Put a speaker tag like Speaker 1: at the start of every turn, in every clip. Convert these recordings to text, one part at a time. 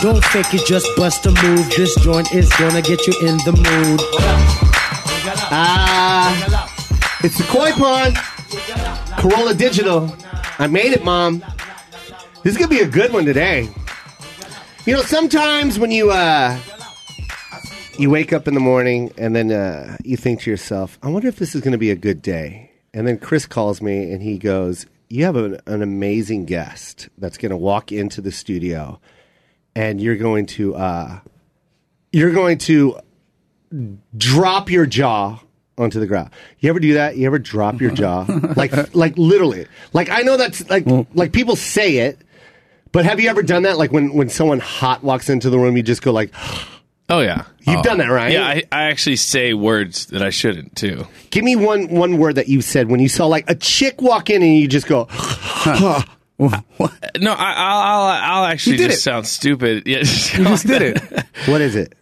Speaker 1: Don't fake it, just bust a move. This joint is gonna get you in the mood.
Speaker 2: Ah, it's the koi pond. Corolla Digital. I made it, mom. This is gonna be a good one today. You know, sometimes when you uh, you wake up in the morning and then uh, you think to yourself, "I wonder if this is gonna be a good day." And then Chris calls me and he goes, "You have an, an amazing guest that's gonna walk into the studio, and you're going to uh, you're going to drop your jaw onto the ground. You ever do that? You ever drop your jaw? like like literally. Like I know that's like like people say it, but have you ever done that? Like when when someone hot walks into the room, you just go like,
Speaker 3: Oh yeah,
Speaker 2: You've
Speaker 3: Oh.
Speaker 2: done that, right?
Speaker 3: Yeah, I, I actually say words that I shouldn't too.
Speaker 2: give me one one word that you said when you saw like a chick walk in and you just go,
Speaker 3: No, I, I'll, I'll I'll actually
Speaker 2: You did
Speaker 3: just
Speaker 2: it.
Speaker 3: sound stupid. Yeah,
Speaker 4: You just did it.
Speaker 2: what is it?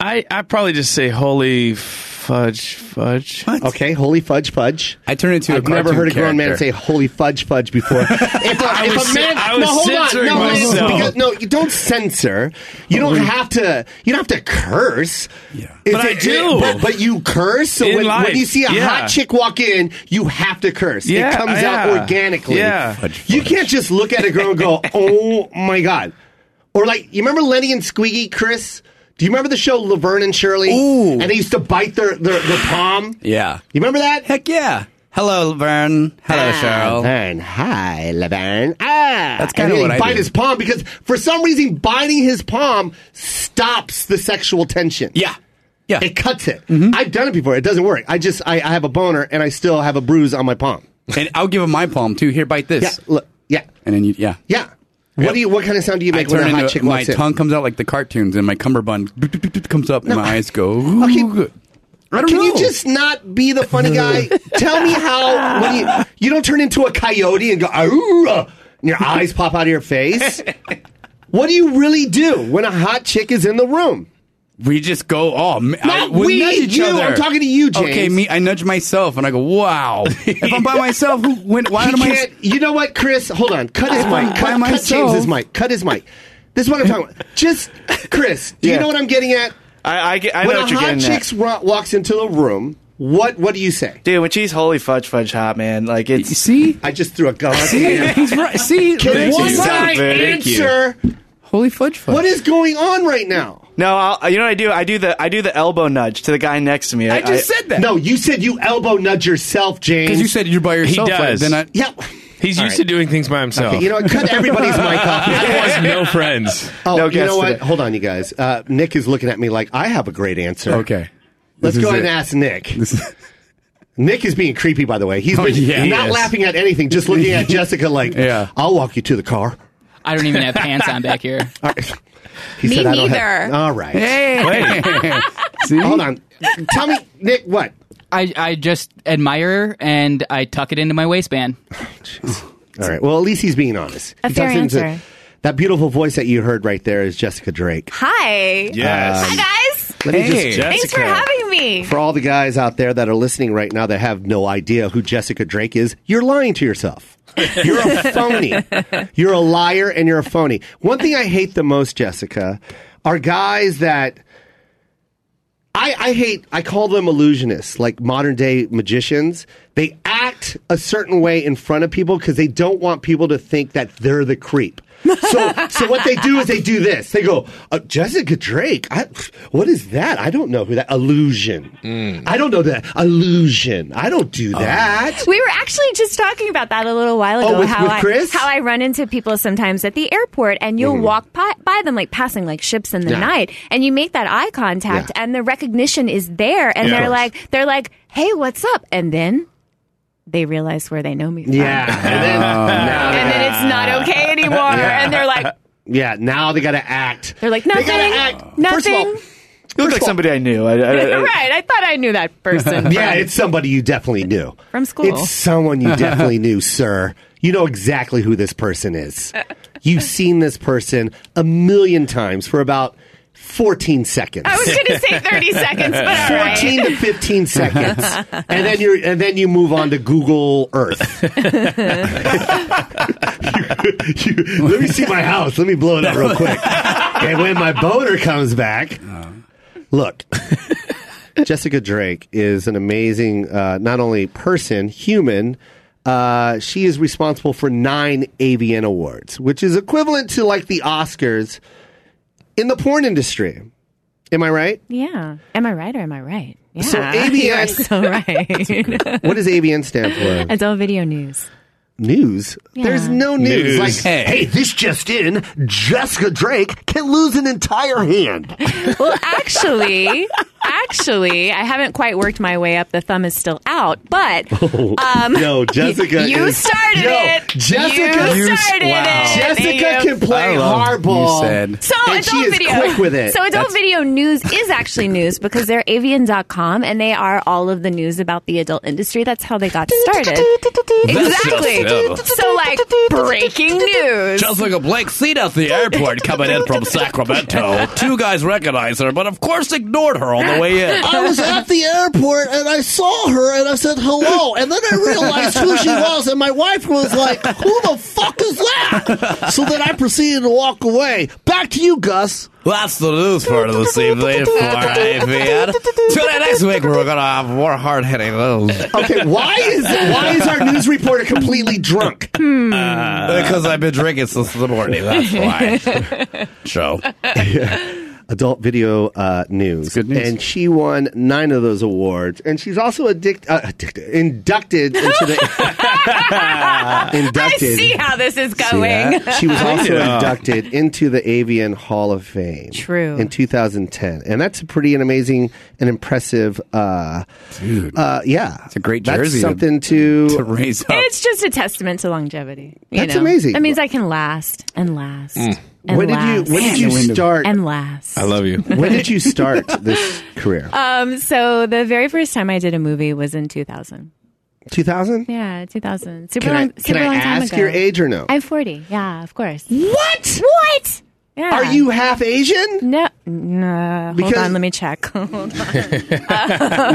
Speaker 3: I I probably just say holy fudge fudge.
Speaker 2: Okay, holy fudge fudge.
Speaker 4: I turned into a
Speaker 2: I've never
Speaker 4: cartoon
Speaker 2: heard a grown man
Speaker 4: character.
Speaker 2: say "holy fudge fudge" before. If a,
Speaker 3: I
Speaker 2: if
Speaker 3: was
Speaker 2: a
Speaker 3: cen-
Speaker 2: man,
Speaker 3: I was
Speaker 2: no, hold
Speaker 3: censoring
Speaker 2: on, no, listen,
Speaker 3: myself.
Speaker 2: because- no, you don't censor. You don't have to. You don't have to curse.
Speaker 4: Yeah.
Speaker 2: If
Speaker 3: But I
Speaker 2: it-
Speaker 3: do.
Speaker 2: But, but you curse. So
Speaker 3: In
Speaker 2: when,
Speaker 3: life,
Speaker 2: when you see a
Speaker 3: yeah.
Speaker 2: hot chick walk in, you have to curse. it
Speaker 3: Yeah,
Speaker 2: comes out
Speaker 3: yeah.
Speaker 2: organically.
Speaker 3: Yeah.
Speaker 4: Fudge,
Speaker 2: you
Speaker 4: fudge.
Speaker 2: can't just look at a girl and go, "Oh my god," or like you remember Lenny and Squeaky, Chris. Do you remember the show Laverne and Shirley?
Speaker 4: Ooh.
Speaker 2: And they used to bite their, their, their palm.
Speaker 4: Yeah.
Speaker 2: You remember that?
Speaker 4: Heck yeah. Hello, Vern. Hello, Cheryl.
Speaker 2: Laverne. Hi, Laverne. Ah.
Speaker 4: That's kinda
Speaker 2: And then
Speaker 4: what
Speaker 2: he'd
Speaker 4: I
Speaker 2: bite
Speaker 4: do.
Speaker 2: his palm because for some reason biting his palm stops the sexual tension.
Speaker 4: Yeah. Mm-hmm. Yeah.
Speaker 2: It cuts it. I've done it before. It doesn't work. I just I, I have a boner and I still have a bruise on my palm.
Speaker 4: and I'll give him my palm too. Here, bite this.
Speaker 2: Yeah. Look. Yeah.
Speaker 4: And then you, yeah.
Speaker 2: Yeah. What do you what kind of sound do you
Speaker 4: I
Speaker 2: make when
Speaker 4: turn
Speaker 2: a hot
Speaker 4: into
Speaker 2: chick
Speaker 4: my
Speaker 2: walks in?
Speaker 4: tongue comes out like the cartoons, and my cummerbund doot, doot, doot, comes up, and my eyes go. Ooh,
Speaker 2: Okay.
Speaker 4: good. I don't
Speaker 2: Can
Speaker 4: know.
Speaker 2: you just not be the funny guy? Tell me how when you you don't turn into a coyote and go "Arrgh," and your eyes pop out of your face. What do you really do when a hot chick is in the room?
Speaker 4: We just go. Oh, man, I,
Speaker 2: Not
Speaker 4: we
Speaker 2: we,
Speaker 4: nudge each
Speaker 2: you.
Speaker 4: other.
Speaker 2: I'm talking to you,
Speaker 4: Okay,
Speaker 2: James.
Speaker 4: me. I nudge myself, and I go, "Wow." if I'm by myself, who, when, why
Speaker 2: He
Speaker 4: am I?
Speaker 2: can't. You know what, Chris? Hold on. Cut his
Speaker 4: I'm
Speaker 2: mic. Cut,
Speaker 4: by
Speaker 2: cut
Speaker 4: myself.
Speaker 2: James's mic. Cut his mic. This is what I'm talking about. Just Chris. Do you
Speaker 5: Yeah.
Speaker 2: know what I'm getting at?
Speaker 5: I, I, get- I
Speaker 2: when
Speaker 5: know
Speaker 2: a
Speaker 5: what you're
Speaker 2: hot
Speaker 5: getting
Speaker 2: chick
Speaker 5: at.
Speaker 2: walks into the room, what what do you say?
Speaker 5: Dude, when she's holy fudge fudge hot, man, like it's
Speaker 4: See,
Speaker 2: I just threw a gun.
Speaker 4: he's right. See,
Speaker 2: Can
Speaker 4: Thank
Speaker 2: one
Speaker 4: you.
Speaker 2: guy
Speaker 3: Thank you.
Speaker 2: answer?
Speaker 4: Holy fudge! fudge.
Speaker 2: What is going on right now?
Speaker 5: no. I'll, you know what I do? I do the I do the elbow nudge to the guy next to me.
Speaker 4: I just said that.
Speaker 2: No, you said you elbow nudge yourself, James.
Speaker 4: because you said you're by yourself. like,
Speaker 3: does.
Speaker 4: then I,
Speaker 2: yeah.
Speaker 3: He's used to doing things by
Speaker 4: Oh.
Speaker 3: himself.
Speaker 2: You know what? Cut everybody's mic
Speaker 3: he
Speaker 2: off.
Speaker 3: has no friends.
Speaker 2: Oh,
Speaker 5: No
Speaker 2: you
Speaker 5: guess
Speaker 2: know what?
Speaker 5: today.
Speaker 2: Hold on, you guys. Uh, Nick is looking at me like I have a great answer.
Speaker 4: okay.
Speaker 2: Let's
Speaker 4: This
Speaker 2: go
Speaker 4: is
Speaker 2: ahead
Speaker 4: it.
Speaker 2: and ask Nick.
Speaker 4: This is-
Speaker 2: Nick is being creepy, by the way. He's
Speaker 4: Oh,
Speaker 2: been
Speaker 4: yeah, he
Speaker 2: not
Speaker 4: is.
Speaker 2: laughing at anything, just looking at Jessica like,
Speaker 4: Yeah.
Speaker 2: I'll walk you to the car.
Speaker 6: I don't even have pants on back here.
Speaker 2: All right. He
Speaker 7: Me
Speaker 2: I don't have-
Speaker 7: neither.
Speaker 2: All right.
Speaker 4: Hey. See?
Speaker 2: Hold on. Tell me, Nick, what?
Speaker 6: I, I just admire and I tuck it into my waistband.
Speaker 2: All right. Well, at least he's being honest.
Speaker 7: A
Speaker 2: He
Speaker 7: fair
Speaker 2: tucks into-
Speaker 7: answer.
Speaker 2: That beautiful voice that you heard right there is Jessica Drake.
Speaker 7: Hi.
Speaker 3: Yes.
Speaker 7: Hi, guys.
Speaker 2: Let me
Speaker 4: Hey.
Speaker 2: just
Speaker 7: Thanks for having me.
Speaker 2: for all the guys out there that are listening right now that have no idea who Jessica Drake is, you're lying to yourself. You're a phony. You're a liar and you're a phony. One thing I hate the most, Jessica, are guys that I, I hate, I call them illusionists, like modern day magicians. They act a certain way in front of people because they don't want people to think that they're the creep. so, so what they do is they do this. They go, uh, Jessica Drake. I, what is that? I don't know who that illusion. I don't know that illusion. I don't do that.
Speaker 7: We were actually just talking about that a little while
Speaker 2: Oh,
Speaker 7: ago.
Speaker 2: with-
Speaker 7: how
Speaker 2: with
Speaker 7: I,
Speaker 2: Chris? Mm-hmm.
Speaker 7: How I run into people sometimes at the airport, and you'll walk by, by them like passing like ships in the
Speaker 2: Yeah.
Speaker 7: night, and you make that eye contact,
Speaker 2: Yeah.
Speaker 7: and the recognition is there, and
Speaker 3: Yeah.
Speaker 7: they're
Speaker 3: Of course.
Speaker 7: like, they're like, "Hey, what's up?" And then they realize where they know me from.
Speaker 2: Yeah. And then-
Speaker 7: and then it's not okay anymore, and they're like,
Speaker 2: yeah. Now they got to act.
Speaker 7: they're like,
Speaker 2: They
Speaker 7: nothing,
Speaker 2: gotta act. First of
Speaker 7: nothing.
Speaker 2: all, uh,
Speaker 5: you look like somebody I knew. I, I, I,
Speaker 7: right? I thought I knew that person.
Speaker 2: Yeah, it's somebody you definitely knew
Speaker 7: From school.
Speaker 2: It's someone you definitely knew, sir. You know exactly who this person is. You've seen this person a million times for about 14 seconds.
Speaker 7: I was going to say 30 seconds, but all right.
Speaker 2: 14 to 15 seconds. And then you are and then you move on to Google Earth. You, let me see my house. Let me blow it up real quick. and when my boner comes back,
Speaker 7: Uh.
Speaker 2: look, Jessica Drake is an amazing, uh, not only person, human. Uh, she is responsible for nine AVN awards, which is equivalent to like the Oscars in the porn industry. Am I right?
Speaker 7: Yeah. Am I right or am I right? Yeah.
Speaker 2: So
Speaker 7: You are
Speaker 2: ABN
Speaker 7: so right.
Speaker 2: What does AVN stand for?
Speaker 7: Adult video news.
Speaker 2: News. There's no news.
Speaker 3: News.
Speaker 2: Like,
Speaker 4: Hey.
Speaker 2: this just in: Jessica Drake can lose an entire hand.
Speaker 4: Oh,
Speaker 7: Well, actually, actually, I haven't quite worked my way up. The thumb is still out, but um,
Speaker 2: Oh, Yo, Jessica
Speaker 7: you
Speaker 2: is-
Speaker 7: started
Speaker 2: Yo,
Speaker 7: it.
Speaker 2: Jessica-
Speaker 7: you
Speaker 4: You-
Speaker 7: started
Speaker 4: wow.
Speaker 7: it. Thank
Speaker 2: Jessica
Speaker 7: you.
Speaker 2: can play
Speaker 4: I love
Speaker 2: hardball.
Speaker 4: you said.
Speaker 7: So
Speaker 2: and
Speaker 7: adult
Speaker 2: she is
Speaker 7: video.
Speaker 2: quick with it.
Speaker 7: So adult video news is actually news because they're avian.com and they are all of the news about the adult industry. That's how they got started. exactly.
Speaker 4: yourself.
Speaker 7: So like breaking news.
Speaker 4: Just like a Blake seat at the airport coming in from Sacramento. Two guys recognized her, but of course ignored her on the way in.
Speaker 2: I was at the airport and I saw her and I said hello. And then I realized who she was. And my wife was like, Who the fuck is that? So then I proceeded to walk away. Back to you, Gus.
Speaker 4: That's the news for this evening for AVN. Tune in next week where we're going to have more hard-hitting news.
Speaker 2: Okay, why is why is our news reporter completely drunk?
Speaker 4: Because I've been drinking since the morning, that's why. Show.
Speaker 2: adult video uh, news.
Speaker 4: good news.
Speaker 2: And she won nine of those awards. And she's also addict, uh, addicted, inducted into the.
Speaker 7: I
Speaker 2: inducted.
Speaker 7: see how this is going.
Speaker 2: She was also inducted into the Avian Hall of Fame.
Speaker 7: True.
Speaker 2: In 2010. And that's a pretty an amazing and impressive. Uh,
Speaker 4: Dude.
Speaker 2: uh, yeah. It's
Speaker 4: a great
Speaker 2: That's
Speaker 4: jersey to-
Speaker 2: something to.
Speaker 4: to raise up.
Speaker 7: It's just a testament to longevity. You
Speaker 2: That's
Speaker 7: know?
Speaker 2: amazing.
Speaker 7: That means I can last and last and
Speaker 2: when did
Speaker 7: last
Speaker 2: you when did you start
Speaker 7: and last.
Speaker 3: I love you.
Speaker 2: when did you start this career?
Speaker 7: Um, so the very first time I did a movie was in 2000.
Speaker 2: 2000?
Speaker 7: Yeah, 2000. Super
Speaker 2: Can I
Speaker 7: long,
Speaker 2: can
Speaker 7: super
Speaker 2: I
Speaker 7: long time
Speaker 2: ask
Speaker 7: ago.
Speaker 2: your age or no?
Speaker 7: I'm 40. Yeah, of course.
Speaker 2: what?
Speaker 7: What? Yeah.
Speaker 2: Are you half Asian?
Speaker 7: No, no.
Speaker 2: Because-
Speaker 7: hold on, let me check. Hold on.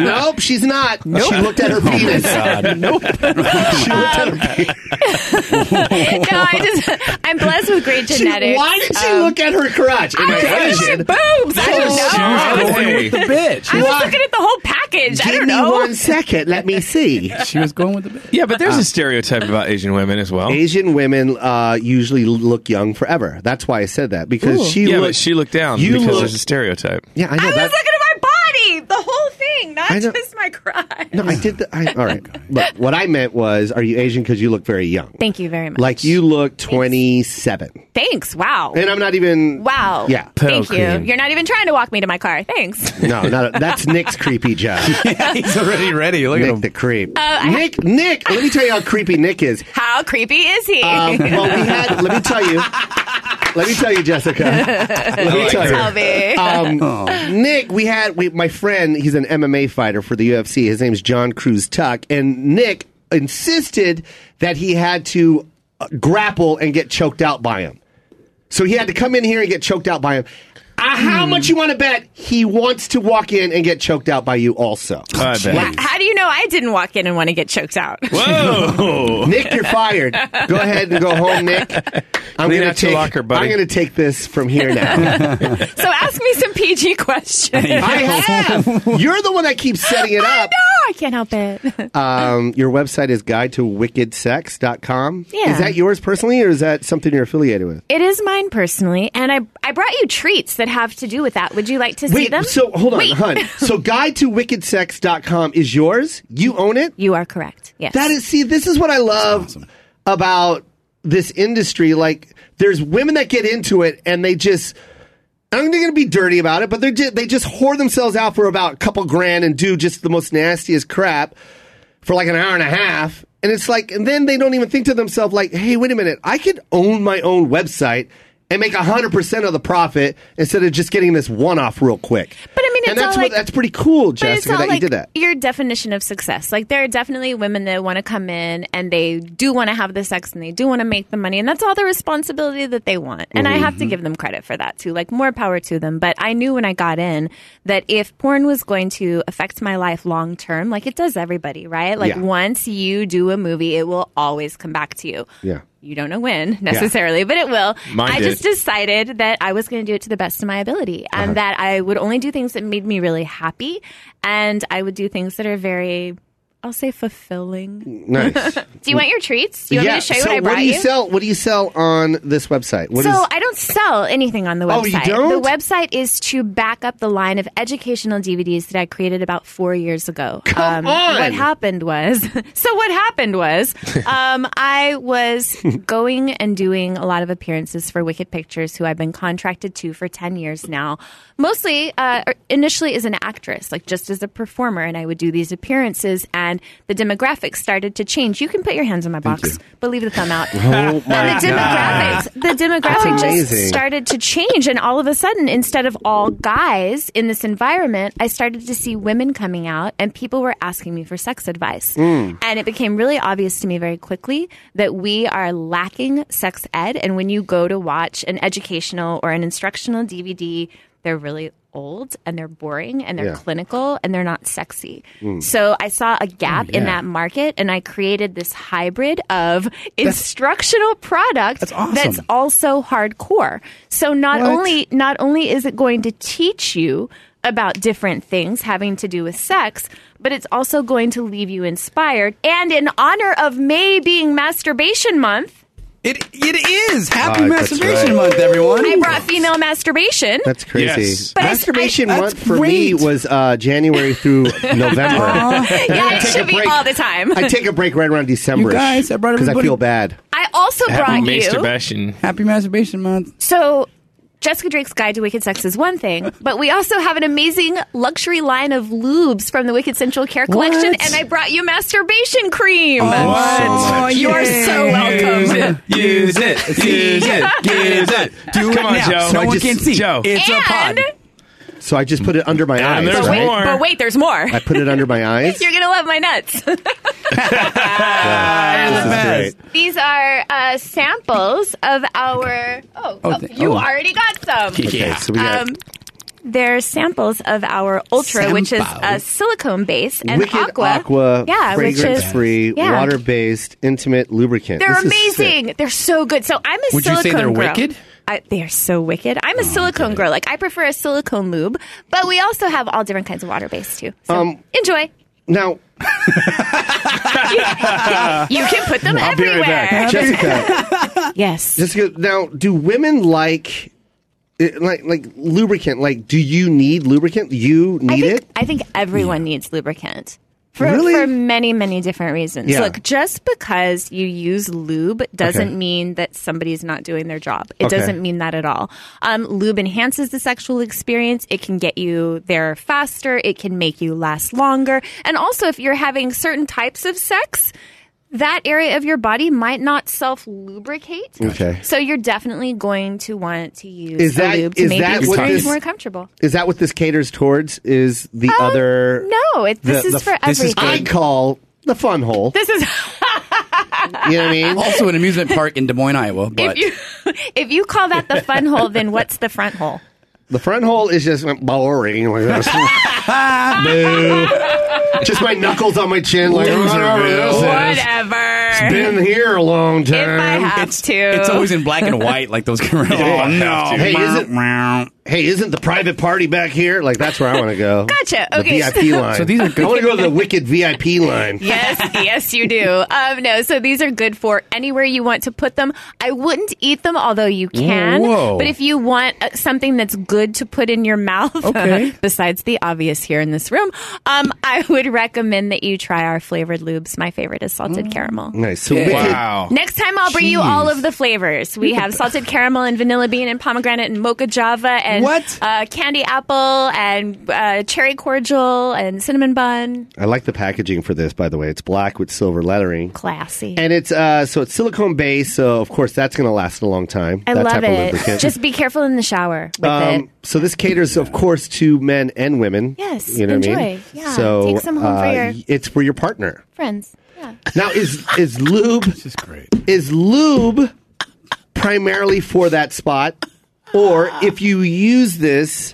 Speaker 2: nope, she's not. She looked
Speaker 7: Oh
Speaker 2: at her penis. Um,
Speaker 4: nope.
Speaker 2: she looked at her penis.
Speaker 7: no, I just I'm blessed with great
Speaker 2: She-
Speaker 7: genetics.
Speaker 2: why did she
Speaker 7: Um,
Speaker 2: look at her crotch? And
Speaker 7: I
Speaker 2: it's
Speaker 7: was looking at
Speaker 2: Asian.
Speaker 7: my boobs. I don't know. I was,
Speaker 3: Hey.
Speaker 7: I was
Speaker 2: Why?
Speaker 7: looking at the whole package. I
Speaker 2: Give me
Speaker 7: don't know.
Speaker 2: one second. Let me see.
Speaker 4: She was going with the bitch.
Speaker 3: Yeah, but there's a stereotype about Asian women as well.
Speaker 2: Asian women uh, usually look young forever. That's why I said that because she.
Speaker 3: Yeah,
Speaker 2: looked,
Speaker 3: but she looked down
Speaker 2: You
Speaker 3: because
Speaker 2: look-
Speaker 3: there's a stereotype.
Speaker 2: Yeah, I know
Speaker 7: I was
Speaker 2: that.
Speaker 7: looking at my body, the whole thing, not
Speaker 2: I know-
Speaker 7: just my crotch.
Speaker 2: no, I did. The, I, all right. Look, what I meant was, are you Asian because you look very young?
Speaker 7: Thank you very much.
Speaker 2: Like you look twenty-seven,
Speaker 7: Thanks. Wow.
Speaker 2: and I'm not even.
Speaker 7: Wow.
Speaker 2: Yeah.
Speaker 3: Pedo
Speaker 7: Thank you.
Speaker 3: queen.
Speaker 7: You're not even trying to walk me to my car. Thanks.
Speaker 2: No, not that's Nick's creepy job.
Speaker 4: He's already ready. Look
Speaker 2: Nick the
Speaker 3: Oh,
Speaker 2: creep. Nick, Nick. Let me tell you how creepy Nick is.
Speaker 7: How creepy is he?
Speaker 2: Um, well, we had. Let me tell you. Let me tell you, Jessica. Let me tell
Speaker 7: Tell
Speaker 2: you.
Speaker 7: me.
Speaker 3: Oh.
Speaker 2: Um, Nick, we had we, my friend. He's an MMA fighter for the UFC. His name's John Cruz Tuck, and Nick insisted that he had to uh, grapple and get choked out by him. So he had to come in here and get choked out by him. Uh, how
Speaker 3: Hmm.
Speaker 2: much you want to bet he wants to walk in and get choked out by you? Also,
Speaker 3: I bet.
Speaker 7: How do you know I didn't walk in and want to get choked out?
Speaker 3: Whoa!
Speaker 2: Nick, you're fired. Go ahead and go home, Nick. I'm gonna
Speaker 3: Clean out your
Speaker 2: take-
Speaker 3: locker, buddy.
Speaker 2: I'm going to take this from here now.
Speaker 7: so ask me some PG questions.
Speaker 2: I have. You're the one that keeps setting it up.
Speaker 7: No, I can't help it.
Speaker 2: Um, your website is guide to wickedsex.com.
Speaker 7: Yeah.
Speaker 2: Is that yours personally or is that something you're affiliated with?
Speaker 7: It is mine personally, and I I brought you treats that have to do with that. Would you like to see them?
Speaker 2: so hold on,
Speaker 7: Wait.
Speaker 2: hun. So guide to wickedsex.com is yours? You own it?
Speaker 7: You are correct. Yes.
Speaker 2: That is see, this is what I love about this industry. Like there's women that get into it and they just I'm going to be dirty about it, but they are they just whore themselves out for about a couple grand and do just the most nastiest crap for like an hour and a half. And it's like, and then they don't even think to themselves, like, hey, wait a minute, I could own my own website and make 100% of the profit instead of just getting this one off real quick.
Speaker 7: But I mean, it's
Speaker 2: and that's,
Speaker 7: all
Speaker 2: what,
Speaker 7: like-
Speaker 2: that's pretty cool,
Speaker 7: But it's
Speaker 2: Jessica,
Speaker 7: all
Speaker 2: that you
Speaker 7: like
Speaker 2: did that.
Speaker 7: Your definition of success. Like there are definitely women that want to come in and they do want to have the sex and they do want to make the money and that's all the responsibility that they want. And I have to
Speaker 2: Mm-hmm.
Speaker 7: give them credit for that too. Like more power to them. But I knew when I got in that if porn was going to affect my life long term, like it does everybody, right? Like
Speaker 2: Yeah.
Speaker 7: once you do a movie, it will always come back to you.
Speaker 2: Yeah.
Speaker 7: You don't know when necessarily, but it will.
Speaker 3: Mine
Speaker 7: I
Speaker 3: did.
Speaker 7: just decided that I was going to do it to the best of my ability
Speaker 2: Uh-huh.
Speaker 7: and that I would only do things that made me really happy and I would do things that are very, I'll say,
Speaker 2: Mm.
Speaker 7: fulfilling.
Speaker 2: Nice.
Speaker 7: Do you want your treats? Do you want me to show you
Speaker 2: so
Speaker 7: what I brought
Speaker 2: do you, sell? What do you sell on this website? What is?
Speaker 7: so I don't sell anything on the website.
Speaker 2: Oh, you don't?
Speaker 7: The website is to back up the line of educational DVDs that I created about four years ago. Um,
Speaker 2: Come on!
Speaker 7: What happened was, so what happened was, um, I was going and doing a lot of appearances for Wicked Pictures, who I've been contracted to for ten years now. Mostly, uh, initially as an actress, like just as a performer, and I would do these appearances, and the demographics started to change. You can put your hands in my box, but leave the thumb out.
Speaker 2: oh my
Speaker 7: the
Speaker 2: god!
Speaker 7: demographics the demographic
Speaker 2: amazing.
Speaker 7: just started to change and all of a sudden instead of all guys in this environment i started to see women coming out and people were asking me for sex advice
Speaker 2: Hmm.
Speaker 7: and it became really obvious to me very quickly that we are lacking sex ed and when you go to watch an educational or an instructional dvd they're really old and they're boring and they're
Speaker 2: Yeah.
Speaker 7: clinical and they're not sexy.
Speaker 2: Hmm.
Speaker 7: So I saw a gap
Speaker 2: Oh,
Speaker 7: in that market and I created this hybrid of instructional product that's,
Speaker 4: awesome.
Speaker 7: also hardcore. So not only not only is it going to teach you about different things having to do with sex, but it's also going to leave you inspired and in honor of May being masturbation month,
Speaker 5: It it is happy
Speaker 3: Oh,
Speaker 2: Right, that's
Speaker 5: masturbation
Speaker 2: right.
Speaker 5: month, everyone.
Speaker 7: I brought female masturbation.
Speaker 2: That's crazy.
Speaker 3: Yes.
Speaker 7: But I- Oh,
Speaker 2: Masturbation
Speaker 5: I-
Speaker 2: month
Speaker 5: that's
Speaker 2: for me
Speaker 5: great.
Speaker 2: was uh, January through November.
Speaker 7: yeah,
Speaker 2: I
Speaker 7: it
Speaker 2: take a
Speaker 7: should be
Speaker 2: break.
Speaker 7: all the time.
Speaker 2: I take a break right around December.
Speaker 5: guys, I brought
Speaker 2: because I
Speaker 5: everybody-
Speaker 2: feel bad.
Speaker 7: I also
Speaker 3: Happy
Speaker 7: brought you
Speaker 3: masturbation.
Speaker 5: happy masturbation month.
Speaker 7: So, Jessica Drake's Guide to Wicked Sex is one thing, but we also have an amazing luxury line of lubes from the Wicked Central Care Collection, and I brought you masturbation cream.
Speaker 5: Oh,
Speaker 7: You're so welcome.
Speaker 3: Use it. Use it. Use it.
Speaker 5: Do
Speaker 3: Come
Speaker 5: it
Speaker 3: on,
Speaker 5: now,
Speaker 3: Joe.
Speaker 5: so no
Speaker 3: I
Speaker 5: one
Speaker 3: just-
Speaker 5: can see.
Speaker 3: Joe.
Speaker 5: It's a pod.
Speaker 7: And,
Speaker 2: So I just put it under my eyes.
Speaker 3: And there's
Speaker 7: but wait,
Speaker 3: more.
Speaker 7: but wait, there's more.
Speaker 2: I put it under my eyes.
Speaker 7: You're going to love my nuts.
Speaker 2: This is great.
Speaker 7: These are uh, samples of our. Oh, oh,
Speaker 5: th-
Speaker 7: you
Speaker 5: oh.
Speaker 7: already got some.
Speaker 2: Okay, so we got
Speaker 7: Um, they're samples of our Ultra, which is a
Speaker 5: Samples.
Speaker 7: silicone base, and
Speaker 2: Wicked
Speaker 7: Aqua. yeah, which
Speaker 2: fragrance
Speaker 7: is
Speaker 2: free,
Speaker 7: yeah.
Speaker 2: water based, intimate lubricant.
Speaker 7: They're
Speaker 2: This is sick.
Speaker 7: amazing. They're so good. So I'm a
Speaker 4: Would you
Speaker 7: silicone
Speaker 4: say they're
Speaker 7: girl.
Speaker 4: wicked?
Speaker 7: I, they are so wicked. I'm a silicone girl. Like I prefer a silicone lube, but we also have all different kinds of water based too. So
Speaker 2: Um,
Speaker 7: enjoy.
Speaker 2: Now,
Speaker 7: You can put them
Speaker 3: I'll be right
Speaker 7: everywhere.
Speaker 3: back.
Speaker 2: Jessica,
Speaker 7: Yes.
Speaker 2: Jessica, now, do women like. it- Like like lubricant, like do you need lubricant? You
Speaker 7: I
Speaker 2: need
Speaker 7: think,
Speaker 2: it.
Speaker 7: I think everyone needs lubricant. For,
Speaker 2: Really?
Speaker 7: for many, many different reasons.
Speaker 2: Yeah.
Speaker 7: Look, just because you use lube doesn't
Speaker 2: Okay.
Speaker 7: mean that somebody's not doing their job. It
Speaker 2: Okay.
Speaker 7: doesn't mean that at all. Um, lube enhances the sexual experience. It can get you there faster. It can make you last longer. And also, if you're having certain types of sex, that area of your body might not self lubricate.
Speaker 2: Okay.
Speaker 7: So you're definitely going to want to use
Speaker 2: Is that-
Speaker 7: a lube to
Speaker 2: is
Speaker 7: make
Speaker 2: that
Speaker 7: the
Speaker 2: what
Speaker 7: experience
Speaker 2: this-
Speaker 7: more comfortable.
Speaker 2: Is that what this caters towards? Is the
Speaker 7: Um,
Speaker 2: other?
Speaker 7: No, it, this
Speaker 2: the-
Speaker 7: is
Speaker 2: the-
Speaker 7: for
Speaker 2: this
Speaker 7: everything.
Speaker 2: I call the fun hole.
Speaker 7: this
Speaker 2: You
Speaker 7: is
Speaker 2: know what I mean?
Speaker 5: Also, an amusement park in Des Moines, Iowa. But
Speaker 7: if you call that the fun hole, then what's the front hole?
Speaker 2: The front hole is just boring like this. Boo. just my knuckles on my chin, like
Speaker 4: Loserville.
Speaker 2: "Oh,
Speaker 7: Whatever.
Speaker 2: been here a long time.
Speaker 7: If I have to,
Speaker 5: it's always in black and white, like those commercials.
Speaker 4: Oh, no.
Speaker 2: Hey, hey, isn't the private party back here? Like that's where I want to go.
Speaker 7: Gotcha.
Speaker 2: The
Speaker 7: Okay,
Speaker 2: VIP
Speaker 7: so-
Speaker 2: line.
Speaker 5: So these are
Speaker 2: I
Speaker 5: good-
Speaker 2: want to go to the wicked VIP line.
Speaker 7: yes, yes, you do. Um, no, so these are good for anywhere you want to put them. I wouldn't eat them, although you can.
Speaker 4: Whoa.
Speaker 7: But if you want uh, something that's good to put in your mouth, besides the obvious here in this room, um, I would recommend that you try our flavored lubes. My favorite is salted caramel.
Speaker 2: Nice. So wicked.
Speaker 4: Wow.
Speaker 7: Next time, I'll bring you all of the flavors. We have salted caramel and vanilla bean and pomegranate and mocha java and
Speaker 5: What?
Speaker 7: Uh, candy apple and uh, cherry cordial and cinnamon bun.
Speaker 2: I like the packaging for this, by the way. It's black with silver lettering.
Speaker 7: Classy.
Speaker 2: And it's uh, so it's silicone based, so of course that's going to last a long time.
Speaker 7: I
Speaker 2: that
Speaker 7: love
Speaker 2: type of
Speaker 7: it.
Speaker 2: lubricant.
Speaker 7: Just be careful in the shower with it.
Speaker 2: Um, so this caters, of course, to men and women.
Speaker 7: Yes,
Speaker 2: you know what I mean.
Speaker 7: enjoy. Yeah,
Speaker 2: so
Speaker 7: take some home for
Speaker 2: uh,
Speaker 7: your-
Speaker 2: y- It's for your partner.
Speaker 7: Friends. Yeah.
Speaker 2: Now is is lube
Speaker 4: This is great.
Speaker 2: is lube primarily for that spot, or if you use this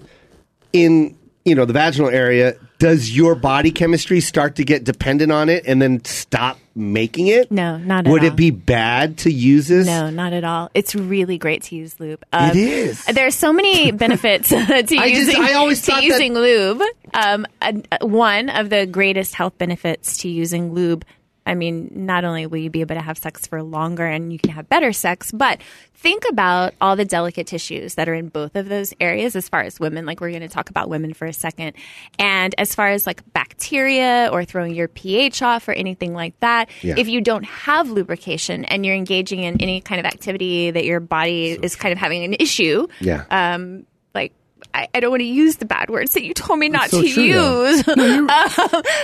Speaker 2: in you know the vaginal area, does your body chemistry start to get dependent on it and then stop making it?
Speaker 7: No, not at
Speaker 2: Would
Speaker 7: all.
Speaker 2: it be bad to use this?
Speaker 7: No, not at all. It's really great to use lube. Um,
Speaker 2: It is.
Speaker 7: There are so many benefits to
Speaker 2: I just-
Speaker 7: using.
Speaker 2: I always
Speaker 7: to
Speaker 2: thought that-
Speaker 7: using lube. Um, and, uh, one of the greatest health benefits to using lube. I mean, not only will you be able to have sex for longer and you can have better sex, but think about all the delicate tissues that are in both of those areas as far as women. Like, we're going to talk about women for a second. And as far as like bacteria or throwing your pH off or anything like that,
Speaker 2: Yeah.
Speaker 7: if you don't have lubrication and you're engaging in any kind of activity that your body is kind of having an issue,
Speaker 2: Yeah.
Speaker 7: um, like I, I don't want to use the bad words that you told me not
Speaker 8: so
Speaker 7: to
Speaker 8: true, though.
Speaker 7: use. Um,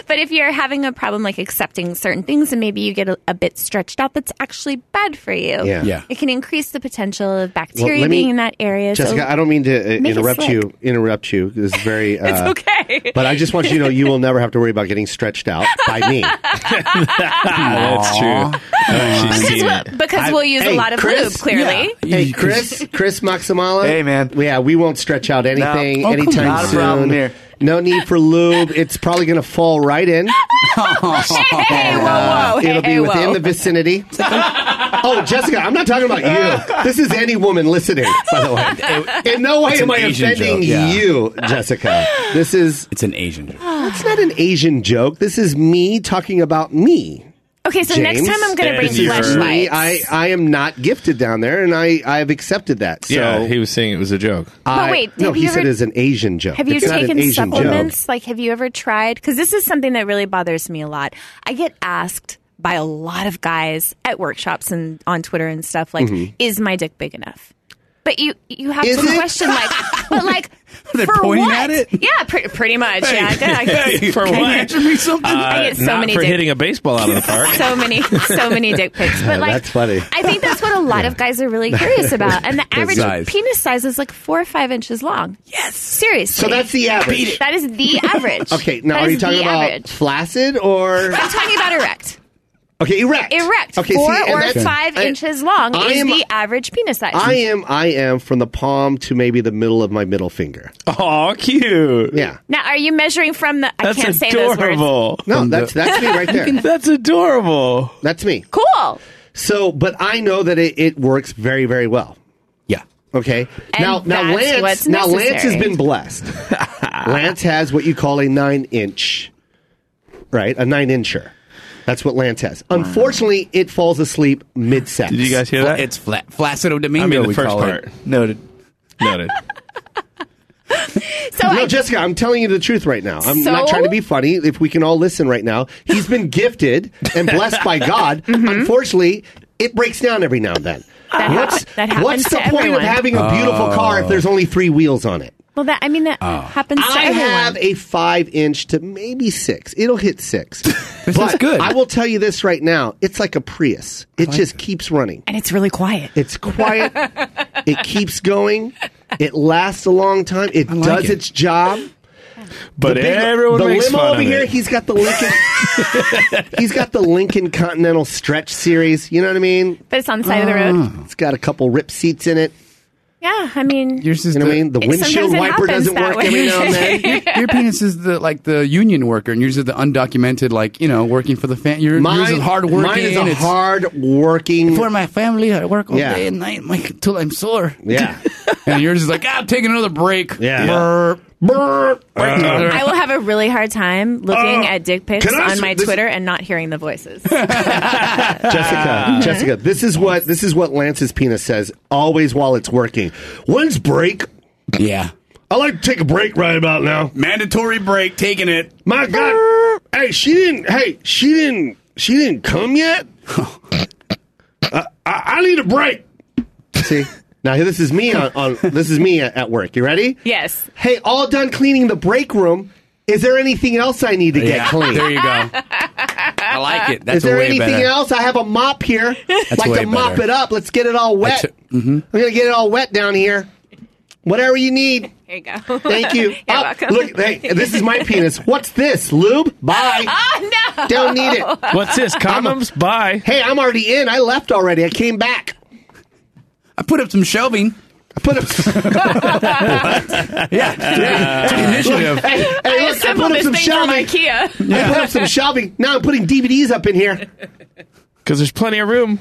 Speaker 7: but if you're having a problem like accepting certain things and maybe you get a, a bit stretched out, that's actually bad for you.
Speaker 2: Yeah.
Speaker 4: Yeah.
Speaker 7: It can increase the potential of bacteria
Speaker 2: let me-
Speaker 7: being in that area.
Speaker 2: Jessica,
Speaker 7: so
Speaker 2: I don't mean to uh,
Speaker 7: Make it
Speaker 2: interrupt
Speaker 7: slick.
Speaker 2: you. Interrupt you. This is very. Uh,
Speaker 7: it's okay.
Speaker 2: But I just want you to know you will never have to worry about getting stretched out by me.
Speaker 3: that's true. She's
Speaker 7: because
Speaker 3: seen
Speaker 7: we'll,
Speaker 3: it.
Speaker 7: because
Speaker 2: I-
Speaker 7: we'll use
Speaker 2: Hey,
Speaker 7: a lot of
Speaker 2: Chris?
Speaker 7: lube, clearly.
Speaker 2: Hey, Chris, Chris Maximala.
Speaker 5: Hey, man.
Speaker 2: Yeah, we won't stretch out anything
Speaker 5: Oh, come
Speaker 2: anytime
Speaker 5: on. Not a
Speaker 2: soon.
Speaker 5: problem here.
Speaker 2: No need for lube. It's probably going to fall right in. Uh,
Speaker 7: Hey, hey, whoa, Oh, whoa. hey,
Speaker 2: It'll be
Speaker 7: hey,
Speaker 2: within
Speaker 7: whoa.
Speaker 2: the vicinity. oh, Jessica, I'm not talking about you. This is any woman listening, by the way. In no way
Speaker 4: It's
Speaker 2: am
Speaker 4: an
Speaker 2: I
Speaker 4: Asian
Speaker 2: offending
Speaker 4: joke, yeah.
Speaker 2: you, Jessica. This is
Speaker 4: It's an Asian.
Speaker 2: it's not an Asian joke. This is me talking about me.
Speaker 7: okay, so
Speaker 2: James,
Speaker 7: next time I'm going to bring
Speaker 3: and you're-
Speaker 2: Me,
Speaker 7: flashlights.
Speaker 2: I, I am not gifted down there, and I, I've accepted that. So
Speaker 3: yeah, he was saying it was a joke.
Speaker 2: I-
Speaker 7: wait,
Speaker 2: no,
Speaker 7: have
Speaker 2: he
Speaker 7: you
Speaker 2: said
Speaker 7: ever-
Speaker 2: it's an Asian joke.
Speaker 7: Have you
Speaker 2: It's not an
Speaker 7: taken
Speaker 2: Asian joke.
Speaker 7: supplements? Like, have you ever tried? Because this is something that really bothers me a lot. I get asked by a lot of guys at workshops and on Twitter and stuff, like, "Is my dick big enough?" But you you have
Speaker 2: Mm-hmm. Is
Speaker 7: to
Speaker 2: it?
Speaker 7: question, like, but like
Speaker 4: They're
Speaker 7: for
Speaker 4: pointing at
Speaker 7: what?
Speaker 4: it?
Speaker 7: Yeah, pre- pretty much. Yeah, I guess.
Speaker 3: For
Speaker 4: Can you
Speaker 3: what?
Speaker 4: answer me something?
Speaker 7: I get so
Speaker 3: Uh, Not
Speaker 7: many
Speaker 3: for
Speaker 7: dick-
Speaker 3: hitting a baseball out of the park.
Speaker 7: so many so many dick pics but like
Speaker 2: that's funny.
Speaker 7: i think that's what a lot of guys are really curious about and the average
Speaker 4: Size.
Speaker 7: penis size is like four or five inches long yes
Speaker 2: So
Speaker 7: seriously
Speaker 2: that's the average.
Speaker 7: that is the average
Speaker 2: Okay, now
Speaker 7: That
Speaker 2: are
Speaker 7: is
Speaker 2: you talking
Speaker 7: the
Speaker 2: about
Speaker 7: average.
Speaker 2: flaccid or
Speaker 7: i'm talking about erect
Speaker 2: okay erect?
Speaker 7: erect
Speaker 2: Okay,
Speaker 7: four
Speaker 2: see, and
Speaker 7: or
Speaker 2: that's-
Speaker 7: five
Speaker 2: I-
Speaker 7: inches long
Speaker 2: I
Speaker 7: is
Speaker 2: am-
Speaker 7: the average penis size
Speaker 2: I am I am from the palm to maybe the middle of my middle finger.
Speaker 3: Oh, cute.
Speaker 2: Yeah,
Speaker 7: now are you measuring from the
Speaker 3: That's
Speaker 7: i can't say those words
Speaker 3: adorable.
Speaker 2: no, that's that's me right there.
Speaker 3: That's adorable.
Speaker 2: That's me.
Speaker 7: cool
Speaker 2: So, but I know that it, it works very very well.
Speaker 4: yeah.
Speaker 2: Okay. now, now
Speaker 7: that's
Speaker 2: Lance,
Speaker 7: what's
Speaker 2: now Lance has
Speaker 7: necessary.
Speaker 2: been blessed. Lance has what you call a nine inch, right? A nine incher. That's what Lance has. Unfortunately, it falls asleep mid sex.
Speaker 3: Did you guys hear
Speaker 4: Fla-
Speaker 3: that?
Speaker 4: It's fla- flaccido domingo.
Speaker 3: I mean, the
Speaker 4: we
Speaker 3: first
Speaker 4: call
Speaker 3: part.
Speaker 4: It.
Speaker 5: Noted.
Speaker 3: Noted.
Speaker 7: so
Speaker 2: No,
Speaker 7: I,
Speaker 2: Jessica, I'm telling you the truth right now. I'm
Speaker 7: So?
Speaker 2: not trying to be funny. If we can all listen right now, he's been gifted and blessed by God. Unfortunately, it breaks down every now and then.
Speaker 7: Mm-hmm. That
Speaker 2: what's
Speaker 7: hap- that happens
Speaker 2: what's the
Speaker 7: to
Speaker 2: point
Speaker 7: everyone.
Speaker 2: of having a beautiful car if there's only three wheels on it?
Speaker 7: well that i mean that
Speaker 2: Oh.
Speaker 7: happens to
Speaker 2: I
Speaker 7: everyone
Speaker 2: have a five inch to maybe six. It'll hit six.
Speaker 4: This
Speaker 2: but
Speaker 4: is good.
Speaker 2: I will tell you this right now. It's like a Prius. It just keeps running.
Speaker 7: and it's really quiet
Speaker 2: It's quiet. it keeps going. It lasts a long time. It
Speaker 4: like
Speaker 2: does
Speaker 4: it.
Speaker 2: its job.
Speaker 3: But
Speaker 2: big-
Speaker 3: everyone
Speaker 2: the
Speaker 3: makes
Speaker 2: limo
Speaker 3: fun
Speaker 2: over
Speaker 3: of
Speaker 2: here.
Speaker 3: it.
Speaker 2: He's got the Lincoln. he's got the Lincoln Continental Stretch Series. You know what I mean?
Speaker 7: but it's on the side of the road
Speaker 2: It's got a couple rip seats in it.
Speaker 7: yeah i mean
Speaker 8: Yours is
Speaker 2: You know what I
Speaker 8: the,
Speaker 2: mean? The
Speaker 7: Sometimes
Speaker 2: windshield
Speaker 7: it
Speaker 2: wiper
Speaker 7: happens
Speaker 2: doesn't
Speaker 7: that
Speaker 2: work every
Speaker 7: way.
Speaker 2: now and then.
Speaker 8: your, your penis is the like the union worker, and yours is the undocumented, like you know, working for the fan. Your, yours is hard working.
Speaker 2: Mine is a
Speaker 8: it's
Speaker 2: hard working.
Speaker 8: for my family. I work all
Speaker 2: Yeah.
Speaker 8: day and night like, until I'm sore.
Speaker 2: Yeah.
Speaker 8: and yours is like, ah, I'm taking another break.
Speaker 2: Yeah. Uh-huh.
Speaker 8: Burp, burp, burp.
Speaker 7: I will have a really hard time looking at dick pics
Speaker 2: Oh, can I
Speaker 7: on
Speaker 2: s-
Speaker 7: my
Speaker 2: this-
Speaker 7: Twitter and not hearing the voices.
Speaker 2: Jessica, Jessica, this is what this is what Lance's penis says always while it's working. When's break?
Speaker 4: Yeah.
Speaker 2: I like to take a break right about now.
Speaker 4: Mandatory break. Taking it.
Speaker 2: My God, hey, she didn't. Hey, she didn't. She didn't come yet. I, I need a break. See, now this is me on, on this is me at, at work. You ready?
Speaker 7: yes.
Speaker 2: Hey, all done cleaning the break room. Is there anything else I need to get
Speaker 4: Yeah.
Speaker 2: clean?
Speaker 4: There you go. I like it. That's
Speaker 2: Is there
Speaker 4: way
Speaker 2: anything
Speaker 4: better.
Speaker 2: else? I have a mop here. like
Speaker 4: way
Speaker 2: to mop
Speaker 4: better. mm-hmm.
Speaker 2: it up. Let's get it all wet. I'm gonna get it all wet down here. Whatever you need.
Speaker 7: Here you go. Ah,
Speaker 2: Thank you.
Speaker 7: You're
Speaker 2: Up.
Speaker 7: welcome.
Speaker 2: Look, hey, this is my penis. What's this? Lube? Bye.
Speaker 7: Oh, no.
Speaker 2: Don't need it.
Speaker 3: What's this? Condoms? Bye.
Speaker 2: Hey, I'm already in. I left already. I came back.
Speaker 4: I put up some shelving.
Speaker 2: I put a
Speaker 8: yeah, it's an initiative.
Speaker 2: hey, hey,
Speaker 7: I
Speaker 2: look, I
Speaker 7: assembled
Speaker 2: put up
Speaker 7: this
Speaker 2: some
Speaker 7: thing from
Speaker 2: shelving.
Speaker 7: IKEA.
Speaker 2: I put up some shelving. Now I'm putting DVDs up in here.
Speaker 3: Because there's plenty of room.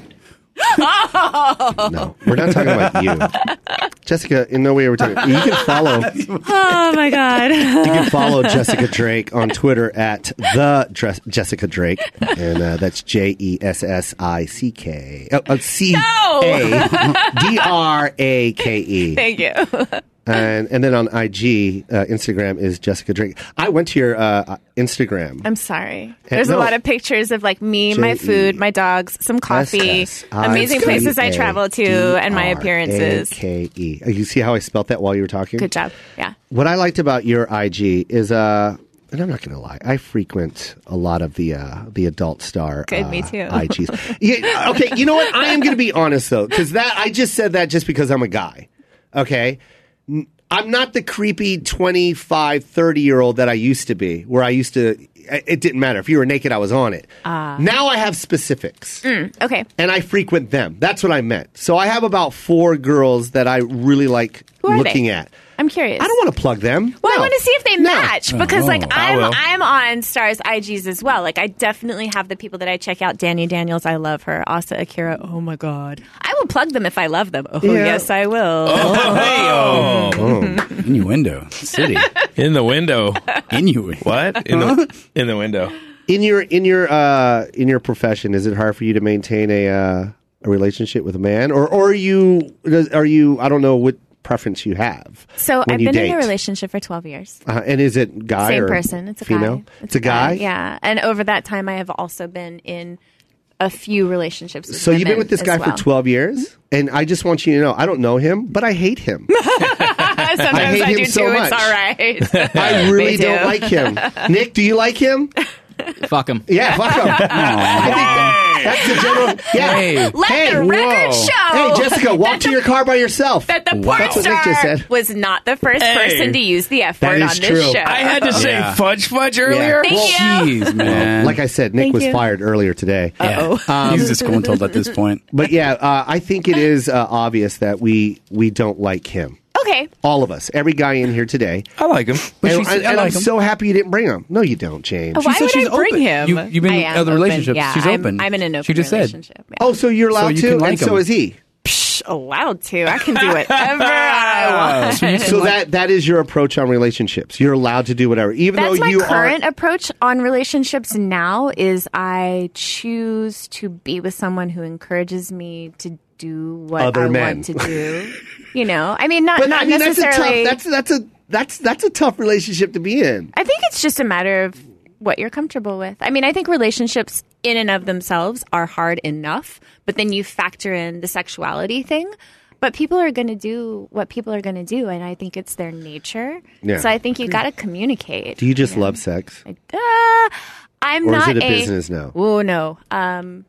Speaker 2: No, we're not talking about you, Jessica. In no way are we talking. You can follow. You
Speaker 7: Oh my god.
Speaker 2: can follow Jessica Drake on Twitter at the Dress- Jessica Drake, and uh, that's J E S S I C K oh, uh, C A D R A K E.
Speaker 7: Thank you.
Speaker 2: and and then on IG, uh, Instagram is Jessica Drake. I went to your uh, Instagram.
Speaker 7: I'm sorry. There's
Speaker 2: no.
Speaker 7: a lot of pictures of like me, my
Speaker 2: J E Ah,
Speaker 7: food, my dogs, some coffee, amazing places I travel to, and my appearances.
Speaker 2: E K E. You see how I spelt that while you were talking.
Speaker 7: Good job. Yeah.
Speaker 2: What I liked about your IG is uh, and I'm not going to lie, I frequent a lot of the uh, the adult star.
Speaker 7: Good,
Speaker 2: uh,
Speaker 7: me too.
Speaker 2: IGs. Yeah, okay, you know what? I am going to be honest though, because that I just said that just because I'm a guy. Okay. N- I'm not the creepy 25, 30 year old that I used to be, where I used to, I- it didn't matter. If you were naked, I was on it.
Speaker 7: Ah.
Speaker 2: now I have specifics
Speaker 7: Okay.
Speaker 2: and I frequent them. That's what I meant. So I have about four girls that I really like
Speaker 7: Who are
Speaker 2: looking
Speaker 7: they?
Speaker 2: at.
Speaker 7: I'm curious.
Speaker 2: I don't want to plug them.
Speaker 7: Well,
Speaker 2: No.
Speaker 7: I want to see if they
Speaker 2: No. Oh,
Speaker 7: match because, like, I'm
Speaker 3: will.
Speaker 7: I'm on Stars IGs as well. Like, I definitely have the people that I check out. Danny Daniels, I love her. Asa Akira, oh my god, I will plug them if I love them. Oh
Speaker 2: Yeah. Oh.
Speaker 7: yes, I will.
Speaker 3: Oh.
Speaker 8: Innuendo city.
Speaker 3: In the window.
Speaker 8: Inuit.
Speaker 3: What? In the in the window.
Speaker 2: In your in your uh, in your profession, is it hard for you to maintain a uh, a relationship with a man, or or are you does- are you I don't know what preference you have.
Speaker 7: So
Speaker 2: when
Speaker 7: I've
Speaker 2: you
Speaker 7: been
Speaker 2: date.
Speaker 7: in a relationship for 12 years.
Speaker 2: Uh, and is it guy
Speaker 7: Same
Speaker 2: or
Speaker 7: person. It's a
Speaker 2: female?
Speaker 7: guy.
Speaker 2: It's, a guy.
Speaker 7: Yeah, and over that time, I have also been in a few relationships. With
Speaker 2: So you've been
Speaker 7: women
Speaker 2: with this
Speaker 7: as
Speaker 2: guy
Speaker 7: well. Mm-hmm.
Speaker 2: for twelve years, and I just want you to know I don't know him, but I hate him.
Speaker 7: Sometimes
Speaker 2: I
Speaker 7: I,
Speaker 2: hate
Speaker 7: do
Speaker 2: him
Speaker 7: too.
Speaker 2: so much.
Speaker 7: It's all right.
Speaker 2: I really
Speaker 7: Me too.
Speaker 2: don't like him. Nick, do you like him?
Speaker 6: Fuck him.
Speaker 2: Yeah, fuck him. I think that- that's the general. Yeah.
Speaker 8: Hey.
Speaker 7: Let
Speaker 2: Hey,
Speaker 7: the
Speaker 8: whoa.
Speaker 7: record show.
Speaker 2: Hey, Jessica, walk to your car by yourself.
Speaker 7: that the porn
Speaker 2: That's what Nick
Speaker 7: star
Speaker 2: just said.
Speaker 7: was not the first
Speaker 3: Hey.
Speaker 7: person to use the F
Speaker 2: That
Speaker 7: word
Speaker 2: is
Speaker 7: on this
Speaker 2: true.
Speaker 7: show.
Speaker 3: I had to say
Speaker 8: Yeah.
Speaker 3: fudge fudge earlier.
Speaker 7: Thank you.
Speaker 8: Jeez, man.
Speaker 2: Like I said, Nick
Speaker 7: Thank
Speaker 2: was
Speaker 7: you.
Speaker 2: fired earlier today.
Speaker 8: Um, he's just going told at this point.
Speaker 2: But yeah, uh, I think it is uh, obvious that we we don't like him.
Speaker 7: okay.
Speaker 2: All of us, every guy in here today.
Speaker 3: I like him.
Speaker 2: And,
Speaker 8: she said,
Speaker 2: and
Speaker 8: "I
Speaker 2: I'm
Speaker 8: like him."
Speaker 2: so happy you didn't bring him. No, you don't, James.
Speaker 7: Why
Speaker 8: said
Speaker 7: would
Speaker 8: she's
Speaker 7: I bring
Speaker 8: open.
Speaker 7: him?
Speaker 8: You- you've been
Speaker 7: I
Speaker 8: in
Speaker 7: am
Speaker 8: other
Speaker 7: open.
Speaker 8: relationships.
Speaker 7: Yeah,
Speaker 8: She's
Speaker 7: I'm,
Speaker 8: open.
Speaker 7: I'm in an open
Speaker 8: She just said.
Speaker 7: relationship. Yeah.
Speaker 2: Oh, so you're allowed
Speaker 8: you
Speaker 2: to,
Speaker 8: can like
Speaker 2: and so
Speaker 8: him.
Speaker 2: is he.
Speaker 7: Psh, allowed to. oh, I can do whatever I want.
Speaker 2: So that that is your approach on relationships. You're allowed to do whatever, even
Speaker 7: That's
Speaker 2: though
Speaker 7: my
Speaker 2: you
Speaker 7: current
Speaker 2: are.
Speaker 7: approach on relationships now is I choose to be with someone who encourages me to do what
Speaker 2: Other
Speaker 7: I
Speaker 2: men.
Speaker 7: want to do. You know, I mean, not
Speaker 2: But
Speaker 7: not
Speaker 2: I mean, that's a tough.
Speaker 7: necessarily.
Speaker 2: That's that's a that's that's a tough relationship to be in.
Speaker 7: I think it's just a matter of what you're comfortable with. I mean, I think relationships in and of themselves are hard enough, but then you factor in the sexuality thing. But people are going to do what people are going to do, and I think it's their nature.
Speaker 2: Yeah.
Speaker 7: So I think you got to communicate.
Speaker 2: Do you just love sex?
Speaker 7: Uh, I'm
Speaker 2: Or is
Speaker 7: not
Speaker 2: it a business now?
Speaker 7: Oh no. Um,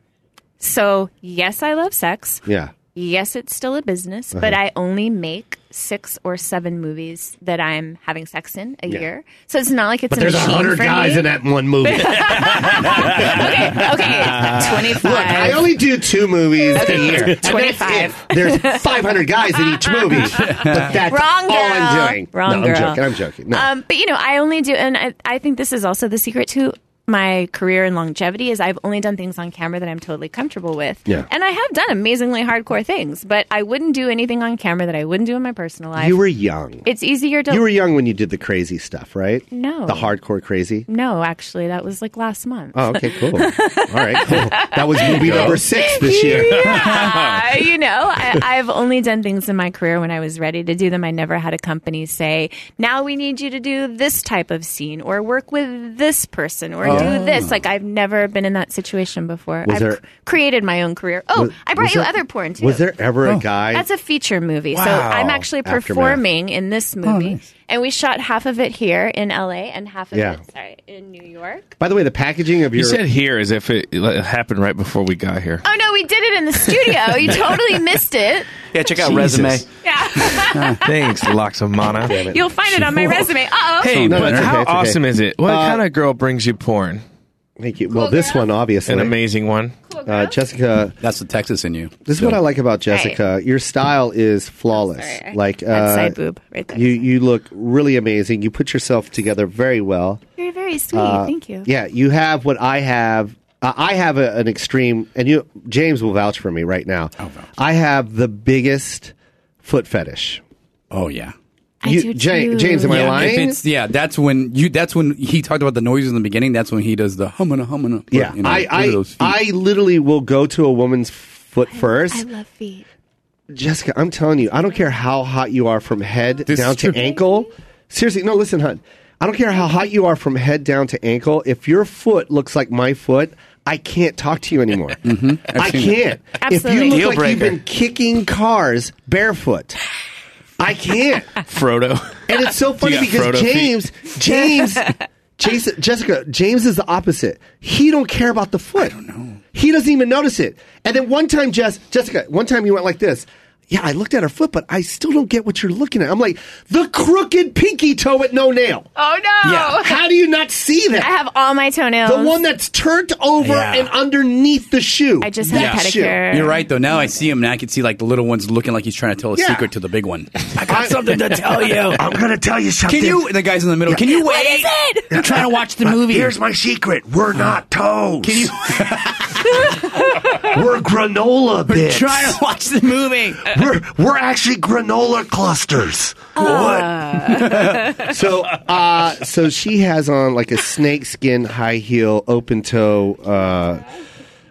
Speaker 7: so yes, I love sex.
Speaker 2: Yeah.
Speaker 7: Yes, it's still a business, but
Speaker 2: Uh-huh.
Speaker 7: I only make six or seven movies that I'm having sex in a year. So it's not like it's a machine for me.
Speaker 2: that one movie. Look,
Speaker 7: okay, okay, twenty
Speaker 2: I
Speaker 7: five.
Speaker 2: only do two movies a year. And that's it.
Speaker 7: 25.
Speaker 2: There's 500 guys in each movie, but that's
Speaker 7: Wrong
Speaker 2: all I'm
Speaker 7: girl.
Speaker 2: doing.
Speaker 7: Wrong
Speaker 2: no,
Speaker 7: girl.
Speaker 2: I'm joking. I'm joking. No.
Speaker 7: Um, but you know, I only do, and I, I think this is also the secret to my career and longevity is I've only done things on camera that I'm totally comfortable with.
Speaker 2: Yeah.
Speaker 7: And I have done amazingly hardcore things, but I wouldn't do anything on camera that I wouldn't do in my personal life.
Speaker 2: you were young.
Speaker 7: it's easier to
Speaker 2: You were young when you did the crazy stuff, right?
Speaker 7: No.
Speaker 2: The hardcore crazy.
Speaker 7: no, actually, that was like last month.
Speaker 2: Oh, okay, cool. All right, cool. That was movie number six this year.
Speaker 7: yeah, you know, I, I've only done things in my career when I was ready to do them. I never had a company say, now we need you to do this type of scene or work with this person or do this. Like, I've never been in that situation before.
Speaker 2: Was
Speaker 7: I've
Speaker 2: there-
Speaker 7: c- created my own career. Oh,
Speaker 2: Was-
Speaker 7: I brought
Speaker 2: was
Speaker 7: you
Speaker 2: there-
Speaker 7: other porn too. Oh.
Speaker 2: Was there ever a guy?
Speaker 7: That's a feature movie. So
Speaker 2: Wow.
Speaker 7: I'm actually
Speaker 2: Aftermath. Oh,
Speaker 7: performing in this movie. And we shot half of it here in LA and half of
Speaker 2: Yeah.
Speaker 7: it, sorry, in New York.
Speaker 2: By the way, the packaging of your
Speaker 3: You said here as if it it happened right before we got here.
Speaker 7: Oh, no, we did it in the studio. you totally missed it.
Speaker 5: Yeah, check out
Speaker 3: Jesus.
Speaker 5: resume.
Speaker 7: Yeah.
Speaker 3: Thanks, Loxamana.
Speaker 7: You'll find it on my resume. Uh oh.
Speaker 3: Hey,
Speaker 2: No,
Speaker 3: but
Speaker 2: that's okay,
Speaker 3: how
Speaker 2: it's okay.
Speaker 3: awesome is it? What kind of girl brings you porn?
Speaker 2: Thank you. Well, this one obviously.
Speaker 3: An amazing one.
Speaker 2: Uh, Jessica,
Speaker 8: That's the Texas in you.
Speaker 2: this is what I like about Jessica. Your style is flawless.
Speaker 7: Oh, Sorry, I-
Speaker 2: like
Speaker 7: that
Speaker 2: uh,
Speaker 7: side boob right there.
Speaker 2: you, you look really amazing. You put yourself together very well.
Speaker 7: You're very sweet. Thank you.
Speaker 2: Uh, Yeah, you have what I have. Uh, I have a, an extreme, and you, James will vouch for me right now.
Speaker 8: Oh,
Speaker 2: I have the biggest foot fetish.
Speaker 8: Oh yeah.
Speaker 7: I
Speaker 2: You-
Speaker 7: do
Speaker 2: Ja-
Speaker 7: too.
Speaker 2: James, am I
Speaker 8: yeah,
Speaker 2: lying?
Speaker 8: if it's- yeah, that's when you. That's when he talked about the noises in the beginning. That's when he does the humana humana.
Speaker 2: yeah,
Speaker 8: you know,
Speaker 2: I,
Speaker 8: look at
Speaker 2: I,
Speaker 8: those feet.
Speaker 2: I literally will go to a woman's foot first.
Speaker 7: I love feet.
Speaker 2: Jessica, I'm telling you, I don't care how hot you are from head
Speaker 8: This
Speaker 2: down
Speaker 8: is
Speaker 2: to
Speaker 8: true.
Speaker 2: ankle. Seriously, no, listen, hun. I don't care how hot you are from head down to ankle. If your foot looks like my foot, I can't talk to you anymore. I
Speaker 8: Mm-hmm. seen
Speaker 2: can't. If you
Speaker 7: Absolutely.
Speaker 2: look
Speaker 7: Deal
Speaker 2: like you've
Speaker 3: breaker.
Speaker 2: been kicking cars barefoot, I can't.
Speaker 3: Frodo.
Speaker 2: And it's so funny
Speaker 3: got
Speaker 2: because
Speaker 3: Frodo feet.
Speaker 2: James, James, Jason, Jessica, James is the opposite. He don't care about the foot. I don't know. He doesn't even notice it. And then one time, Jess, Jessica, one time you went like this. Yeah, I looked at her foot, but I still don't get what you're looking at. I'm like, the crooked pinky toe with no nail.
Speaker 7: Oh no!
Speaker 2: How do you not see that?
Speaker 7: I have all my toenails.
Speaker 2: the one that's turned over
Speaker 8: Yeah.
Speaker 2: and underneath the shoe.
Speaker 7: I just had
Speaker 8: Yeah.
Speaker 7: a pedicure.
Speaker 8: You're right though. Now I see him, and I can see like the little one's looking like he's trying to tell a
Speaker 2: Yeah.
Speaker 8: secret to the big one. I got
Speaker 2: I-
Speaker 8: something to tell you.
Speaker 2: Oh, I'm gonna tell you something.
Speaker 8: Can you? The guy's in the middle. Can you wait?
Speaker 7: What is it?
Speaker 8: I'm trying to watch the movie.
Speaker 2: my secret. We're not toes.
Speaker 8: Can you
Speaker 2: We're granola bits.
Speaker 8: try to watch the movie?
Speaker 2: we're we're actually granola clusters. What? so uh, so she has on like a snakeskin high heel, open toe. Uh,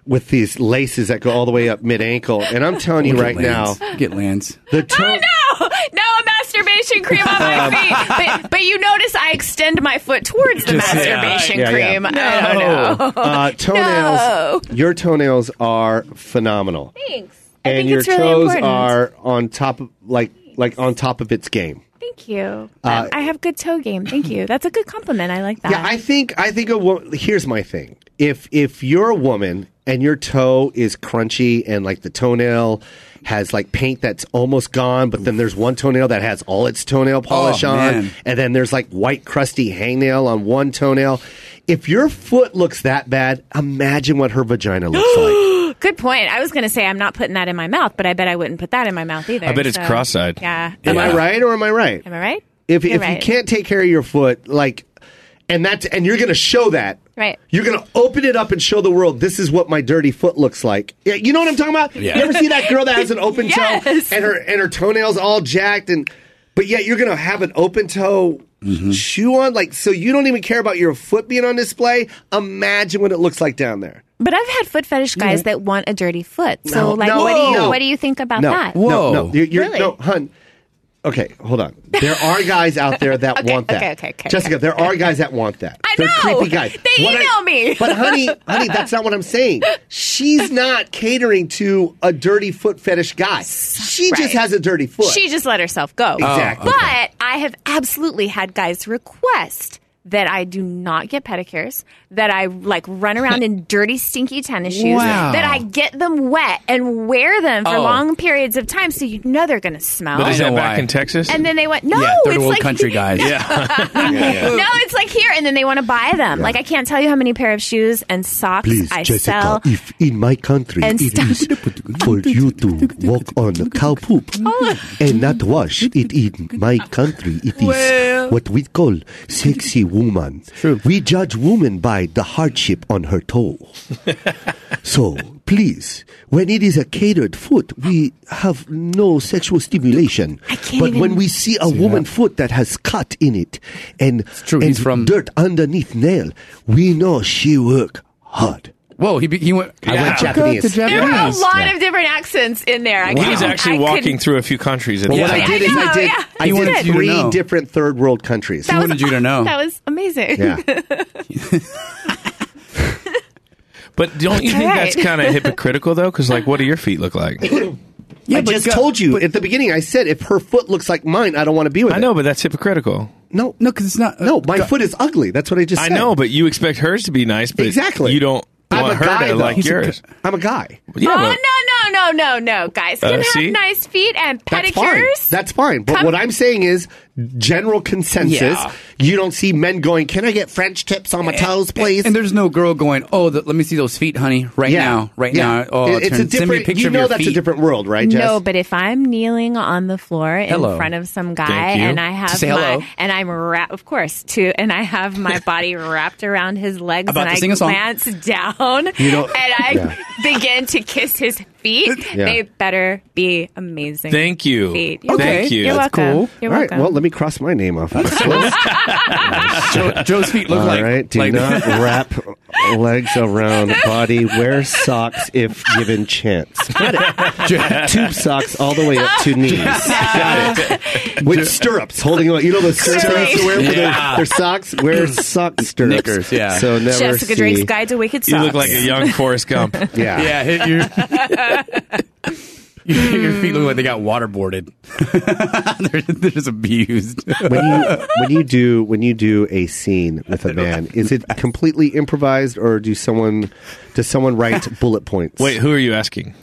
Speaker 2: with these laces that go all the way up mid ankle, and I'm telling you right now,
Speaker 8: Get Lance.
Speaker 2: the toe.
Speaker 7: Oh, No, no masturbation cream on
Speaker 2: Um,
Speaker 7: my feet. But, but you notice I extend my foot towards the
Speaker 8: Just- yeah.
Speaker 7: masturbation
Speaker 2: Yeah, yeah.
Speaker 7: cream. Oh, I don't know.
Speaker 2: Uh, toenails. Your toenails are phenomenal,
Speaker 7: Thanks. I
Speaker 2: and
Speaker 7: think
Speaker 2: your
Speaker 7: it's really
Speaker 2: toes
Speaker 7: important.
Speaker 2: are on top of like like on top of its game.
Speaker 7: Thank you. Um, I have good toe game. Thank you. That's a good compliment. I like that.
Speaker 2: uh, Yeah, I think I think a wo- here's my thing. If if you're a woman and your toe is crunchy and like the toenail has like paint that's almost gone, but then there's one toenail that has all its toenail polish
Speaker 8: Oh,
Speaker 2: on,
Speaker 8: man.
Speaker 2: and then there's like white crusty hangnail on one toenail. If your foot looks that bad, imagine what her vagina looks like.
Speaker 7: good point. I was going to say I'm not putting that in my mouth, but I bet I wouldn't put that in my mouth either.
Speaker 3: I bet it's
Speaker 7: so-
Speaker 3: cross-eyed.
Speaker 7: Yeah.
Speaker 2: Am I
Speaker 8: Yeah.
Speaker 2: right or am I right?
Speaker 7: Am I right?
Speaker 2: If
Speaker 7: You're
Speaker 2: if you
Speaker 7: right.
Speaker 2: can't take care of your foot, like, and that's and you're gonna show that,
Speaker 7: Right.
Speaker 2: You're gonna open it up and show the world this is what my dirty foot looks like. Yeah, you know what I'm talking about?
Speaker 8: Yeah.
Speaker 2: You ever see that girl that has an open
Speaker 7: Yes.
Speaker 2: toe and her and her toenails all jacked and, but yet you're gonna have an open toe. Shoe on, like, so you don't even care about your foot being on display. Imagine what it looks like down there.
Speaker 7: But I've had foot fetish guys that want a dirty foot. So
Speaker 2: No,
Speaker 7: like,
Speaker 2: no,
Speaker 7: what do you
Speaker 2: no.
Speaker 7: what do you think about
Speaker 2: no,
Speaker 7: that?
Speaker 2: No,
Speaker 8: Whoa.
Speaker 2: no, you're, you're-
Speaker 7: Really?
Speaker 2: no, hun. Okay, hold on. There are guys out there that
Speaker 7: Okay,
Speaker 2: want that.
Speaker 7: okay, okay, okay,
Speaker 2: Jessica,
Speaker 7: okay.
Speaker 2: there are guys that want that.
Speaker 7: I
Speaker 2: They're
Speaker 7: know.
Speaker 2: creepy guys.
Speaker 7: They
Speaker 2: I-
Speaker 7: email me.
Speaker 2: But honey, honey, that's not what I'm saying. She's not catering to a dirty foot fetish guy. She just
Speaker 7: Right.
Speaker 2: has a dirty foot.
Speaker 7: She just let herself go.
Speaker 2: Exactly.
Speaker 7: But I have absolutely had guys request that I do not get pedicures, that I like run around in dirty, stinky tennis shoes,
Speaker 8: Wow.
Speaker 7: that I get them wet and wear them for
Speaker 8: Oh.
Speaker 7: long periods of time so you know they're going to smell.
Speaker 3: But is
Speaker 8: I
Speaker 3: that
Speaker 8: know
Speaker 3: back
Speaker 8: why.
Speaker 3: in Texas?
Speaker 7: and then they went, no,
Speaker 8: yeah, third
Speaker 7: it's
Speaker 8: world
Speaker 7: like
Speaker 8: country guys.
Speaker 3: yeah.
Speaker 7: no, it's like here, and then they want to buy them. Like I can't tell you how many pair of shoes and socks I sell.
Speaker 2: if in my country
Speaker 7: And it stop- is
Speaker 2: for you to walk on cow poop and not wash it in my country, it is what we call sexy woman. We judge woman by the hardship on her toe. so please, when it is a catered foot, we have no sexual stimulation.
Speaker 7: I can't
Speaker 2: but
Speaker 7: even-
Speaker 2: when we see a woman foot that has cut in it and,
Speaker 8: true,
Speaker 2: and
Speaker 8: he's from-
Speaker 2: dirt underneath nail, we know she work hard.
Speaker 8: Whoa, he, be- he went.
Speaker 2: I went
Speaker 8: Got
Speaker 2: Japanese.
Speaker 8: the
Speaker 7: There are a
Speaker 8: Japanese.
Speaker 7: lot of different accents in there. I
Speaker 3: He was
Speaker 7: couldn't-
Speaker 3: actually
Speaker 7: I
Speaker 3: walking
Speaker 7: couldn't-
Speaker 3: through a few countries at
Speaker 2: Well,
Speaker 3: the
Speaker 2: what
Speaker 3: time.
Speaker 2: I did is I
Speaker 7: know,
Speaker 2: did
Speaker 7: yeah.
Speaker 2: I
Speaker 8: He
Speaker 2: did
Speaker 8: wanted you to
Speaker 2: three
Speaker 8: know.
Speaker 2: different third world countries.
Speaker 7: That
Speaker 8: He
Speaker 7: was-
Speaker 8: wanted you to know.
Speaker 7: That was amazing. Oh,
Speaker 2: yeah.
Speaker 3: But don't you
Speaker 7: All
Speaker 3: think
Speaker 7: right.
Speaker 3: that's kind of hypocritical though? Because like, what do your feet look like?
Speaker 2: I just told you at the beginning. I said if her foot looks like mine, I don't want to be with.
Speaker 3: I know, but that's hypocritical.
Speaker 2: It. No,
Speaker 8: No, because it's not. uh,
Speaker 2: no, my foot is ugly. That's what I just
Speaker 3: I
Speaker 2: said.
Speaker 3: know, but you expect hers to be nice, but
Speaker 2: Exactly.
Speaker 3: you don't
Speaker 2: I'm
Speaker 3: want
Speaker 2: a
Speaker 3: her
Speaker 2: guy,
Speaker 3: to
Speaker 2: though.
Speaker 3: like
Speaker 2: He's a Oh,
Speaker 3: yours.
Speaker 2: I'm a guy.
Speaker 3: yeah,
Speaker 7: oh
Speaker 3: but-
Speaker 7: no no no no no! Guys can
Speaker 3: Uh,
Speaker 7: have
Speaker 3: see?
Speaker 7: nice feet and
Speaker 2: That's fine.
Speaker 7: pedicures.
Speaker 2: That's fine. But
Speaker 7: Come-
Speaker 2: what I'm saying is, general consensus.
Speaker 4: Yeah.
Speaker 2: You don't see men going, "Can I get French tips on my toes, please?"
Speaker 8: Eh, And there's no girl going, oh, the, let me see those feet, honey, right
Speaker 2: Yeah.
Speaker 8: now, right
Speaker 2: Yeah.
Speaker 8: now. Oh,
Speaker 2: It- it's
Speaker 8: turn-
Speaker 2: a different.
Speaker 8: send me a picture
Speaker 2: you know
Speaker 8: of your
Speaker 2: that's
Speaker 8: feet.
Speaker 2: a different world, right? Jess?
Speaker 7: No, but if I'm kneeling on the floor in
Speaker 8: Hello.
Speaker 7: front of some guy
Speaker 4: Thank you.
Speaker 7: and I have
Speaker 8: Say
Speaker 7: my
Speaker 8: hello.
Speaker 7: and I'm wrapped, of course, too, and I have my body wrapped around his legs
Speaker 8: About
Speaker 7: and
Speaker 8: to
Speaker 7: I
Speaker 8: sing a song.
Speaker 7: glance down
Speaker 2: know-
Speaker 7: and I begin to kiss his feet,
Speaker 2: Yeah.
Speaker 7: they better be amazing.
Speaker 3: Thank you.
Speaker 7: Feet.
Speaker 3: Okay, Thank you.
Speaker 7: You're
Speaker 3: that's
Speaker 7: welcome.
Speaker 8: cool.
Speaker 7: You're
Speaker 2: All right.
Speaker 7: welcome.
Speaker 2: Well, let me cross my name off of this list.
Speaker 8: Joe, Joe's feet look
Speaker 2: All
Speaker 8: like,
Speaker 2: right, do
Speaker 8: like
Speaker 2: not wrap legs around body. Wear socks if given chance. Got it. Tube socks all the way up to knees. Got it. With stirrups holding on. You know those stirrups they used to wear for their, their socks? Wear sock stirrups.
Speaker 8: Knickers, yeah.
Speaker 2: So never
Speaker 7: Jessica
Speaker 2: see.
Speaker 7: Drake's Guide to Wicked
Speaker 3: You
Speaker 7: Socks.
Speaker 3: look like a young Forrest Gump.
Speaker 2: Yeah.
Speaker 8: yeah, hit your, your feet look like they got waterboarded. they're, they're just abused.
Speaker 2: When you when you do when you do a scene with a man, is it completely improvised or do someone does someone write bullet points?
Speaker 3: Wait, who are you asking?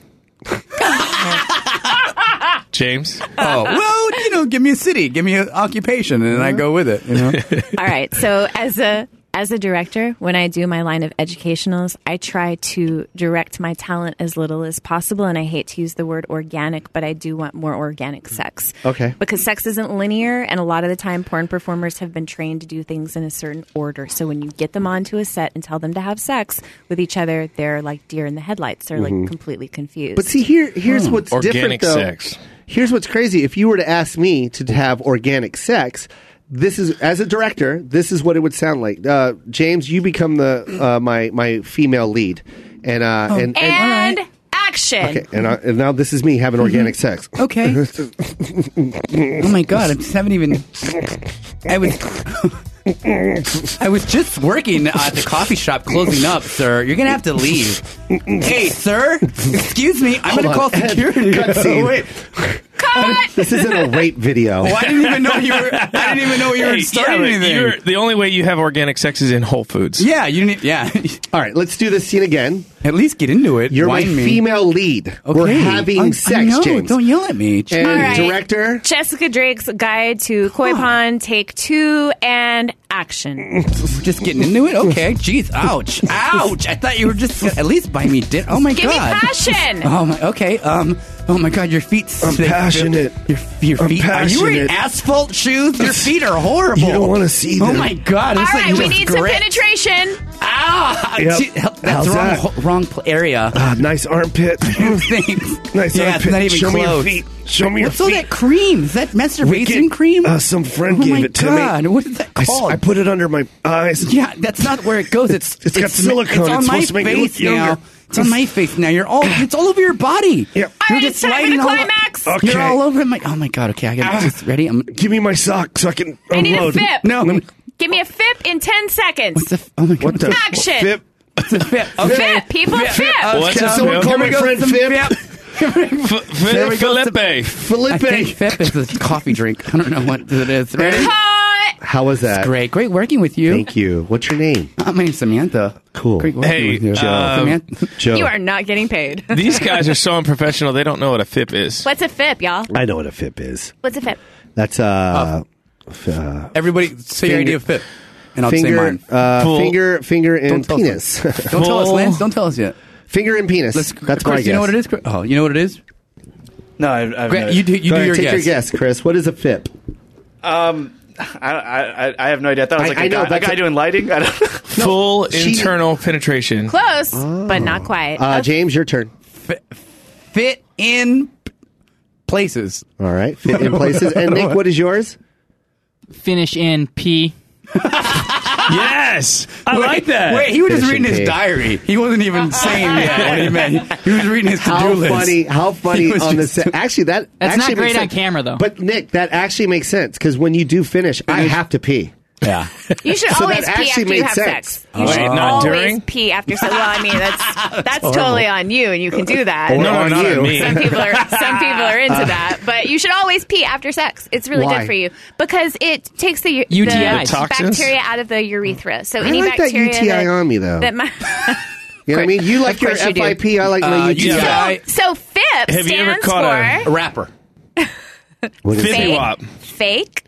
Speaker 3: James?
Speaker 8: Oh, well, you know, give me a city, give me an occupation, and I go with it. You know,
Speaker 7: All right. So as a as a director, when I do my line of educationals, I try to direct my talent as little as possible, and I hate to use the word organic, but I do want more organic sex.
Speaker 2: Okay.
Speaker 7: Because sex isn't linear, and a lot of the time, porn performers have been trained to do things in a certain order. So when you get them onto a set and tell them to have sex with each other, they're like deer in the headlights. They're like completely confused.
Speaker 2: Mm-hmm. But see, here here's what's
Speaker 3: Hmm.
Speaker 2: different
Speaker 3: Organic
Speaker 2: though.
Speaker 3: sex.
Speaker 2: Here's what's crazy. If you were to ask me to have organic sex, this is as a director, this is what it would sound like. Uh, James, you become the uh, my my female lead, and uh,
Speaker 8: Oh.
Speaker 2: and,
Speaker 7: and action.
Speaker 2: okay, and, I, and now this is me having
Speaker 8: Mm-hmm.
Speaker 2: organic sex.
Speaker 8: okay. oh my god, I just haven't even. I was. I was just working at the coffee shop closing up, sir. You're gonna have to leave. Hey, sir. Excuse me. I'm gonna call
Speaker 2: Hold on.
Speaker 8: security.
Speaker 2: Cutscene.
Speaker 8: Wait.
Speaker 2: This isn't a rape video.
Speaker 8: Oh, I didn't even know you were. I didn't even know you were
Speaker 3: Hey,
Speaker 8: starting
Speaker 3: yeah, but
Speaker 8: anything.
Speaker 3: you're- the only way you have organic sex is in Whole Foods.
Speaker 8: yeah, you didn't. Yeah.
Speaker 2: All right, let's do this scene again.
Speaker 8: At least get into it.
Speaker 2: You're
Speaker 8: Wine
Speaker 2: my
Speaker 8: me.
Speaker 2: female lead.
Speaker 8: Okay.
Speaker 2: We're having
Speaker 8: I- I
Speaker 2: sex,
Speaker 8: know.
Speaker 2: James.
Speaker 8: Don't yell at me.
Speaker 2: and
Speaker 7: All right.
Speaker 2: director.
Speaker 7: Jessica Drake's Guide to Koi Pond, take two, and action.
Speaker 8: We're just getting into it. Okay. Jeez. Ouch. Ouch. I thought you were just gonna at least buy me dinner. Oh my
Speaker 7: Give me
Speaker 8: god.
Speaker 7: passion.
Speaker 8: Oh my. Okay. Um. Oh my god. Your feet.
Speaker 2: I'm
Speaker 8: they-
Speaker 2: passionate.
Speaker 8: Your, your
Speaker 2: I'm
Speaker 8: feet. Are you wearing
Speaker 2: passionate.
Speaker 8: asphalt shoes? Your feet are horrible.
Speaker 2: You don't wanna see
Speaker 8: Oh
Speaker 2: them.
Speaker 8: my god.
Speaker 7: All
Speaker 8: This
Speaker 7: right,
Speaker 8: thing
Speaker 7: we
Speaker 8: just
Speaker 7: need
Speaker 8: gripped.
Speaker 7: some penetration.
Speaker 8: Ah.
Speaker 2: Yep.
Speaker 8: gee, hell, that's
Speaker 2: How's
Speaker 8: wrong.
Speaker 2: that?
Speaker 8: ho- Wrong pl- area.
Speaker 2: Ah, nice armpit.
Speaker 8: Thanks.
Speaker 2: nice
Speaker 8: yeah,
Speaker 2: armpit.
Speaker 8: it's not even
Speaker 2: Show me your
Speaker 8: close.
Speaker 2: feet. Show me
Speaker 8: What's
Speaker 2: your
Speaker 8: all
Speaker 2: feet.
Speaker 8: that cream? Is that masturbation
Speaker 2: Wicked.
Speaker 8: cream?
Speaker 2: Uh, some friend
Speaker 8: oh
Speaker 2: gave
Speaker 8: my
Speaker 2: it to
Speaker 8: god,
Speaker 2: me.
Speaker 8: What is that
Speaker 2: I, s-
Speaker 8: called?
Speaker 2: I put it under my eyes.
Speaker 8: Yeah, that's not where it goes. It's
Speaker 2: It's got silicone.
Speaker 8: It's on
Speaker 2: It's
Speaker 8: my
Speaker 2: supposed to make you
Speaker 8: face
Speaker 2: look younger.
Speaker 8: now. It's on my face now. You're all. It's all over your body.
Speaker 2: Yep.
Speaker 7: All
Speaker 8: You're
Speaker 7: right, it's
Speaker 8: just
Speaker 7: time for
Speaker 8: lighting
Speaker 7: the
Speaker 8: all o-
Speaker 7: climax.
Speaker 2: Okay. Ah.
Speaker 8: You're all over my. Oh my god. Okay, I got just ready. I'm
Speaker 2: Give me my sock so I can
Speaker 7: I need a
Speaker 2: unload.
Speaker 7: fip.
Speaker 8: no.
Speaker 7: Give me a fip in 10
Speaker 8: What's
Speaker 7: seconds.
Speaker 8: the? f- Oh my god.
Speaker 2: What the
Speaker 7: Action.
Speaker 2: Fip.
Speaker 8: What's the fip? Okay.
Speaker 7: Fip, people, fip.
Speaker 3: What's
Speaker 2: Can
Speaker 3: up,
Speaker 2: someone
Speaker 3: Phil?
Speaker 2: call
Speaker 3: Here
Speaker 2: my
Speaker 3: we go,
Speaker 2: friend
Speaker 8: some
Speaker 2: Fip?
Speaker 3: F-
Speaker 8: There we go,
Speaker 3: Felipe.
Speaker 8: I think
Speaker 2: Felipe.
Speaker 8: fip is a coffee drink. I don't know what it is. Right?
Speaker 7: Cut.
Speaker 2: How was that?
Speaker 8: Great, great working with you.
Speaker 2: Thank you. What's your name?
Speaker 8: Uh, my name's Samantha.
Speaker 2: Cool.
Speaker 8: Great working
Speaker 3: Hey,
Speaker 8: with you.
Speaker 3: Joe.
Speaker 8: Samantha.
Speaker 2: Joe.
Speaker 7: You are not getting paid.
Speaker 3: These guys are so unprofessional, they don't know what a fip is.
Speaker 7: What's a fip, y'all?
Speaker 2: I know what a fip is.
Speaker 7: What's a fip?
Speaker 2: That's uh, f- uh
Speaker 8: Everybody, say your
Speaker 2: Finger-
Speaker 8: idea of fip, and I'll say
Speaker 2: finger,
Speaker 8: mine.
Speaker 2: uh,
Speaker 3: Full-
Speaker 2: finger, finger, and
Speaker 8: tell
Speaker 2: penis.
Speaker 8: Us. Don't tell us, Lance. Don't tell us yet.
Speaker 2: Finger and penis.
Speaker 8: Let's,
Speaker 2: That's
Speaker 8: Chris,
Speaker 2: my guess.
Speaker 8: You know what it is? Chris? Oh, you know what it is?
Speaker 5: No, I've, I've
Speaker 8: Grant,
Speaker 5: no-
Speaker 8: you do,
Speaker 2: Go
Speaker 8: you do
Speaker 2: ahead,
Speaker 8: your,
Speaker 2: take
Speaker 8: guess.
Speaker 2: your guess, Chris. What is a fip?
Speaker 5: Um, I, I, I- I have no idea. I thought it was
Speaker 2: I-
Speaker 5: like a
Speaker 2: I know,
Speaker 5: guy, a
Speaker 2: that's
Speaker 5: guy
Speaker 2: a-
Speaker 5: doing lighting. I don't know.
Speaker 3: Full
Speaker 2: she-
Speaker 3: internal penetration.
Speaker 7: Close, but not quite.
Speaker 2: Uh,
Speaker 7: A
Speaker 2: James, your turn.
Speaker 8: Fit in p- places.
Speaker 2: All right, fit in places. And Nick, what is yours?
Speaker 6: Finish in P.
Speaker 3: Yes, I like that.
Speaker 8: Wait, he was just
Speaker 2: Finishing
Speaker 8: reading his
Speaker 2: page.
Speaker 8: diary. He wasn't even saying that what he meant. He was reading his to-do
Speaker 2: How
Speaker 8: list.
Speaker 2: funny! How
Speaker 8: He
Speaker 2: funny
Speaker 8: was
Speaker 2: on the
Speaker 8: just-
Speaker 2: set. Actually, that
Speaker 6: That's not
Speaker 2: actually
Speaker 6: great
Speaker 2: makes
Speaker 6: on
Speaker 2: sense.
Speaker 6: camera, though.
Speaker 2: But Nick, that actually makes sense because when you do finish, I have to pee.
Speaker 8: Yeah.
Speaker 7: You should
Speaker 2: So that
Speaker 7: always pee
Speaker 2: actually
Speaker 7: after you
Speaker 2: made
Speaker 7: have
Speaker 2: sense.
Speaker 7: sex. You
Speaker 3: Wait,
Speaker 7: should
Speaker 3: not
Speaker 7: always
Speaker 3: during?
Speaker 7: pee after sex. Well, I mean, that's that's totally on you, and you can do that.
Speaker 2: Or
Speaker 3: no, no,
Speaker 2: on
Speaker 3: not
Speaker 2: you.
Speaker 3: on me.
Speaker 7: Some people are some people are into that, but you should always pee after sex. It's really
Speaker 2: Uh, Why?
Speaker 7: good for you because it takes the, the
Speaker 6: UTIs. The
Speaker 3: toxins?
Speaker 7: bacteria out of the urethra. So
Speaker 2: I
Speaker 7: any
Speaker 2: like that
Speaker 7: bacteria
Speaker 2: UTI
Speaker 7: that,
Speaker 2: on me though.
Speaker 7: that might.
Speaker 2: you know what I mean? You like your
Speaker 7: course you do.
Speaker 2: FIP. I like my
Speaker 8: Uh,
Speaker 2: UTI.
Speaker 3: yeah.
Speaker 8: I-
Speaker 7: So FIP
Speaker 3: Have
Speaker 7: stands
Speaker 3: you ever caught
Speaker 7: for
Speaker 8: A rapper.
Speaker 2: What is
Speaker 3: Fifty
Speaker 2: it?
Speaker 7: Fake.
Speaker 3: wop.
Speaker 7: fake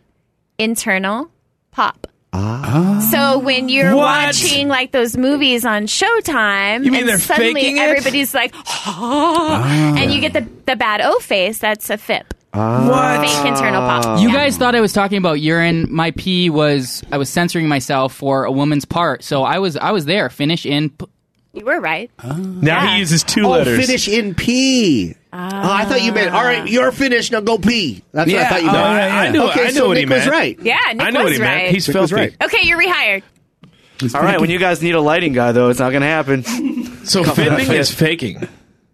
Speaker 7: internal pop.
Speaker 2: Ah.
Speaker 7: So when you're
Speaker 3: What?
Speaker 7: watching like those movies on Showtime,
Speaker 3: You mean
Speaker 7: and
Speaker 3: they're
Speaker 7: suddenly
Speaker 3: faking it?
Speaker 7: everybody's like, and you get the the bad O face. That's a fip.
Speaker 2: Ah.
Speaker 7: Fake internal pop.
Speaker 6: You guys thought I was talking about urine. My pee was I was censoring myself for a woman's part, so I was I was there. Finish in. p-
Speaker 7: You were right.
Speaker 3: Now
Speaker 7: Yeah.
Speaker 3: he uses two
Speaker 2: Oh,
Speaker 3: letters.
Speaker 2: finish in P. oh, I thought you meant, all right, you're finished, now go pee. That's what I
Speaker 8: Yeah,
Speaker 2: thought you
Speaker 8: oh,
Speaker 2: meant.
Speaker 3: yeah, yeah. I knew-
Speaker 2: okay,
Speaker 3: I knew
Speaker 2: so
Speaker 3: what he
Speaker 2: Nick was
Speaker 3: meant.
Speaker 2: right.
Speaker 7: Yeah, Nick
Speaker 3: I know
Speaker 7: was
Speaker 3: what he
Speaker 7: right.
Speaker 3: meant. He's
Speaker 2: Nick was
Speaker 3: filthy.
Speaker 2: right.
Speaker 7: Okay, you're rehired.
Speaker 5: All right, when you guys need a lighting guy, though, it's not going to happen.
Speaker 3: So fibbing is faking.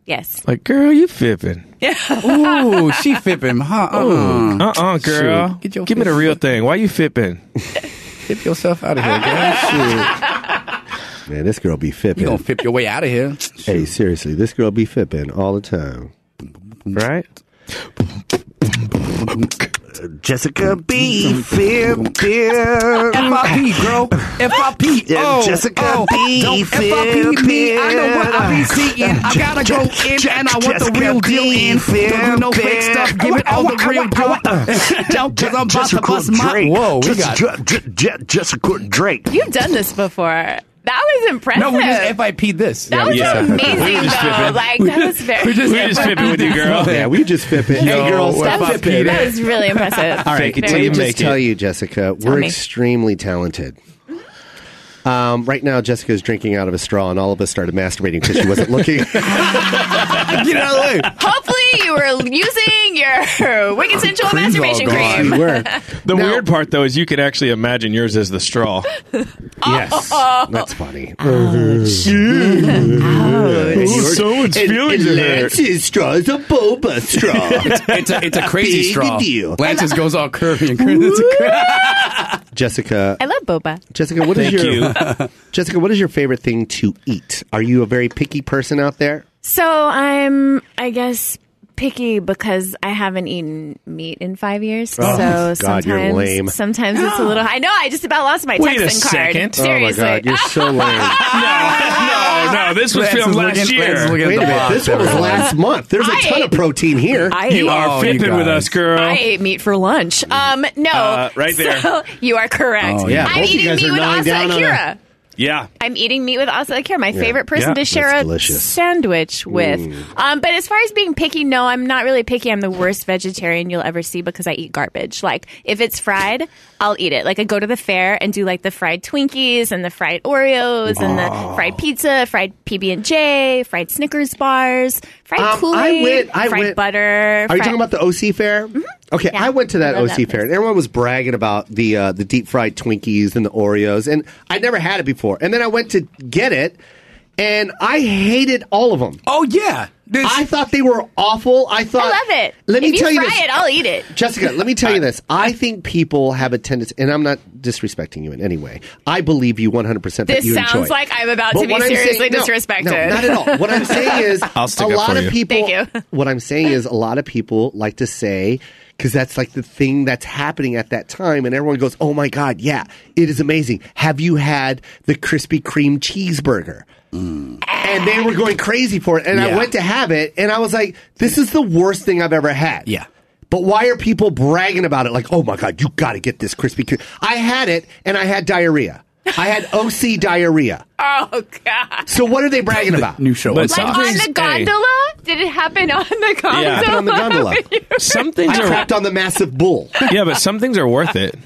Speaker 7: Yes.
Speaker 3: Like, girl, you fibbing.
Speaker 8: Ooh, she fipping, huh? Uh-uh.
Speaker 3: Uh uh girl.
Speaker 8: Get your
Speaker 3: Give me the
Speaker 8: fib-
Speaker 3: real thing. Why you fibbing?
Speaker 8: Fip yourself out of here, girl. Shoot.
Speaker 2: Man, this girl be
Speaker 8: You gonna
Speaker 2: fipping.
Speaker 8: fip your way out of here?
Speaker 2: Hey, seriously, this girl be fipping all the time.
Speaker 3: Right?
Speaker 9: Jessica B. Fib, fib.
Speaker 8: FIP, girl. FIP. Oh,
Speaker 9: Jessica
Speaker 8: oh,
Speaker 9: B.
Speaker 8: Don't FIP me. I know what I be seeing. I gotta go in and I want the
Speaker 9: Jessica
Speaker 8: real deal
Speaker 9: B. Oh,
Speaker 8: in. Don't do no
Speaker 9: Fib,
Speaker 8: fake stuff.
Speaker 9: fib.
Speaker 8: Give it all the real deal. Don't, cause I'm about to bust my. Whoa, we got.
Speaker 9: oh. Jessica, J- J- Jessica Drake.
Speaker 7: You've done this before. That was impressive.
Speaker 8: No, we just FIP this.
Speaker 7: that was
Speaker 3: yeah. We
Speaker 7: amazing,
Speaker 3: just
Speaker 7: though.
Speaker 3: fibbing.
Speaker 7: Like, that was very.
Speaker 3: We just fibbing with you, girl.
Speaker 2: Yeah, we just fipping.
Speaker 3: Yo,
Speaker 2: hey, girl,
Speaker 3: what
Speaker 2: stop
Speaker 3: about
Speaker 2: fipping.
Speaker 7: that was really impressive.
Speaker 3: All right,
Speaker 7: Very
Speaker 3: Till
Speaker 2: Let
Speaker 3: you
Speaker 2: me
Speaker 7: impressive.
Speaker 2: just
Speaker 3: make
Speaker 2: tell
Speaker 3: it.
Speaker 2: you, Jessica, we're
Speaker 7: me.
Speaker 2: extremely talented. Um, right now, Jessica is drinking out of a straw, and all of us started masturbating because she wasn't looking.
Speaker 8: Get out of the way.
Speaker 7: Hopefully, you were using your wicked sensual
Speaker 8: Cream's all
Speaker 7: masturbation
Speaker 8: gone.
Speaker 7: cream.
Speaker 2: we were.
Speaker 3: The weird part, though, is you can actually imagine yours as the straw.
Speaker 2: Yes, that's funny. Someone's
Speaker 3: feelings are hurt.
Speaker 2: Lance's straw is a boba straw.
Speaker 8: It's a, it's a crazy
Speaker 2: Big
Speaker 8: straw.
Speaker 2: deal.
Speaker 8: Lance just goes all curvy and curvy. It's a cra-
Speaker 2: Jessica,
Speaker 7: I love boba.
Speaker 2: Jessica, what is
Speaker 3: Thank
Speaker 2: your Jessica? What is your favorite thing to eat? Are you a very picky person out there?
Speaker 7: So I'm, I guess, picky because I haven't eaten meat in five years.
Speaker 3: Oh
Speaker 7: so
Speaker 2: God,
Speaker 7: sometimes,
Speaker 2: you're lame.
Speaker 7: sometimes it's a little. I know. I just about lost my
Speaker 3: Wait a
Speaker 7: Texan card.
Speaker 3: second. Oh
Speaker 7: Seriously.
Speaker 2: Oh my God, you're so lame.
Speaker 3: no, no, this was
Speaker 8: Lance is
Speaker 3: filmed
Speaker 8: looking-
Speaker 3: last
Speaker 8: Lance is
Speaker 3: year.
Speaker 8: looking at
Speaker 2: Wait a
Speaker 8: the
Speaker 2: minute,
Speaker 8: box,
Speaker 2: this one was
Speaker 8: everyone.
Speaker 2: last month. There's a
Speaker 7: I
Speaker 2: ton of
Speaker 7: ate-
Speaker 2: protein here.
Speaker 7: I
Speaker 3: You
Speaker 7: ate-
Speaker 3: are
Speaker 8: Oh, you
Speaker 3: fibbing with
Speaker 8: guys.
Speaker 3: us, girl.
Speaker 7: I ate meat for lunch. Um, no,
Speaker 3: Uh, right there.
Speaker 7: So, you are correct.
Speaker 8: Oh, yeah.
Speaker 7: I'm
Speaker 2: Both of you
Speaker 7: eating
Speaker 2: guys
Speaker 7: meat
Speaker 2: are
Speaker 7: with
Speaker 2: gnawing
Speaker 7: Asa
Speaker 2: down on a-
Speaker 7: Akira.
Speaker 3: Yeah.
Speaker 7: I'm eating meat with Asa Akira, my favorite person
Speaker 3: Yeah,
Speaker 7: to
Speaker 3: that's
Speaker 7: share a
Speaker 2: delicious. Mm.
Speaker 7: sandwich with. Um, but as far as being picky, no, I'm not really picky. I'm the worst vegetarian you'll ever see because I eat garbage. Like if it's fried, I'll eat it. Like I go to the fair and do like the fried Twinkies and the fried Oreos and
Speaker 2: Oh.
Speaker 7: the fried pizza, fried PB and J, fried Snickers bars, fried
Speaker 2: Um, I
Speaker 7: Kool Aid,
Speaker 2: went- I
Speaker 7: fried
Speaker 2: went-
Speaker 7: butter.
Speaker 2: Are you
Speaker 7: fried-
Speaker 2: talking about the OC fair? Okay,
Speaker 7: Mm-hmm. Yeah.
Speaker 2: I went to that
Speaker 7: I love
Speaker 2: OC
Speaker 7: that
Speaker 2: fair,
Speaker 7: place.
Speaker 2: and everyone was bragging about the uh, the deep fried Twinkies and the Oreos, and I never had it before. And then I went to get it, and I hated all of them.
Speaker 8: Oh, yeah. This-
Speaker 2: I thought they were awful. I thought
Speaker 7: I love it.
Speaker 2: Let me
Speaker 7: if you
Speaker 2: tell you
Speaker 7: fry
Speaker 2: this.
Speaker 7: it, I'll eat it.
Speaker 2: Jessica, let me tell you this. I think people have a tendency, and I'm not disrespecting you in any way. I believe you 100% that
Speaker 7: This
Speaker 2: you
Speaker 7: sounds
Speaker 2: enjoy it.
Speaker 7: like I'm about
Speaker 2: But
Speaker 7: to be
Speaker 2: what I'm saying-
Speaker 7: seriously
Speaker 2: no,
Speaker 7: disrespected.
Speaker 2: No, not at all. What I'm saying is,
Speaker 3: I'll stick
Speaker 2: a
Speaker 3: up
Speaker 2: lot
Speaker 3: for
Speaker 2: of
Speaker 3: you.
Speaker 2: people.
Speaker 7: Thank you.
Speaker 2: what I'm saying is, a lot of people like to say because that's like the thing that's happening at that time, and everyone goes, "Oh my god, yeah, it is amazing." Have you had the Krispy Kreme cheeseburger?
Speaker 3: Mm.
Speaker 2: And they were going crazy for it, and I
Speaker 8: Yeah.
Speaker 2: went to have it, and I was like, "This is the worst thing I've ever had."
Speaker 8: Yeah.
Speaker 2: But why are people bragging about it? Like, oh my God, you got to get this Krispy Kreme. I had it and I had diarrhea. I had OC diarrhea.
Speaker 7: Oh God!
Speaker 2: So what are they bragging about?
Speaker 8: New show.
Speaker 3: But-
Speaker 8: What's
Speaker 7: Like
Speaker 3: Soft.
Speaker 7: on
Speaker 3: Please,
Speaker 7: the
Speaker 3: hey.
Speaker 7: gondola? Did it happen on the gondola?
Speaker 3: Yeah.
Speaker 2: Put on the gondola.
Speaker 3: Some things
Speaker 2: I
Speaker 3: are.
Speaker 2: crapped on the massive bull.
Speaker 3: Yeah, but some things are worth it.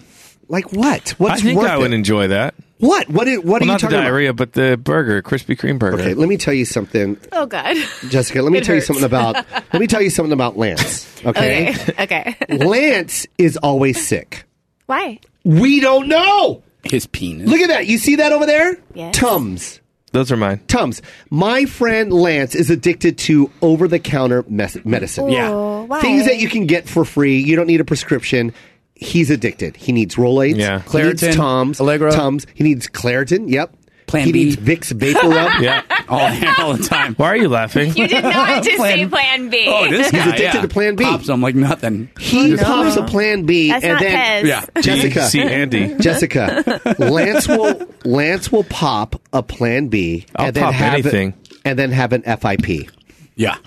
Speaker 2: Like what? What's
Speaker 3: I think
Speaker 2: worth
Speaker 3: I would
Speaker 2: it?
Speaker 3: enjoy that.
Speaker 2: What? What? Is, what
Speaker 3: Well,
Speaker 2: are you
Speaker 3: not the
Speaker 2: talking
Speaker 3: diarrhea, but the burger, Krispy Kreme burger.
Speaker 2: about? Okay, let me tell you something,
Speaker 7: Oh God!
Speaker 2: Jessica. Let me
Speaker 7: It
Speaker 2: tell
Speaker 7: hurts.
Speaker 2: you something about. let me tell you something about Lance. Okay.
Speaker 7: Okay. Okay.
Speaker 2: Lance is always sick.
Speaker 7: Why?
Speaker 2: We don't know.
Speaker 8: his penis?
Speaker 2: Look at that. You see that over there?
Speaker 7: Yes.
Speaker 2: Tums.
Speaker 3: Those are mine.
Speaker 2: Tums. My friend Lance is addicted to over the counter mes- medicine.
Speaker 8: Yeah.
Speaker 7: Oh, why?
Speaker 2: Things that you can get for free. You don't need a prescription. He's addicted. He needs Rolaids.
Speaker 3: Yeah.
Speaker 2: He needs
Speaker 8: Claritin,
Speaker 2: Tums.
Speaker 8: Allegra.
Speaker 2: Tums. He needs Claritin. Yep.
Speaker 8: Plan
Speaker 2: he
Speaker 8: B.
Speaker 2: needs Vicks Vapor Rub.
Speaker 3: Yeah.
Speaker 8: All, all the time.
Speaker 3: Why are you laughing?
Speaker 7: You did not just say Plan B.
Speaker 8: Oh, this
Speaker 2: He's
Speaker 8: guy,
Speaker 2: addicted
Speaker 8: yeah.
Speaker 2: to Plan B.
Speaker 8: Pops him like nothing.
Speaker 2: He pops a Plan B
Speaker 7: That's
Speaker 2: and
Speaker 7: not
Speaker 2: then
Speaker 7: Pez.
Speaker 8: Yeah.
Speaker 2: Jessica.
Speaker 3: See Andy.
Speaker 2: Jessica, Lance will Lance will pop a Plan B
Speaker 3: I'll
Speaker 2: and then
Speaker 3: pop
Speaker 2: have
Speaker 3: anything.
Speaker 2: and then have an FIP.
Speaker 8: Yeah.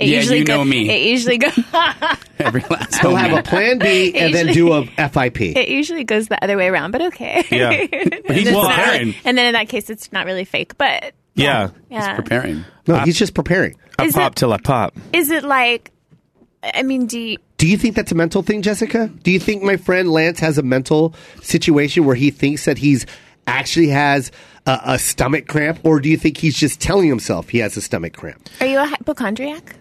Speaker 7: It
Speaker 8: Yeah,
Speaker 7: usually
Speaker 8: you know
Speaker 7: go-
Speaker 8: me.
Speaker 7: It usually goes.
Speaker 8: Every last
Speaker 2: They'll
Speaker 8: moment.
Speaker 2: have a plan B and then do a FIP.
Speaker 7: it Oh, usually goes the other way around, but okay.
Speaker 3: Yeah.
Speaker 7: But
Speaker 4: he's preparing.
Speaker 7: and then in that case, it's not really fake, but
Speaker 3: Yeah.
Speaker 7: yeah.
Speaker 8: preparing.
Speaker 2: No, he's just preparing.
Speaker 3: I
Speaker 7: Is
Speaker 3: pop
Speaker 7: it-
Speaker 3: till I pop.
Speaker 7: Is it like? I mean, do you,
Speaker 2: Do you think that's a mental thing, Jessica? Do you think my friend Lance has a mental situation where he thinks that he's actually has a, a stomach cramp, or do you think he's just telling himself he has a stomach cramp?
Speaker 7: are you a hypochondriac?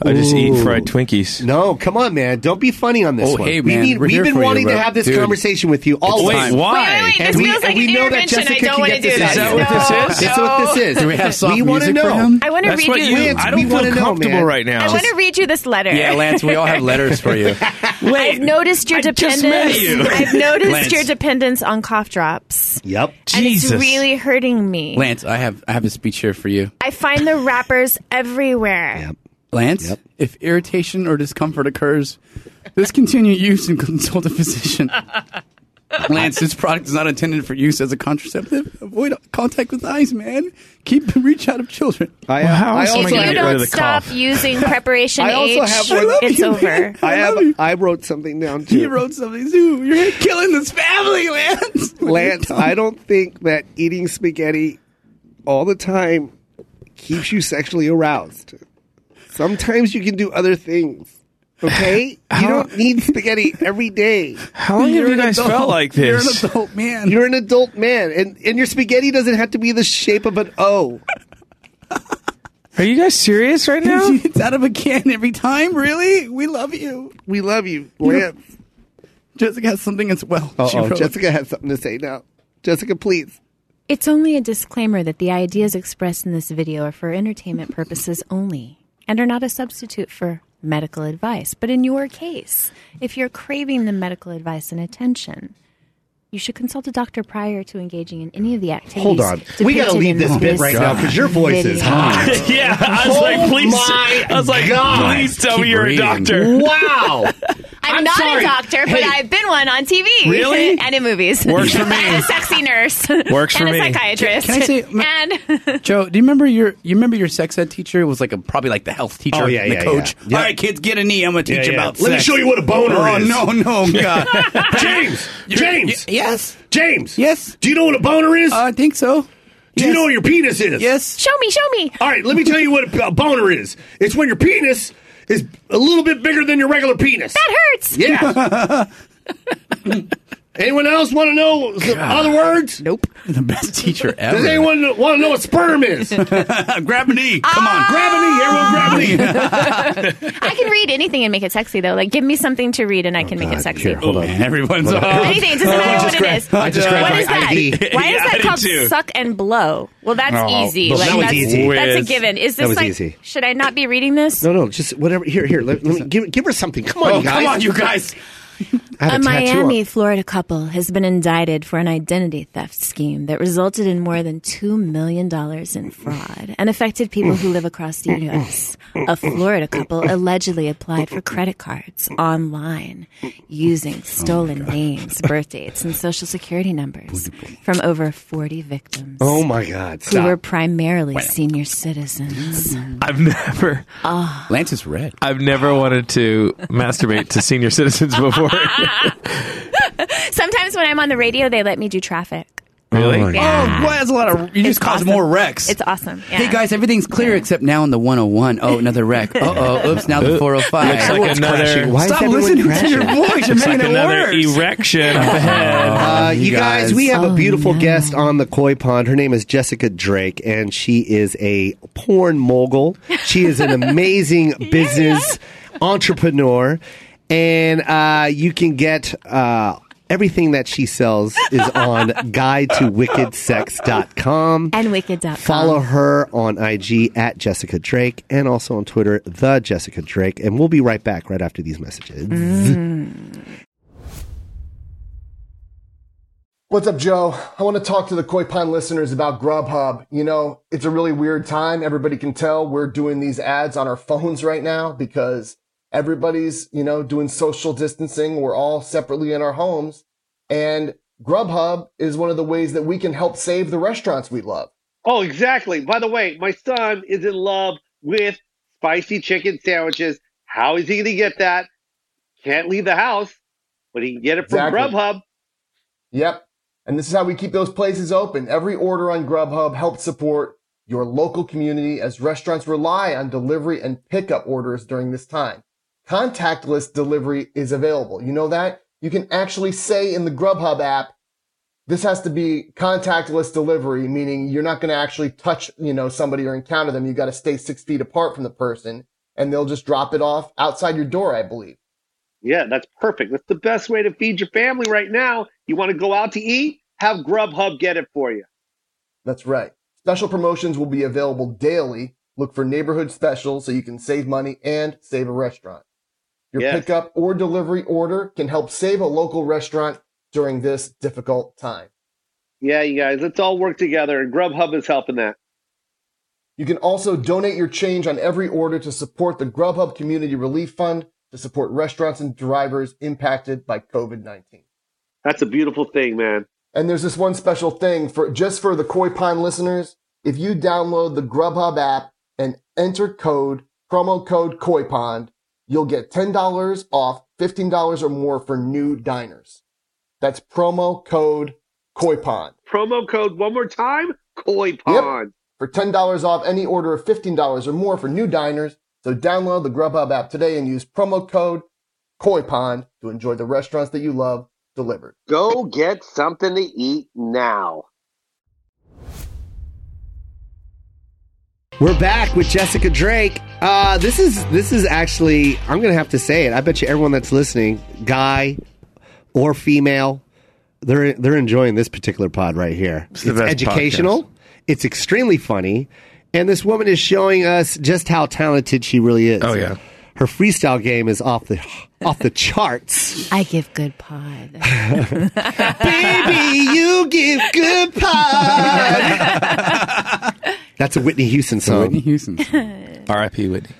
Speaker 3: I just eat fried Twinkies.
Speaker 2: No, come on, man. Don't be funny on this
Speaker 8: Oh,
Speaker 2: one.
Speaker 8: hey,
Speaker 2: we
Speaker 8: man, we're
Speaker 2: we've
Speaker 8: here
Speaker 2: been
Speaker 8: for you,
Speaker 2: wanting to
Speaker 8: bro.
Speaker 2: have this
Speaker 8: Dude.
Speaker 2: conversation with you all the
Speaker 3: Wait,
Speaker 2: time.
Speaker 3: why?
Speaker 7: Wait, wait, wait. This
Speaker 2: And we,
Speaker 7: feels like
Speaker 2: and we
Speaker 7: an
Speaker 2: know that
Speaker 7: intervention.
Speaker 2: Jessica
Speaker 7: I don't
Speaker 2: can
Speaker 7: want to
Speaker 2: get
Speaker 7: do
Speaker 2: this.
Speaker 7: that.
Speaker 3: Is that what this
Speaker 7: No,
Speaker 3: is?
Speaker 2: That's what this is.
Speaker 8: Do we have soft
Speaker 2: we wanna
Speaker 8: music
Speaker 2: know.
Speaker 8: for him?
Speaker 7: I want to
Speaker 3: That's
Speaker 7: read
Speaker 3: what
Speaker 7: you.
Speaker 3: you.
Speaker 2: Lance,
Speaker 3: I
Speaker 2: we
Speaker 3: don't
Speaker 2: wanna
Speaker 3: feel
Speaker 2: know,
Speaker 3: comfortable
Speaker 2: man.
Speaker 3: right now.
Speaker 7: I want to read you this letter.
Speaker 8: Yeah, Lance, we all have letters for you.
Speaker 7: I've noticed your
Speaker 3: I just
Speaker 7: dependence.
Speaker 3: met you.
Speaker 7: I've noticed
Speaker 8: Lance.
Speaker 7: your dependence on cough drops,
Speaker 2: Yep.
Speaker 7: and it's
Speaker 3: Jesus.
Speaker 7: really hurting me.
Speaker 8: Lance, I have I have a speech here for you.
Speaker 7: I find the wrappers everywhere.
Speaker 8: Lance, if irritation or discomfort occurs, discontinue use and consult a physician. Lance, this product is not intended for use as a contraceptive. Avoid contact with eyes, man. Keep the reach out of children.
Speaker 2: I,
Speaker 3: Well, how
Speaker 2: I
Speaker 3: else am I
Speaker 2: also
Speaker 7: If
Speaker 3: gonna
Speaker 7: you
Speaker 2: have,
Speaker 3: get rid
Speaker 7: don't
Speaker 3: of the
Speaker 7: stop
Speaker 3: cough.
Speaker 7: using preparation
Speaker 2: Oh I also
Speaker 7: H,
Speaker 2: have one-
Speaker 7: it's
Speaker 8: you,
Speaker 7: over.
Speaker 2: I, have-
Speaker 8: love you.
Speaker 2: I wrote something down too.
Speaker 8: He wrote something too. You're killing this family, Lance.
Speaker 2: Lance, I don't think that eating spaghetti all the time keeps you sexually aroused. Sometimes you can do other things. Okay? You don't need spaghetti every day.
Speaker 3: How long have you
Speaker 8: an
Speaker 3: guys
Speaker 8: adult.
Speaker 3: felt like this?
Speaker 8: You're an adult man.
Speaker 2: You're an adult man and, and your spaghetti doesn't have to be the shape of an O.
Speaker 3: Are you guys serious right now?
Speaker 8: it's out of a can every time. Really, we love you.
Speaker 2: We love you, Lance.
Speaker 8: Jessica has something as well. She
Speaker 2: Uh-oh,
Speaker 8: wrote-
Speaker 2: Jessica has something to say now. Jessica, please.
Speaker 7: It's only a disclaimer that the ideas expressed in this video are for entertainment purposes only and are not a substitute for medical advice. But in your case, if you're craving the medical advice and attention, you should consult a doctor prior to engaging in any of the activities.
Speaker 2: Hold on. We gotta
Speaker 7: depicted
Speaker 2: leave
Speaker 7: in
Speaker 2: this bit right now 'cause your voice is
Speaker 7: video.
Speaker 2: hot.
Speaker 4: yeah, I was like, please.
Speaker 2: my
Speaker 4: I was like,
Speaker 2: God.
Speaker 4: please tell
Speaker 8: Keep
Speaker 4: me you're
Speaker 8: reading.
Speaker 4: a doctor.
Speaker 2: Wow.
Speaker 7: I'm,
Speaker 2: I'm
Speaker 7: not
Speaker 2: sorry.
Speaker 7: a doctor, but
Speaker 2: Hey.
Speaker 7: I've been one on TV.
Speaker 4: Really?
Speaker 7: and in movies.
Speaker 3: Works for me.
Speaker 7: And a sexy nurse.
Speaker 3: Works for
Speaker 7: and
Speaker 3: me.
Speaker 7: a psychiatrist.
Speaker 8: Can- can
Speaker 7: and
Speaker 8: Joe, do you remember your you remember your sex ed teacher was like a probably like the health teacher,
Speaker 2: Oh, yeah,
Speaker 8: the
Speaker 2: yeah,
Speaker 8: coach.
Speaker 2: yeah.
Speaker 8: All right, kids, get a knee. I'm gonna teach you
Speaker 2: yeah.
Speaker 8: about.
Speaker 2: Let me
Speaker 8: sex."
Speaker 2: show you what a boner
Speaker 8: oh,
Speaker 2: is.
Speaker 8: No, no, God.
Speaker 2: James! James!
Speaker 8: Y- yes,
Speaker 2: James!
Speaker 8: Yes.
Speaker 2: Do you know what a boner is?
Speaker 8: Uh, I think so.
Speaker 2: Do
Speaker 8: yes.
Speaker 2: you know where your penis is?
Speaker 8: Yes,
Speaker 7: show me, show me.
Speaker 2: All right, let me tell you what a boner is. It's when your penis is a little bit bigger than your regular penis.
Speaker 7: That hurts.
Speaker 2: Yeah. anyone else want to know some other words?
Speaker 8: nope. The best teacher ever.
Speaker 2: Does anyone want to know what sperm is? grab
Speaker 8: grab a knee? Come on,
Speaker 7: Ah.
Speaker 2: a
Speaker 8: grab
Speaker 2: knee. Everyone grab a knee.
Speaker 7: I can read anything and make it sexy though. Like, give me something to read and
Speaker 2: Oh,
Speaker 7: I can make it sexy.
Speaker 8: a knee. Everyone's up.
Speaker 7: Anything. It doesn't matter what it is.
Speaker 2: I just grabbed
Speaker 7: what
Speaker 2: my
Speaker 7: is that?
Speaker 2: ID.
Speaker 7: Why
Speaker 4: Yeah,
Speaker 7: is
Speaker 4: I
Speaker 7: that
Speaker 4: did
Speaker 7: called
Speaker 4: too.
Speaker 7: suck and blow? Well, that's
Speaker 3: Oh,
Speaker 7: easy.
Speaker 2: well,
Speaker 7: like
Speaker 2: that was
Speaker 7: that's,
Speaker 2: easy.
Speaker 7: that's a
Speaker 3: Whiz.
Speaker 7: given. Is
Speaker 2: That
Speaker 7: this
Speaker 2: was
Speaker 7: like
Speaker 2: easy.
Speaker 7: should I not be reading this?
Speaker 2: No, no, just whatever. Here, here. Let, let me give, give her something. Come on,
Speaker 8: Oh,
Speaker 2: you guys.
Speaker 8: come on, you guys.
Speaker 2: I have a tattoo
Speaker 7: A
Speaker 2: on-
Speaker 7: Miami, Florida couple has been indicted for an identity theft scheme that resulted in more than $2 million in fraud and affected people who live across the U.S. A Florida couple allegedly applied for credit cards online
Speaker 8: Oh
Speaker 7: using stolen names, birth dates, and social security numbers from over 40 victims.
Speaker 2: Oh my God!
Speaker 7: Who were
Speaker 2: Stop.
Speaker 7: primarily senior citizens.
Speaker 8: Mm-hmm.
Speaker 3: I've never,
Speaker 8: Lance is red.
Speaker 3: I've never wanted to masturbate to senior citizens before.
Speaker 7: Sometimes when I'm on the radio, they let me do traffic.
Speaker 3: really?
Speaker 8: Oh, well, that's a lot of. You just caused
Speaker 7: awesome.
Speaker 8: more wrecks.
Speaker 7: It's awesome. Yeah.
Speaker 8: Hey guys, everything's clear except now on the 101. Oh, another wreck. Uh oh. Oops, now the 405.
Speaker 3: Looks like
Speaker 8: Everyone's
Speaker 3: another-
Speaker 8: crashing.
Speaker 2: Why is
Speaker 8: Stop
Speaker 2: everyone
Speaker 8: listening
Speaker 2: crashing?
Speaker 8: to your voice. You're
Speaker 3: It's
Speaker 8: making
Speaker 3: like
Speaker 8: it
Speaker 3: another
Speaker 8: worse.
Speaker 3: erection up ahead.
Speaker 2: Uh, you
Speaker 8: you
Speaker 2: guys,
Speaker 8: guys.
Speaker 2: we have a
Speaker 7: Oh,
Speaker 2: beautiful
Speaker 7: no.
Speaker 2: guest on the koi pond. Her name is Jessica Drake, and she is a porn mogul. She is an amazing business entrepreneur, and uh, you can get. Uh, Everything that she sells is on guide to wickedsex.com.
Speaker 7: And wicked.com.
Speaker 2: Follow her on IG at Jessica Drake and also on Twitter, The Jessica Drake. And we'll be right back right after these messages.
Speaker 10: What's up, Joe? I want to talk to the Koi Pond listeners about Grubhub. You know, it's a really weird time. Everybody can tell we're doing these ads on our phones right now because everybody's, you know, doing social distancing. We're all separately in our homes. And Grubhub is one of the ways that we can help save the restaurants we love.
Speaker 11: Oh, exactly. By the way, my son is in love with
Speaker 12: spicy chicken sandwiches. How is he going to get that? Can't leave the house, but he can get it from
Speaker 10: Exactly.
Speaker 12: Grubhub.
Speaker 10: Yep. And this is how we keep those places open. Every order on Grubhub helps support your local community as restaurants rely on delivery and pickup orders during this time. Contactless delivery is available. You know that? You can actually say in the Grubhub app, this has to be contactless delivery, meaning you're not going to actually touch, you know, somebody or encounter them. You got to stay six feet apart from the person and they'll just drop it off outside your door, I believe.
Speaker 12: Yeah, that's perfect. That's the best way to feed your family right now. You want to go out to eat? Have Grubhub get it for you.
Speaker 10: That's right. Special promotions will be available daily. Look for neighborhood specials so you can save money and save a restaurant. Your
Speaker 12: Yes.
Speaker 10: pickup or delivery order can help save a local restaurant during this difficult time.
Speaker 12: Yeah, you guys, let's all work together, and Grubhub is helping that.
Speaker 10: You can also donate your change on every order to support the Grubhub Community Relief Fund to support restaurants and drivers impacted by COVID 19.
Speaker 12: That's a beautiful thing, man.
Speaker 10: And there's this one special thing for just for the Koi Pond listeners. If you download the Grubhub app and enter code promo code Koi Pond, you'll get ten dollars off fifteen dollars or more for new diners. That's promo code Koi Pond.
Speaker 12: Promo code one more time Koi Pond.
Speaker 10: For ten dollars off any order of fifteen dollars or more for new diners. So download the Grubhub app today and use promo code Koi Pond to enjoy the restaurants that you love delivered.
Speaker 12: Go get something to eat now.
Speaker 2: We're back with Jessica Drake.
Speaker 12: Uh,
Speaker 2: this is this is actually I'm gonna have to say it. I bet you everyone that's listening, guy or female, they're they're enjoying this particular pod right here. It's,
Speaker 3: the best
Speaker 2: educational. It's extremely funny, and this woman is showing us just how talented she really is. Oh yeah, her freestyle game is off the off the charts.
Speaker 7: I give good pod.
Speaker 2: Baby, you give good pod. That's a Whitney Houston song. Whitney
Speaker 8: Houston.
Speaker 2: R.I.P. Whitney.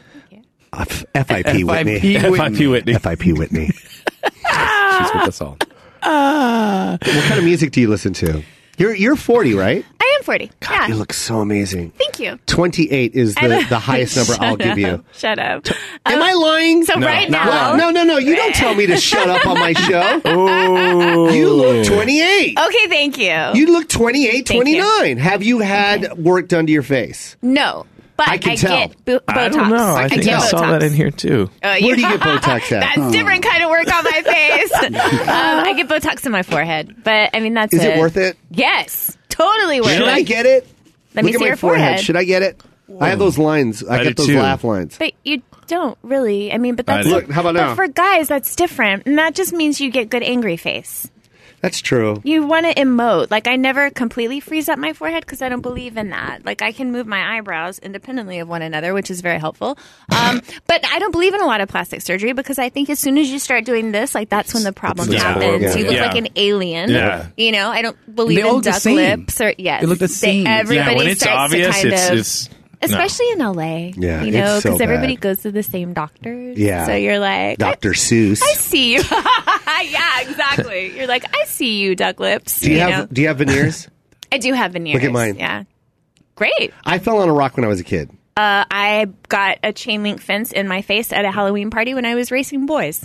Speaker 2: F.I.P. Whitney.
Speaker 13: F.I.P. Whitney.
Speaker 2: F.I.P. Whitney.
Speaker 13: She's with us all.
Speaker 2: what kind of music do you listen to? You're you're 40, right?
Speaker 7: I am 40. yeah.
Speaker 2: You look so amazing.
Speaker 7: Thank you.
Speaker 2: 28 is the,
Speaker 7: I don't-
Speaker 2: the highest number I'll
Speaker 7: Shut
Speaker 2: give you.
Speaker 7: up. Shut up.
Speaker 2: Am I lying?
Speaker 7: So right now.
Speaker 2: No, no, no. You don't tell me to shut up on my show. You look 28.
Speaker 7: Okay, thank you.
Speaker 2: You look 28,
Speaker 7: Thank you.
Speaker 2: 29. Have you had work done to your face?
Speaker 7: No, but I,
Speaker 2: I can tell.
Speaker 7: get bo- Botox.
Speaker 2: I
Speaker 3: don't know. I think
Speaker 7: get
Speaker 3: I saw
Speaker 7: Botox.
Speaker 3: that in here too.
Speaker 7: Uh,
Speaker 2: Where do you get Botox at?
Speaker 7: that's
Speaker 2: Oh.
Speaker 7: different kind of work on my face. um, I get Botox in my forehead, but I mean that's
Speaker 2: Is it worth it?
Speaker 7: Yes, totally worth it.
Speaker 2: Should I get it?
Speaker 7: Let me
Speaker 2: Look at
Speaker 7: see
Speaker 2: my
Speaker 7: your
Speaker 2: forehead.
Speaker 7: forehead.
Speaker 2: Should I get it? I have those lines. I,
Speaker 13: I
Speaker 2: get
Speaker 13: do
Speaker 2: those
Speaker 13: too.
Speaker 2: laugh lines.
Speaker 7: But you don't really. I mean, but
Speaker 2: I
Speaker 7: that's
Speaker 2: do. Look, how about
Speaker 7: but
Speaker 2: now?
Speaker 7: for guys, that's different, and that just means you get good angry face.
Speaker 2: That's true.
Speaker 7: You want to emote. Like I never completely freeze up my forehead because I don't believe in that. Like I can move my eyebrows independently of one another, which is very helpful. Um, but I don't believe in a lot of plastic surgery because I think as soon as you start doing this, like that's when the problem
Speaker 8: Yeah.
Speaker 7: happens.
Speaker 8: Yeah.
Speaker 7: You look
Speaker 8: Yeah.
Speaker 7: like an alien.
Speaker 8: Yeah.
Speaker 7: You know, I don't believe
Speaker 8: They all
Speaker 7: in
Speaker 8: look the
Speaker 7: duck
Speaker 8: same.
Speaker 7: lips or yes,
Speaker 8: They look the
Speaker 7: They-
Speaker 8: same. Yeah,
Speaker 7: everybody
Speaker 8: when it's
Speaker 7: starts to
Speaker 8: obvious,
Speaker 7: kind
Speaker 8: it's-
Speaker 7: of-
Speaker 8: it's- no.
Speaker 7: especially in LA.
Speaker 2: Yeah,
Speaker 7: you
Speaker 2: it's
Speaker 7: know,
Speaker 2: so
Speaker 7: because everybody
Speaker 2: bad.
Speaker 7: goes to the same doctors.
Speaker 2: Yeah.
Speaker 7: so you're like, I,
Speaker 2: Dr. Seuss.
Speaker 7: I see you. yeah, exactly. You're like, I see you, duck lips.
Speaker 2: Do you
Speaker 7: know?
Speaker 2: have do you have veneers?
Speaker 7: I do have veneers.
Speaker 2: Look at mine.
Speaker 7: Yeah. Great.
Speaker 2: I fell on a rock when I was a kid.
Speaker 7: Uh, I got a chain link fence in my face at a Halloween party when I was racing boys.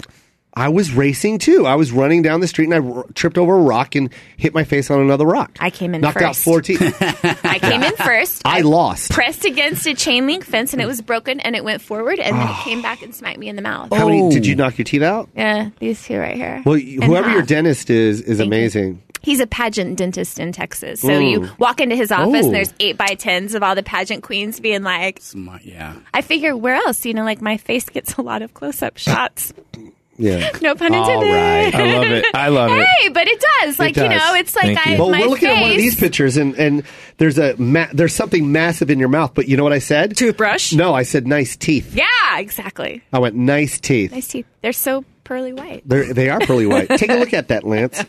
Speaker 2: I was racing too. I was running down the street and I r- tripped over a rock and hit my face on another rock. I
Speaker 7: came in
Speaker 2: knocked out
Speaker 7: first.
Speaker 2: four teeth.
Speaker 7: I came in first,
Speaker 2: I lost.
Speaker 7: pressed against a chain link fence, and it was broken and it went forward and
Speaker 2: Ah.
Speaker 7: then it came back and smacked me in the mouth.
Speaker 2: How many did you knock your teeth out?
Speaker 7: Yeah, these two right here.
Speaker 2: Oh. Well, you-
Speaker 7: And
Speaker 2: whoever
Speaker 7: half.
Speaker 2: your dentist is is amazing.
Speaker 7: He's a pageant dentist in Texas. So
Speaker 2: Mm.
Speaker 7: you walk into his office
Speaker 2: Oh.
Speaker 7: and there's eight by tens of all the pageant queens being like,
Speaker 8: yeah.
Speaker 7: I figure where else? You know, like my face gets a lot of close up shots.
Speaker 2: Yeah.
Speaker 7: No pun
Speaker 2: All
Speaker 7: intended.
Speaker 2: right. I love it. I love it.
Speaker 7: Hey, but it does. Like, you know, it's like I,
Speaker 2: Well,
Speaker 7: my
Speaker 2: we're looking
Speaker 7: face.
Speaker 2: at one of these pictures, and and there's a ma- there's something massive in your mouth. But you know what I said?
Speaker 7: Toothbrush.
Speaker 2: No, I said nice teeth.
Speaker 7: Yeah, exactly.
Speaker 2: I went nice teeth.
Speaker 7: Nice teeth. They're so pearly white.
Speaker 2: They're, they are pearly white. Take a look at that, Lance.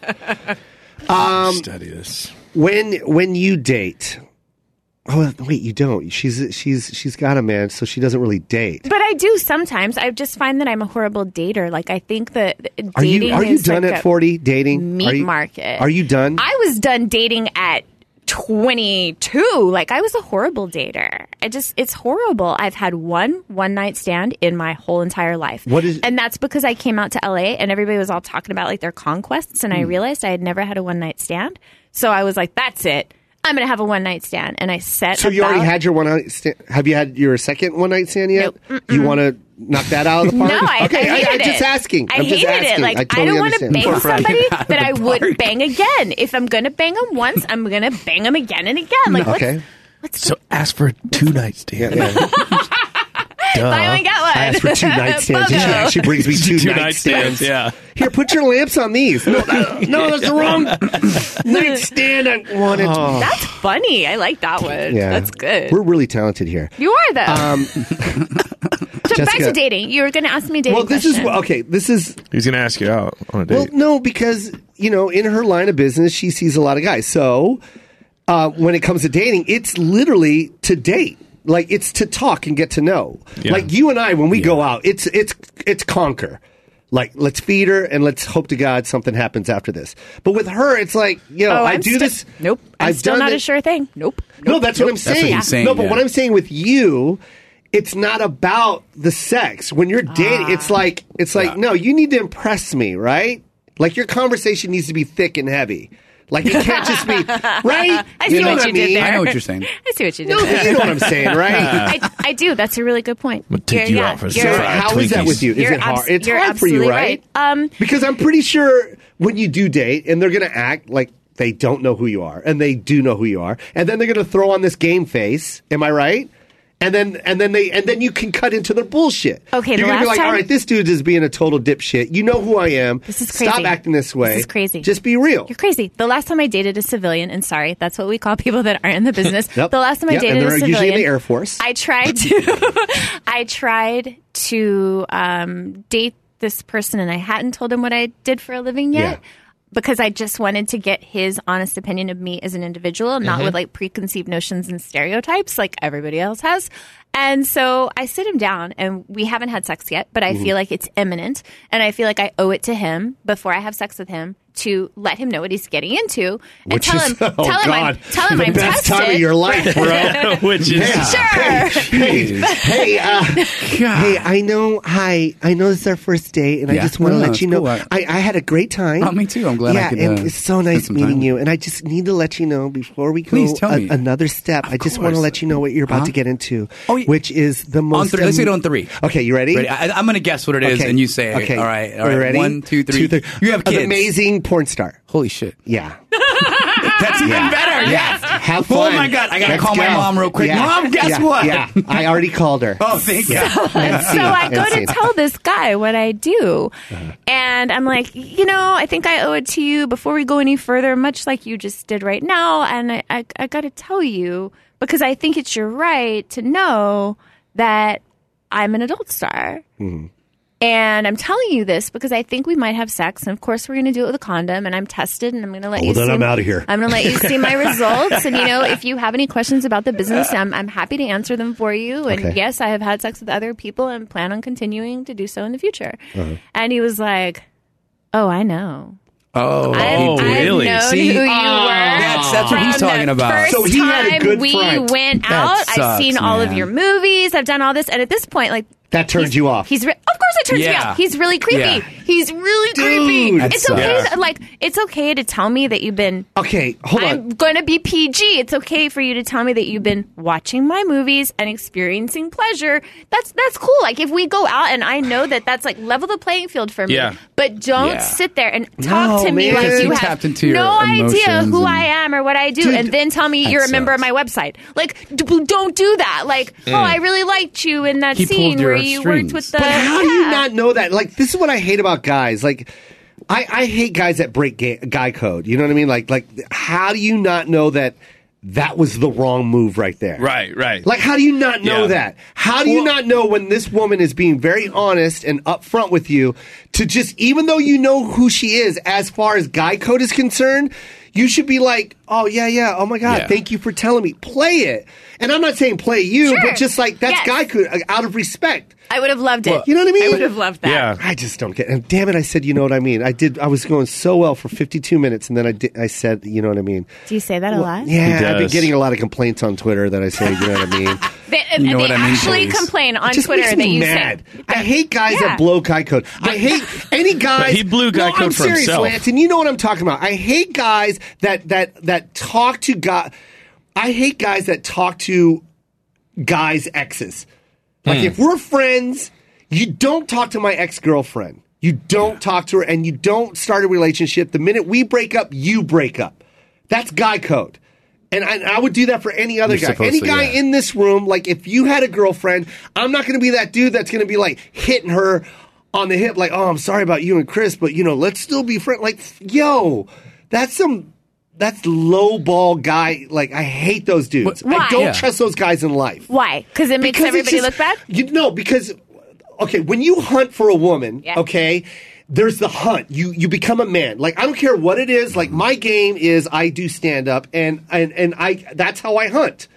Speaker 2: Um,
Speaker 13: Study this.
Speaker 2: When when you date, oh wait, you don't. She's she's she's got a man, so she doesn't really date.
Speaker 7: But I do sometimes. I just find that I'm a horrible dater. Like, I think that dating
Speaker 2: Are you are you
Speaker 7: is
Speaker 2: done
Speaker 7: like
Speaker 2: at
Speaker 7: a-
Speaker 2: forty dating?
Speaker 7: meat
Speaker 2: Are you-
Speaker 7: market.
Speaker 2: Are you done?
Speaker 7: I was done dating at 22. Like I was a horrible dater. I just it's horrible. I've had one one night stand in my whole entire life.
Speaker 14: What is-
Speaker 7: And that's because I came out to LA and everybody was all talking about like their conquests and I
Speaker 14: Hmm.
Speaker 7: realized I had never had a one night stand. So I was like that's it. I'm going to have a one night stand and I set
Speaker 2: So you already
Speaker 7: about-
Speaker 2: had your one night stand? Have you had your second one night stand yet? You want to knock that out of the
Speaker 7: No,
Speaker 2: park?
Speaker 7: I, I
Speaker 2: okay,
Speaker 7: hated
Speaker 2: am just
Speaker 7: it.
Speaker 2: asking.
Speaker 7: I
Speaker 2: I'm just
Speaker 7: hated it.
Speaker 2: asking.
Speaker 7: Like I,
Speaker 2: totally
Speaker 7: don't want to
Speaker 2: understand.
Speaker 7: bang somebody that I would bang again. If I'm gonna bang him once, I'm gonna bang him again and again. Like what's
Speaker 3: okay. so ask for a two night stand. Duh.
Speaker 7: I only got one.
Speaker 2: I asked for two nightstands. She
Speaker 7: Bogo.
Speaker 2: actually brings me two,
Speaker 3: Two
Speaker 2: nightstands.
Speaker 3: nightstands, yeah.
Speaker 2: Here, put your lamps on these. No, no, no, that's the wrong nightstand I wanted.
Speaker 7: That's funny. I like that one.
Speaker 2: Oh. Yeah.
Speaker 7: Oh. That's good.
Speaker 2: We're really talented here.
Speaker 7: you are though. so back
Speaker 2: Jessica-
Speaker 7: to dating. You were gonna ask me a dating.
Speaker 2: well, this is
Speaker 7: question.
Speaker 2: what- uh, okay. This is
Speaker 3: He's gonna ask you out on a date.
Speaker 2: well, no, because you know, in her line of business, she sees a lot of guys. So uh, when it comes to dating, it's literally to date. Like it's to talk and get to know. Like you and I, when we go out, it's it's it's conquer. Like let's feed her and let's hope to God something happens after this. But with her, it's like you know
Speaker 7: Oh,
Speaker 2: I
Speaker 7: I'm
Speaker 2: do
Speaker 7: sti-
Speaker 2: this.
Speaker 7: Nope. I'm
Speaker 2: I've
Speaker 7: still
Speaker 2: done
Speaker 7: not
Speaker 2: thi-
Speaker 7: a sure thing. Nope.
Speaker 2: no, that's what I'm
Speaker 7: That's what
Speaker 2: saying.
Speaker 7: he's saying,
Speaker 2: no, but
Speaker 7: yeah.
Speaker 2: what I'm saying with you, it's not about the sex. When you're dating, it's
Speaker 7: Ah.
Speaker 2: like it's like no, you need to impress me, right? Like your conversation needs to be thick and heavy. Like it can't just be right.
Speaker 7: I see
Speaker 2: know
Speaker 7: what you
Speaker 2: I
Speaker 7: did
Speaker 2: mean?
Speaker 7: there. I see what you did.
Speaker 2: No,
Speaker 7: there.
Speaker 2: you know what I'm saying, right?
Speaker 7: I, I do. That's a really good point.
Speaker 2: gonna take you out for some
Speaker 7: you're-
Speaker 2: fried How is that Twinkies. with you? Is
Speaker 7: You're
Speaker 2: it hard?
Speaker 7: abs-
Speaker 2: It's
Speaker 7: you're
Speaker 2: hard for you,
Speaker 7: absolutely
Speaker 2: right?
Speaker 7: Um,
Speaker 2: Because I'm pretty sure when you do date, and they're going to act like they don't know who you are, and they do know who you are, and then they're going to throw on this game face. Am I right? And then and then they and then you can cut into their bullshit.
Speaker 7: Okay, the
Speaker 2: you're gonna be like,
Speaker 7: last time-
Speaker 2: all right, this dude is being a total dipshit. You know who I am.
Speaker 7: This is
Speaker 2: Stop
Speaker 7: crazy.
Speaker 2: acting this way.
Speaker 7: This is crazy.
Speaker 2: Just be real.
Speaker 7: You're crazy. The last time I dated a civilian, and sorry, that's what we call people that aren't in the business.
Speaker 2: Yep.
Speaker 7: The last time I
Speaker 2: Yep, and
Speaker 7: dated a
Speaker 2: they're
Speaker 7: civilian,
Speaker 2: usually in the Air Force.
Speaker 7: I tried to, I tried to um, date this person, and I hadn't told him what I did for a living yet. Because I just wanted to get his honest opinion of me as an individual,
Speaker 2: Mm-hmm.
Speaker 7: not
Speaker 14: Mhm.
Speaker 7: with like preconceived notions and stereotypes like everybody else has. And so I sit him down, and we haven't had sex yet, but I
Speaker 2: Mm-hmm.
Speaker 14: Mhm.
Speaker 7: feel like it's imminent. And I feel like I owe it to him before I have sex with him to let him know what he's getting into and
Speaker 2: Which
Speaker 7: tell
Speaker 2: is-
Speaker 7: him, tell
Speaker 2: oh,
Speaker 7: him, I'm,
Speaker 2: God.
Speaker 7: tell him
Speaker 2: The
Speaker 7: I'm
Speaker 2: best
Speaker 7: tested.
Speaker 2: time of your life, bro. Which is-
Speaker 7: sure.
Speaker 2: Hey, hey, uh, hey! I know, hi. I know this is our first date, and I
Speaker 8: Yeah.
Speaker 2: just want to
Speaker 8: No,
Speaker 2: let
Speaker 8: it's
Speaker 2: you know
Speaker 8: cool.
Speaker 2: I,
Speaker 8: I-
Speaker 2: I had a great time.
Speaker 8: Oh, me too. I'm glad I
Speaker 2: Yeah,
Speaker 8: could,
Speaker 2: and
Speaker 8: uh,
Speaker 2: it's so
Speaker 8: spend
Speaker 2: nice
Speaker 8: some
Speaker 2: meeting
Speaker 8: time.
Speaker 2: you. And I just need to let you know before we go
Speaker 8: Please tell
Speaker 2: a-
Speaker 8: me.
Speaker 2: another step. I just want to
Speaker 8: course.
Speaker 2: let you know what you're about
Speaker 8: Huh? Oh,
Speaker 2: to get into, which is the
Speaker 8: On
Speaker 2: most.
Speaker 8: three, let's do it
Speaker 2: am-
Speaker 8: on three.
Speaker 2: Okay, you ready?
Speaker 8: Ready? I, I'm gonna guess what it is,
Speaker 2: Okay.
Speaker 8: and you say, it.
Speaker 2: Okay.
Speaker 8: "All right, all
Speaker 2: Are you
Speaker 8: right,
Speaker 2: ready?
Speaker 8: one, two, three.
Speaker 2: Two, three.
Speaker 8: You have
Speaker 2: An
Speaker 8: kids.
Speaker 2: amazing porn star.
Speaker 8: Holy shit!
Speaker 2: Yeah.
Speaker 8: That's even better. Yes.
Speaker 2: Have
Speaker 8: Oh
Speaker 2: fun.
Speaker 8: my God, I gotta
Speaker 2: Let's
Speaker 8: call my
Speaker 2: go.
Speaker 8: mom real quick. Mom, guess
Speaker 2: yeah,
Speaker 8: what?
Speaker 2: Yeah, I already called her.
Speaker 8: Oh, thank
Speaker 2: Yeah.
Speaker 8: God.
Speaker 7: So
Speaker 2: And seen it,
Speaker 7: I
Speaker 2: and
Speaker 7: go to
Speaker 2: seen it.
Speaker 7: tell this guy what I do. And I'm like, you know, I think I owe it to you before we go any further, much like you just did right now. And I, I, I got to tell you because I think it's your right to know that I'm an adult star. And I'm telling you this because I think we might have sex, and of course we're going to do it with a condom. And I'm tested, and I'm going to let
Speaker 2: Oh,
Speaker 7: you.
Speaker 2: then
Speaker 7: see
Speaker 2: I'm outta here.
Speaker 7: I'm going to let you see my results, and you know if you have any questions about the business,
Speaker 2: Uh.
Speaker 7: I'm, I'm happy to answer them for you. And
Speaker 14: Okay.
Speaker 7: yes, I have had sex with other people, and plan on continuing to do so in the future.
Speaker 2: Uh-huh.
Speaker 7: And he was like, "Oh, I know."
Speaker 8: Oh,
Speaker 7: I've-
Speaker 8: oh
Speaker 7: I've
Speaker 8: really?
Speaker 7: known
Speaker 8: See,
Speaker 7: who you were
Speaker 8: That's, that's what he's
Speaker 7: from
Speaker 8: talking
Speaker 7: the
Speaker 8: about.
Speaker 7: First time we went
Speaker 8: That
Speaker 7: out, I've
Speaker 8: sucks,
Speaker 7: seen all of
Speaker 8: man.
Speaker 7: your movies. I've done all this, and at this point, like
Speaker 2: That turns
Speaker 7: he's-
Speaker 2: you off.
Speaker 7: He's re- of course it turns me
Speaker 2: Yeah.
Speaker 7: off. He's really creepy.
Speaker 2: Yeah.
Speaker 7: He's really
Speaker 2: Dude,
Speaker 7: creepy.
Speaker 2: that
Speaker 7: It's okay.
Speaker 2: sucks.
Speaker 7: that- like it's okay to tell me that you've been.
Speaker 2: Okay, hold on.
Speaker 7: I'm going to be PG. It's okay for you to tell me that you've been watching my movies and experiencing pleasure. That's that's cool. Like if we go out and I know that that's like level the playing field for me.
Speaker 8: Yeah.
Speaker 7: But don't
Speaker 8: Yeah.
Speaker 7: sit there and talk
Speaker 8: No,
Speaker 7: to me
Speaker 8: man.
Speaker 7: like
Speaker 8: Because
Speaker 7: you
Speaker 8: you
Speaker 7: have
Speaker 8: tapped into your
Speaker 7: no idea
Speaker 8: emotions
Speaker 7: who
Speaker 8: and-
Speaker 7: I am or what I do, and then tell me
Speaker 8: that
Speaker 7: you're a member of my website. Like d- don't do that. Like oh,
Speaker 2: Mm.
Speaker 7: I really liked you in that
Speaker 2: He pulled
Speaker 7: scene where
Speaker 2: your
Speaker 7: you
Speaker 2: strings.
Speaker 7: worked with the.
Speaker 2: But how do
Speaker 7: Oh, Yeah.
Speaker 2: you not know that? Like, this is what I hate about guys. Like, I, I hate guys that break gay, guy code. You know what I mean? Like, like, how do you not know that that was the wrong move right there?
Speaker 3: Right, right.
Speaker 2: Like, how do you not know
Speaker 3: Yeah.
Speaker 2: that? How do you not know when this woman is being very honest and upfront with you to just, even though you know who she is, as far as guy code is concerned, You should be like, oh yeah, yeah, oh my god, thank you for telling me. Play it, and I'm not saying play you,
Speaker 7: Sure.
Speaker 2: but just like that's
Speaker 7: Yes.
Speaker 2: guy could out of respect.
Speaker 7: I would have loved it.
Speaker 2: Well, you know what I mean?
Speaker 7: I would have loved that.
Speaker 2: I just don't get. And damn it, I said, you know what I mean. I did. I was going so well for 52 minutes, and then I did, I said, you know what I mean.
Speaker 7: Do you say that a lot?
Speaker 2: Yeah, I've been getting a lot of complaints on Twitter that I say, you know what I mean.
Speaker 7: They,
Speaker 2: You know
Speaker 7: they
Speaker 2: what I mean,
Speaker 7: actually
Speaker 2: Therese.
Speaker 7: complain on
Speaker 2: It just
Speaker 7: Twitter
Speaker 2: makes
Speaker 7: that
Speaker 2: me
Speaker 7: you
Speaker 2: mad.
Speaker 7: say.
Speaker 2: I hate guys
Speaker 7: Yeah.
Speaker 2: that blow guy code. I hate any guy.
Speaker 3: He blew guy
Speaker 2: no,
Speaker 3: code
Speaker 2: I'm
Speaker 3: for
Speaker 2: serious,
Speaker 3: himself.
Speaker 2: Lance, and you know what I'm talking about. I hate guys that that that talk to guy. I hate guys that talk to guys' exes. Like
Speaker 15: Hmm.
Speaker 2: if we're friends, you don't talk to my ex girlfriend. You don't talk to her, and you don't start a relationship. The minute we break up, you break up. That's guy code. And I, and I would do that for any other
Speaker 15: You're
Speaker 2: guy.
Speaker 15: supposed
Speaker 2: Any
Speaker 15: to,
Speaker 2: guy
Speaker 15: yeah.
Speaker 2: in this room, like if you had a girlfriend, I'm not going to be that dude that's going to be like hitting her on the hip, like, oh, I'm sorry about you and Chris, but you know, let's still be friends. Like, yo, that's some. That's low ball guy. Like I hate those dudes.
Speaker 7: Why?
Speaker 2: I don't
Speaker 7: Yeah.
Speaker 2: trust those guys in life.
Speaker 7: Why? Because it makes
Speaker 2: Because it's
Speaker 7: everybody
Speaker 2: just-
Speaker 7: look bad.
Speaker 2: You no, because okay, when you hunt for a woman,
Speaker 7: Yeah.
Speaker 2: okay, there's the hunt. You you become a man. Like I don't care what it is. Like my game is I do stand up and and and I that's how I hunt.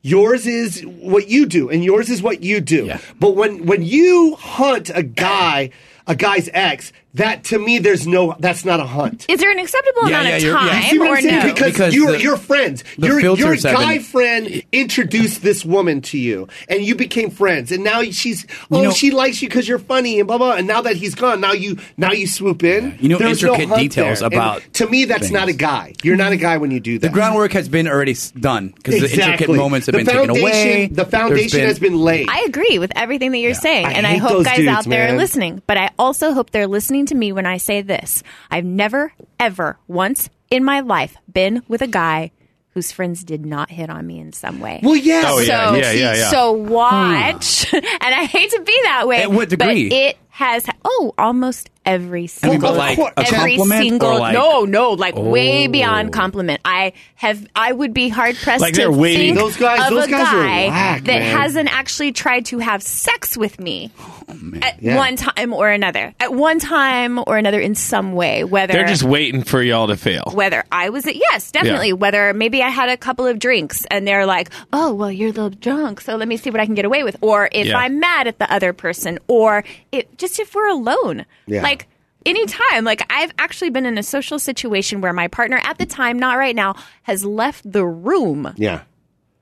Speaker 2: Yours is what you do, and yours is what you do. But when when you hunt a guy, a guy's ex, that to me, there's no. That's not a hunt.
Speaker 7: Is there an acceptable
Speaker 2: Yeah,
Speaker 7: amount
Speaker 2: yeah,
Speaker 7: of
Speaker 2: you're-
Speaker 7: time
Speaker 2: yeah. You see what I'm
Speaker 7: or
Speaker 2: saying?
Speaker 7: no?
Speaker 2: Because,
Speaker 8: Because
Speaker 2: you're,
Speaker 8: the-
Speaker 2: you're friends.
Speaker 8: the
Speaker 2: Your, your
Speaker 8: filters have
Speaker 2: guy
Speaker 8: been-
Speaker 2: friend introduced this woman to you, and you became friends. And now she's oh
Speaker 8: know-
Speaker 2: she likes you because you're funny and blah blah. And now that he's gone, now you now you swoop in.
Speaker 8: You know
Speaker 2: There's
Speaker 8: intricate
Speaker 2: no hunt
Speaker 8: details
Speaker 2: there. And
Speaker 8: about
Speaker 2: to me that's
Speaker 8: things.
Speaker 2: not a guy. You're not a guy when you do that.
Speaker 8: The groundwork has been already s- done because the intricate moments have
Speaker 2: The
Speaker 8: been taken
Speaker 2: foundation-
Speaker 8: away.
Speaker 2: The
Speaker 8: There's
Speaker 2: foundation has been laid.
Speaker 7: I agree with everything that you're saying,
Speaker 2: I
Speaker 7: and I
Speaker 2: hate
Speaker 7: hope
Speaker 2: those
Speaker 7: guys
Speaker 2: dudes,
Speaker 7: out there
Speaker 2: man.
Speaker 7: are listening. But I also hope they're listening to me when I say this. I've never, ever, once in my life been with a guy whose friends did not hit on me in some way.
Speaker 2: Well, yeah. Oh, yeah,
Speaker 7: so,
Speaker 2: yeah, yeah, yeah.
Speaker 7: So watch, and I hate to be that way.
Speaker 8: At what degree?
Speaker 7: But it has oh, almost
Speaker 8: I
Speaker 7: every
Speaker 8: mean,
Speaker 7: single,
Speaker 8: but like a
Speaker 7: every
Speaker 8: compliment or
Speaker 7: single.
Speaker 8: like-
Speaker 7: no, no, like way
Speaker 8: Oh.
Speaker 7: beyond compliment. I have. I would be hard pressed.
Speaker 3: Like
Speaker 7: to
Speaker 3: they're waiting.
Speaker 7: think
Speaker 3: Those guys-
Speaker 7: of
Speaker 3: those
Speaker 7: a
Speaker 3: guys are
Speaker 7: guy
Speaker 3: whack,
Speaker 7: that
Speaker 3: man. Oh,
Speaker 7: hasn't actually tried to have sex with me at
Speaker 3: Yeah.
Speaker 7: one time or another. At one time or another, in some way, whether
Speaker 3: They're just waiting for y'all to fail.
Speaker 7: whether I was yes, definitely.
Speaker 3: Yeah.
Speaker 7: Whether maybe I had a couple of drinks and they're like, "Oh, well, you're a little drunk, so let me see what I can get away with." Or if
Speaker 3: Yeah.
Speaker 7: I'm mad at the other person, or it, just if we're alone,
Speaker 16: Yeah.
Speaker 7: like anytime. Like I've actually been in a social situation where my partner at the time, not right now, has left the room
Speaker 2: Yeah.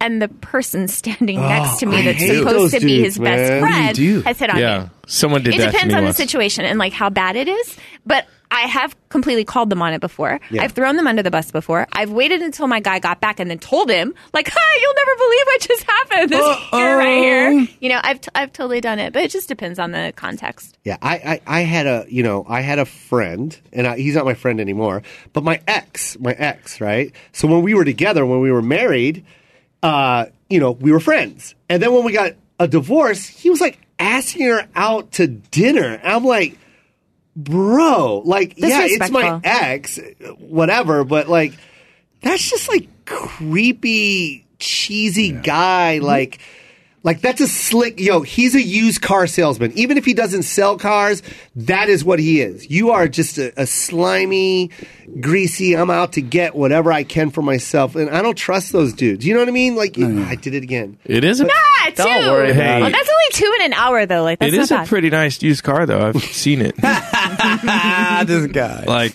Speaker 7: and the person standing
Speaker 3: Oh,
Speaker 7: next to me
Speaker 3: I
Speaker 7: that's
Speaker 3: hate those
Speaker 7: supposed to be his
Speaker 3: dudes, man. What do you
Speaker 7: best
Speaker 3: do?
Speaker 7: friend has hit on
Speaker 3: Yeah.
Speaker 7: me.
Speaker 3: Someone did
Speaker 7: It
Speaker 3: that to
Speaker 7: depends
Speaker 3: me
Speaker 7: on
Speaker 3: once.
Speaker 7: the situation and like how bad it is, but I have completely called them on it before.
Speaker 3: Yeah.
Speaker 7: I've thrown them under the bus before. I've waited until my guy got back and then told him, like, "Hi, you'll never believe what just happened. This here, right here." You know, I've t- I've totally done it, but it just depends on the context.
Speaker 2: Yeah, I, I, I had a you know I had a friend, and I, he's not my friend anymore, but my ex, my ex, right? So when we were together, when we were married, uh, you know, we were friends, and then when we got a divorce, he was like asking her out to dinner. I'm like, bro, like yeah, it's my
Speaker 15: Disrespectful.
Speaker 2: ex, whatever, but like that's just like creepy, cheesy guy, like. Like that's a slick yo. He's a used car salesman. Even if he doesn't sell cars, that is what he is. You are just a, a slimy, greasy. I'm out to get whatever I can for myself, and I don't trust those dudes. You know what I mean? Like I did it again.
Speaker 3: It is a
Speaker 7: Ah, 2
Speaker 3: Hey,
Speaker 7: Well, that's only two in an hour though. Like that's
Speaker 3: it is
Speaker 7: not
Speaker 3: a
Speaker 7: bad.
Speaker 3: pretty nice used car though. I've seen it.
Speaker 8: Ah, this guy.
Speaker 3: Like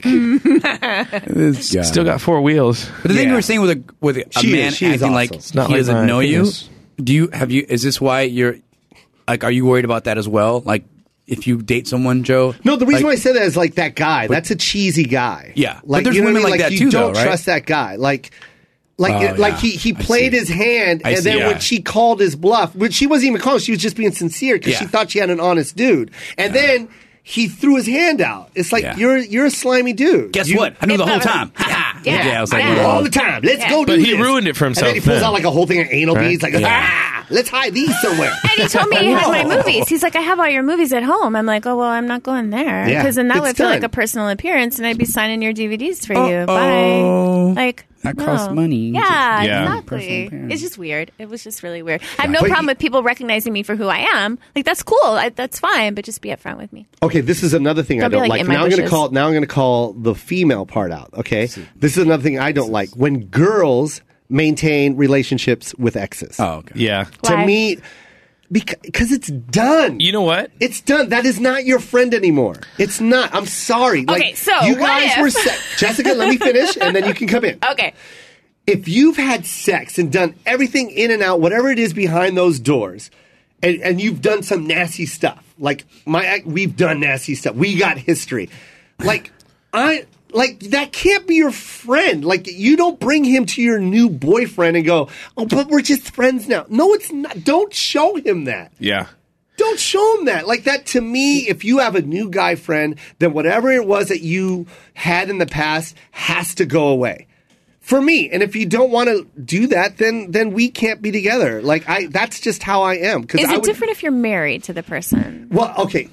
Speaker 8: This guy.
Speaker 3: still got four wheels.
Speaker 8: But the thing you were saying with a with a
Speaker 3: She is-
Speaker 8: man
Speaker 3: she
Speaker 8: acting
Speaker 3: is awesome.
Speaker 8: like
Speaker 3: It's not
Speaker 8: he
Speaker 3: like
Speaker 8: doesn't
Speaker 3: mine.
Speaker 8: know you,
Speaker 3: Yes.
Speaker 8: do you have you? Is this why you're like? Are you worried about that as well? Like, if you date someone, Joe?
Speaker 2: No, the reason why I said that is like that guy. that's a cheesy guy.
Speaker 8: Yeah,
Speaker 2: like
Speaker 8: but there's
Speaker 2: you know what I
Speaker 8: women
Speaker 2: mean?
Speaker 8: like, that
Speaker 2: you
Speaker 8: too,
Speaker 2: Don't
Speaker 8: though, right?
Speaker 2: trust that guy. Like, like,
Speaker 8: Oh,
Speaker 2: like
Speaker 8: yeah.
Speaker 2: he he played his hand,
Speaker 8: I
Speaker 2: and
Speaker 8: see,
Speaker 2: then
Speaker 8: yeah.
Speaker 2: when she called his bluff, when she wasn't even calling, she was just being sincere because she
Speaker 8: Yeah.
Speaker 2: thought she had an honest dude, and then. He threw his hand out. It's like you're you're a slimy dude.
Speaker 8: Guess
Speaker 2: You-
Speaker 8: what? I knew the whole time.
Speaker 2: Yeah,
Speaker 8: Yeah, I was like,
Speaker 2: I knew
Speaker 8: well-
Speaker 2: all the time. Let's
Speaker 8: Yeah.
Speaker 2: go. Do
Speaker 8: But he
Speaker 2: this.
Speaker 8: ruined it for
Speaker 2: And then he
Speaker 8: himself
Speaker 2: pulls
Speaker 8: then.
Speaker 2: out like a whole thing of anal
Speaker 8: Right?
Speaker 2: beads. Like
Speaker 8: Yeah.
Speaker 2: ah,
Speaker 7: Yeah.
Speaker 2: Let's hide these somewhere.
Speaker 7: And he told me he had my movies. He's like, I have all your movies at home. I'm like, oh, well, I'm not going there.
Speaker 2: Yeah.
Speaker 7: Because then that
Speaker 2: It's
Speaker 7: would feel
Speaker 2: done.
Speaker 7: like a personal appearance and I'd be signing your DVDs for you.
Speaker 8: Uh-oh.
Speaker 7: Bye. Like,
Speaker 8: That
Speaker 7: no.
Speaker 8: costs money.
Speaker 7: Yeah,
Speaker 8: Yeah.
Speaker 7: exactly.
Speaker 8: Personal appearance.
Speaker 7: It's just weird. It was just really weird. I have
Speaker 2: Yeah.
Speaker 7: no
Speaker 2: But
Speaker 7: problem with people recognizing me for who I am. Like, that's cool. I, that's fine. But just be upfront with me.
Speaker 2: Okay, this is another thing I
Speaker 7: Don't be
Speaker 2: don't
Speaker 7: like,
Speaker 2: like.
Speaker 7: "In my
Speaker 2: Now I'm going to
Speaker 7: bushes."
Speaker 2: call now I'm going to call the female part out, okay? This is another thing I don't like when girls maintain relationships with exes. Oh, okay.
Speaker 3: Yeah.
Speaker 2: To me because it's done. You
Speaker 3: know what?
Speaker 2: It's done. That is not your friend anymore. It's not. I'm sorry.
Speaker 7: Okay, so
Speaker 2: you
Speaker 7: what
Speaker 2: guys
Speaker 7: if-
Speaker 2: were se- Jessica, let me finish and then you can come in.
Speaker 7: Okay.
Speaker 2: if you've had sex and done everything in and out, whatever it is behind those doors, and, and you've done some nasty stuff, like my we've done nasty stuff. We got history. Like I like that can't be your friend. Like you don't bring him to your new boyfriend and go, "Oh, but we're just friends now." No, it's not. Don't show him that.
Speaker 3: Yeah.
Speaker 2: Don't show him that. Like that to me, if you have a new guy friend, then whatever it was that you had in the past has to go away. For me, and if you don't want to do that, then then we can't be together. Like I, that's just how I am.
Speaker 7: Is it
Speaker 2: I would-
Speaker 7: different if you're married to the person?
Speaker 2: Well, okay,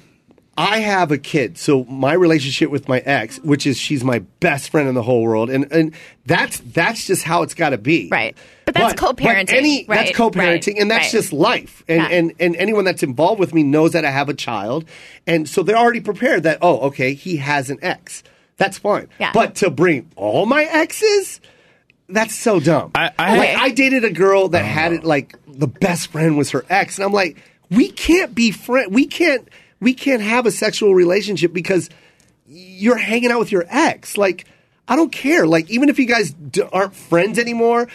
Speaker 2: I have a kid, so my relationship with my ex, which is she's my best friend in the whole world, and and that's that's just how it's got to be. Right,
Speaker 7: But that's co-parenting,
Speaker 2: any-
Speaker 7: right,
Speaker 2: that's co-parenting,
Speaker 7: right,
Speaker 2: and that's
Speaker 7: right.
Speaker 2: just life. And,
Speaker 7: Yeah.
Speaker 2: and and anyone that's involved with me knows that I have a child, and so they're already prepared that oh, okay, he has an ex. That's fine.
Speaker 7: Yeah.
Speaker 2: But to bring all my exes, that's so dumb. I Oh. I, like, I dated a girl that had it like the best friend was her ex, and I'm like, we can't be friend. We can't we can't have a sexual relationship because you're hanging out with your ex. Like, I don't care. Like, even if you guys d- aren't friends anymore,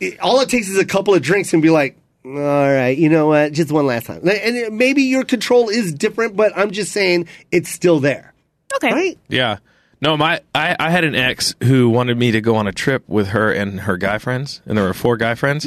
Speaker 2: it, all it takes is a couple of drinks and be like, all right, you know what? Just one last time. Like, And it- maybe your control is different, but I'm just saying it's still there.
Speaker 7: Okay.
Speaker 2: Right?
Speaker 3: Yeah. No, my I, I had an ex who wanted me to go on a trip with her and her guy friends, and there were four guy friends,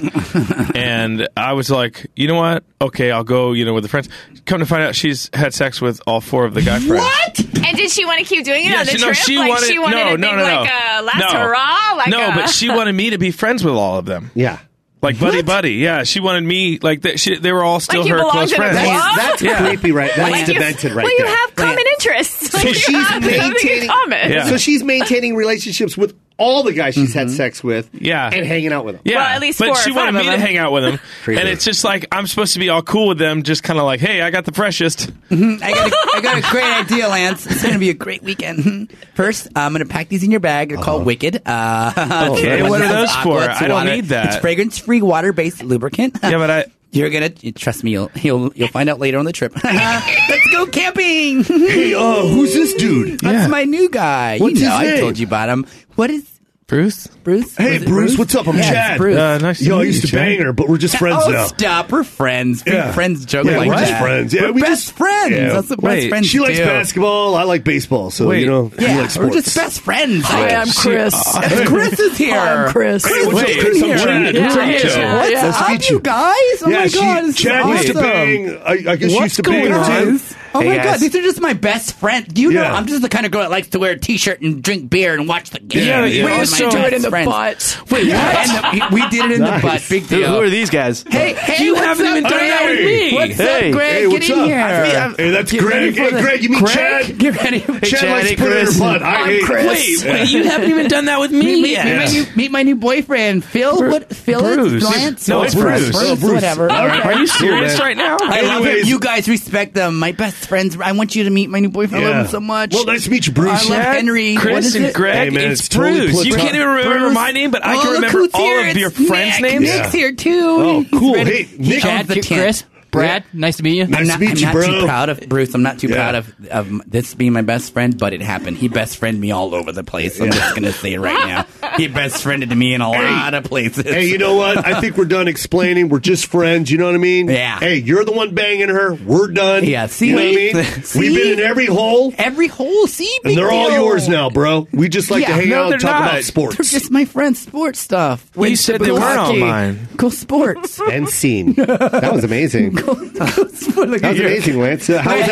Speaker 3: and I was like, you know what? Okay, I'll go. You know, with the friends. Come to find out, she's had sex with all four of the guy friends.
Speaker 7: What? And did she want to keep doing it
Speaker 3: Yeah,
Speaker 7: on the
Speaker 3: she-
Speaker 7: trip?
Speaker 3: no, she
Speaker 7: like
Speaker 3: wanted,
Speaker 7: she wanted
Speaker 3: no,
Speaker 7: to
Speaker 3: no,
Speaker 7: think
Speaker 3: no, no.
Speaker 7: like a last
Speaker 3: no.
Speaker 7: hurrah? Like
Speaker 3: no,
Speaker 7: a-
Speaker 3: but she wanted me to be friends with all of them.
Speaker 2: Yeah.
Speaker 3: Like buddy buddy, yeah. She wanted me like that. She, they were all still
Speaker 7: Like you
Speaker 3: her
Speaker 7: belong
Speaker 3: close
Speaker 7: to the
Speaker 3: friends.
Speaker 7: club?
Speaker 2: That's
Speaker 3: Yeah.
Speaker 2: creepy, right? That's
Speaker 3: Like you-
Speaker 2: demented, right
Speaker 7: well, you
Speaker 2: there.
Speaker 7: have common interests. Like, you have something in common.
Speaker 2: So she's maintaining relationships with all the guys she's had sex with,
Speaker 3: Yeah.
Speaker 2: and hanging out with them.
Speaker 3: Yeah, but she wanted me to hang out with them, and it's just like I'm supposed to be all cool with them, just kind of like, hey, I got the freshest.
Speaker 8: I got, a, I got a great idea, Lance. It's going to be a great weekend. First, I'm going to pack these in your bag. They're called Wicked. Uh,
Speaker 3: Uh-huh. Okay, what are those
Speaker 8: Aqua,
Speaker 3: for?
Speaker 8: it's
Speaker 3: I don't
Speaker 8: water-
Speaker 3: need that.
Speaker 8: It's fragrance-free water-based lubricant.
Speaker 3: Yeah, but I.
Speaker 8: You're gonna trust me. You'll you'll, you'll find out later on the trip. Let's go camping.
Speaker 2: hey, uh, who's this dude?
Speaker 8: That's my new guy.
Speaker 2: What's
Speaker 8: you know,
Speaker 2: his
Speaker 8: I
Speaker 2: name?
Speaker 8: told you about him. What is
Speaker 3: Bruce?
Speaker 8: Bruce?
Speaker 2: Hey,
Speaker 8: Was it
Speaker 2: Bruce, what's up? I'm
Speaker 8: Yeah, it's
Speaker 2: Chad.
Speaker 8: Bruce.
Speaker 2: Uh, nice to Yo, I meet used you, to Chad. bang her, but we're just friends
Speaker 8: oh,
Speaker 2: now.
Speaker 8: Stop, we're friends.
Speaker 2: Yeah.
Speaker 8: Friends joke
Speaker 2: Yeah,
Speaker 8: like
Speaker 2: we're
Speaker 8: that.
Speaker 2: just friends. Yeah,
Speaker 8: we're
Speaker 2: we
Speaker 8: best
Speaker 2: just-
Speaker 8: friends.
Speaker 2: Yeah.
Speaker 8: That's what best friends
Speaker 2: She likes
Speaker 8: do.
Speaker 2: basketball. I like baseball. So
Speaker 8: Wait.
Speaker 2: you know,
Speaker 8: Yeah,
Speaker 2: we like
Speaker 8: we're
Speaker 2: sports.
Speaker 8: just best friends.
Speaker 2: Hi, I'm Chris.
Speaker 8: And Chris is here.
Speaker 2: Hi, I'm Chris. Hey, what's up,
Speaker 8: is
Speaker 2: Chris? I'm
Speaker 8: here.
Speaker 2: Chad.
Speaker 8: Yeah,
Speaker 2: What's up,
Speaker 8: yeah,
Speaker 2: Chad?
Speaker 8: yeah. What's
Speaker 2: Nice to
Speaker 8: up,
Speaker 2: meet
Speaker 8: you guys? Oh
Speaker 2: Yeah,
Speaker 8: my
Speaker 2: she-
Speaker 8: god, this
Speaker 2: Chad
Speaker 8: is
Speaker 2: used to
Speaker 8: awesome.
Speaker 2: bang- I- I guess she
Speaker 8: What's
Speaker 2: used to
Speaker 8: going
Speaker 2: bang her,
Speaker 8: on?
Speaker 2: too.
Speaker 8: Oh
Speaker 2: Hey,
Speaker 8: my
Speaker 2: guys.
Speaker 8: god, these are just my best friends. You know,
Speaker 2: Yeah.
Speaker 8: I'm just the kind of girl that likes to wear a t-shirt and drink beer and watch the game.
Speaker 5: Yeah,
Speaker 8: You
Speaker 5: yeah.
Speaker 8: know,
Speaker 5: We
Speaker 8: my
Speaker 5: used to do it
Speaker 8: best
Speaker 5: in the
Speaker 8: friends.
Speaker 5: butt.
Speaker 8: Wait,
Speaker 5: Yes.
Speaker 8: what? In the- we did it in
Speaker 5: Nice.
Speaker 8: the butt. Big
Speaker 5: Who-
Speaker 8: deal.
Speaker 5: who are these guys?
Speaker 8: Hey, hey,
Speaker 5: You
Speaker 8: what's
Speaker 5: haven't
Speaker 8: up,
Speaker 5: even done that with
Speaker 8: Greg?
Speaker 5: me.
Speaker 8: What's
Speaker 5: Hey.
Speaker 8: up, Greg?
Speaker 5: Hey, what's
Speaker 8: Get in
Speaker 5: up?
Speaker 8: here.
Speaker 5: I mean, I'm- Hey, that's
Speaker 8: Get ready
Speaker 5: Greg.
Speaker 8: for
Speaker 5: Hey,
Speaker 8: the-
Speaker 5: Greg, you meet
Speaker 8: Greg?
Speaker 5: Chad?
Speaker 8: Get ready.
Speaker 5: Hey, Chad likes to put it in her butt. I
Speaker 8: I'm
Speaker 5: hate
Speaker 8: Chris.
Speaker 5: Wait, wait, you haven't even done that with me
Speaker 8: Meet,
Speaker 5: yet.
Speaker 8: meet my
Speaker 5: Yeah.
Speaker 8: new, meet my new boyfriend, Phil. what? Phil
Speaker 5: Bruce.
Speaker 8: Lance?
Speaker 5: No, it's Bruce.
Speaker 8: Bruce,
Speaker 5: Bruce.
Speaker 8: Whatever.
Speaker 5: All right. Are you serious right now?
Speaker 8: I love him.
Speaker 5: Anyways.
Speaker 8: You guys respect them. My best friends. I want you to meet my new boyfriend. I
Speaker 5: Yeah.
Speaker 8: love him so much.
Speaker 5: Well, nice to meet you, Bruce.
Speaker 8: I love
Speaker 5: Chad,
Speaker 8: Henry.
Speaker 5: Chris,
Speaker 8: What is
Speaker 5: and
Speaker 8: it?
Speaker 5: Greg. Hey, man,
Speaker 3: it's It's Bruce. totally You platonic. can't even remember
Speaker 8: Bruce.
Speaker 3: my name, but I can
Speaker 8: Oh, look
Speaker 3: remember
Speaker 8: who's
Speaker 3: all
Speaker 8: here.
Speaker 3: of
Speaker 8: It's
Speaker 3: your friends'
Speaker 8: Nick.
Speaker 3: names.
Speaker 8: Nick's
Speaker 3: Yeah.
Speaker 8: here too. Oh,
Speaker 3: cool.
Speaker 8: Hey, Nick.
Speaker 6: Chad,
Speaker 8: Chad's a ten.
Speaker 6: Chris, Brad, nice to meet you.
Speaker 8: I'm not, I'm not too proud of Bruce. I'm not too proud of, of this being my best friend, but it happened. He best friended me all over the place. I'm just gonna say it right now. He best friended me in a lot of places.
Speaker 2: Hey, you know what? I think we're done explaining. We're just friends. You know what I mean?
Speaker 8: Yeah.
Speaker 2: Hey, you're the one banging her. We're done.
Speaker 8: Yeah, see?
Speaker 2: you know what I mean?
Speaker 8: See?
Speaker 2: We've been in every hole,
Speaker 8: every hole. See,
Speaker 2: and
Speaker 8: Big
Speaker 2: they're all
Speaker 8: deal.
Speaker 2: yours now, bro. We just like to
Speaker 8: Yeah.
Speaker 2: hang out and talk about
Speaker 8: They're
Speaker 2: sports.
Speaker 8: just my friends' sports stuff.
Speaker 2: You said they weren't on mine.
Speaker 8: Cool sports.
Speaker 2: End scene. That was amazing. That was amazing, Lance. Uh, How was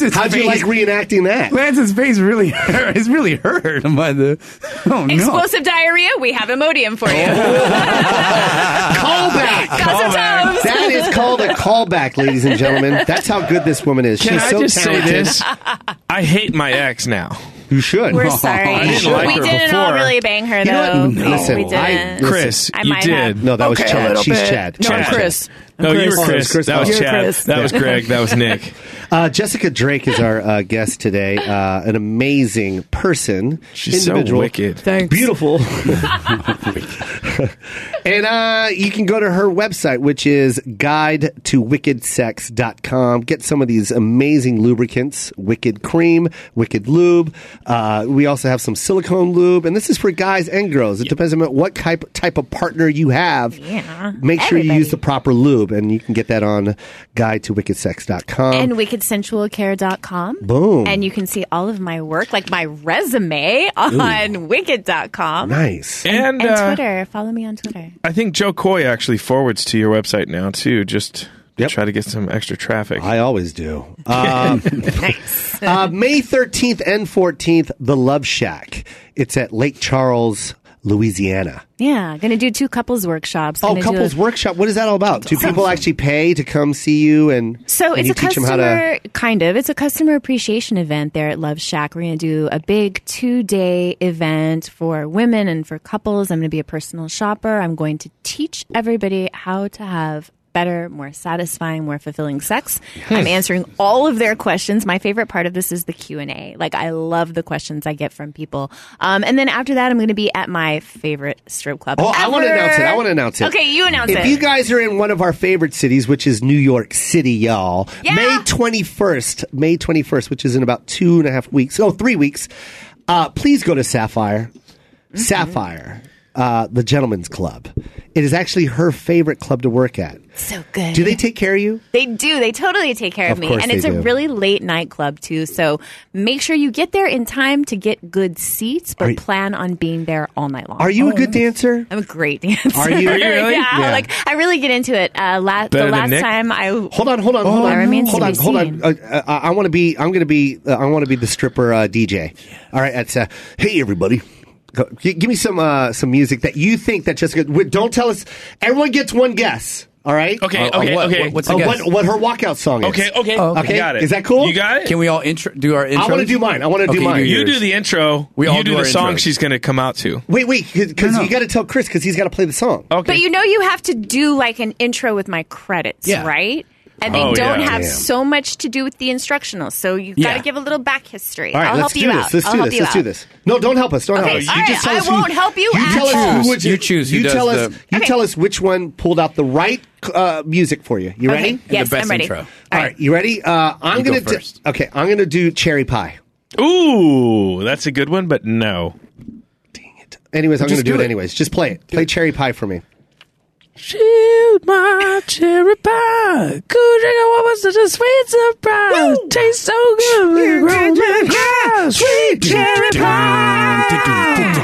Speaker 2: that? How'd you like reenacting that?
Speaker 8: Lance's face really hurt. It's really hurt by the. Oh no!
Speaker 7: Explosive diarrhea. We have Imodium for
Speaker 2: Oh.
Speaker 7: you.
Speaker 2: callback.
Speaker 7: Gossip Toes.
Speaker 2: That is called a callback, ladies and gentlemen. That's how good this woman is.
Speaker 3: Can
Speaker 2: She's
Speaker 3: I
Speaker 2: so
Speaker 3: just
Speaker 2: talented.
Speaker 3: say this? I hate my ex now.
Speaker 2: You should.
Speaker 7: We're sorry.
Speaker 3: I didn't like
Speaker 7: we
Speaker 3: her
Speaker 7: didn't
Speaker 3: before.
Speaker 7: all really bang her, though.
Speaker 2: Listen,
Speaker 7: we didn't.
Speaker 2: I,
Speaker 3: Chris,
Speaker 7: I
Speaker 3: you
Speaker 7: might
Speaker 3: did.
Speaker 7: have.
Speaker 2: No, that was
Speaker 7: Okay, a
Speaker 2: Chad.
Speaker 7: little
Speaker 2: She's
Speaker 7: bit.
Speaker 2: Chad.
Speaker 7: No, I'm
Speaker 2: Chad.
Speaker 7: Chris.
Speaker 3: No, you were
Speaker 2: Oh, it was
Speaker 3: Chris.
Speaker 2: Chris.
Speaker 3: That was
Speaker 2: You're
Speaker 3: Chad.
Speaker 2: Chris.
Speaker 3: That was
Speaker 2: Yeah.
Speaker 3: Greg. That was Nick.
Speaker 2: Uh, Jessica Drake is our uh, guest today. Uh, an amazing person.
Speaker 3: She's so
Speaker 2: individual,
Speaker 3: wicked.
Speaker 2: Beautiful. and uh, you can go to her website, which is guide to wickedsex.com. Get some of these amazing lubricants Wicked Cream, Wicked Lube. Uh, we also have some silicone lube. And this is for guys and girls. It depends on what type, type of partner you have.
Speaker 7: Yeah.
Speaker 2: Make sure you use the proper lube, and you can get that on guide to wickedsex.com.
Speaker 7: and wickedsensualcare.com.
Speaker 2: Boom.
Speaker 7: And you can see all of my work, like my resume, on wicked.com.
Speaker 2: Nice.
Speaker 3: And,
Speaker 7: and
Speaker 3: uh,
Speaker 7: Twitter. Follow me on Twitter.
Speaker 3: I think Joe Coy actually forwards to your website now too, just to try to get some extra traffic. I
Speaker 2: always do. Um, uh, May 13th and 14th, The Love Shack. It's at Lake Charles, Louisiana.
Speaker 7: Yeah, gonna do two couples workshops.
Speaker 2: Oh,
Speaker 7: Gonna do
Speaker 2: couples
Speaker 7: a-
Speaker 2: workshop. What is that all about? Do people actually pay to come see you and
Speaker 7: So
Speaker 2: and
Speaker 7: it's
Speaker 2: you
Speaker 7: a
Speaker 2: teach
Speaker 7: customer
Speaker 2: them how to?
Speaker 7: kind of. It's a customer appreciation event there at Love Shack. We're going to do a big two-day event for women and for couples. I'm going to be a personal shopper. I'm going to teach everybody how to have better, more satisfying, more fulfilling sex. I'm answering all of their questions. My favorite part of this is the Q&A. Like I love the questions I get from people. Um, and then after that, I'm going to be at my favorite strip club.
Speaker 2: Oh, I want to
Speaker 7: ever.
Speaker 2: announce it. I want to announce it.
Speaker 7: Okay, you announce
Speaker 2: if
Speaker 7: it.
Speaker 2: If you guys are in one of our favorite cities, which is New York City, y'all, May 21st, May 21st, which is in about two and a half weeks, oh, three weeks, uh, please go to Sapphire.
Speaker 7: Mm-hmm.
Speaker 2: Sapphire, uh, the gentleman's club. It is actually her favorite club to work at.
Speaker 7: so good.
Speaker 2: Do they take care of you?
Speaker 7: They do. They totally take care of,
Speaker 2: Of
Speaker 7: me.
Speaker 2: course
Speaker 7: And
Speaker 2: they
Speaker 7: it's a
Speaker 2: do.
Speaker 7: really late night club too. So make sure you get there in time to get good seats, but
Speaker 2: Are you-
Speaker 7: plan on being there all night long.
Speaker 2: Are you a good dancer?
Speaker 7: I'm a great dancer.
Speaker 2: Are you- Are you really?
Speaker 7: yeah,
Speaker 2: Yeah.
Speaker 7: Like I really get into it. Uh, la-
Speaker 2: Better
Speaker 7: the
Speaker 2: than
Speaker 7: last
Speaker 2: Nick?
Speaker 7: time I
Speaker 2: Hold on, hold on, hold
Speaker 7: That
Speaker 2: on,
Speaker 7: remains
Speaker 2: hold
Speaker 7: to
Speaker 2: on,
Speaker 7: be
Speaker 2: hold
Speaker 7: seen.
Speaker 2: on. Uh, uh, I want to be. I'm going to be. Uh, I want to be the stripper uh, DJ. All right, that's. Uh, hey, everybody. Go, g- give me some uh, some music that you think that Jessica. w- Don't tell us. Everyone gets one guess. All right.
Speaker 3: Okay, Uh, uh, okay, what- okay. what's the
Speaker 2: Uh,
Speaker 3: guess?
Speaker 2: Oh, What, what her walkout song is?
Speaker 3: Okay, okay. Oh, okay. Got it.
Speaker 2: Is that cool?
Speaker 3: You got it?
Speaker 2: Can
Speaker 8: we all intro do our
Speaker 2: I want to do mine. I want to do mine.
Speaker 3: You do the intro.
Speaker 2: We all
Speaker 3: you
Speaker 2: do
Speaker 3: do,
Speaker 2: our
Speaker 3: the song
Speaker 2: intros.
Speaker 3: she's going to come out to.
Speaker 2: Wait, wait, because you got to tell Chris because he's got to play the song.
Speaker 3: Okay.
Speaker 7: But you know you have to do like an intro with my credits,
Speaker 2: Yeah.
Speaker 7: right? And they
Speaker 2: Oh,
Speaker 7: don't
Speaker 2: yeah.
Speaker 7: have
Speaker 2: Damn.
Speaker 7: so much to do with the instructional. So you've got
Speaker 2: Yeah.
Speaker 7: to give a little back history.
Speaker 2: All right,
Speaker 7: I'll
Speaker 2: let's
Speaker 7: help you
Speaker 2: do
Speaker 7: out.
Speaker 2: this. Let's
Speaker 7: I'll
Speaker 2: do
Speaker 7: help
Speaker 2: this.
Speaker 7: you
Speaker 2: Let's
Speaker 7: out.
Speaker 2: do this. No, don't help us. Don't
Speaker 7: Okay,
Speaker 2: help us.
Speaker 7: all right, I won't help you at
Speaker 2: tell
Speaker 7: all.
Speaker 2: us who would
Speaker 8: You choose who
Speaker 2: You
Speaker 8: does
Speaker 2: tell us.
Speaker 8: the-
Speaker 2: You tell us which one pulled out the right uh, music for you. You
Speaker 7: Okay,
Speaker 2: ready?
Speaker 7: yes, The best I'm ready. intro.
Speaker 2: All right, you ready? Uh, I'm
Speaker 3: You go
Speaker 2: gonna do-
Speaker 3: first.
Speaker 2: okay, I'm gonna do cherry pie.
Speaker 3: Ooh, that's a good one, but no.
Speaker 2: Anyways, I'm
Speaker 3: Just
Speaker 2: gonna do,
Speaker 3: do
Speaker 2: it,
Speaker 3: it.
Speaker 2: anyways. Just play it. play cherry pie for me.
Speaker 11: Shoot my cherry pie. Cool drink I want was such a sweet surprise. Tastes so good. with grown men cries. Sweet cherry pie.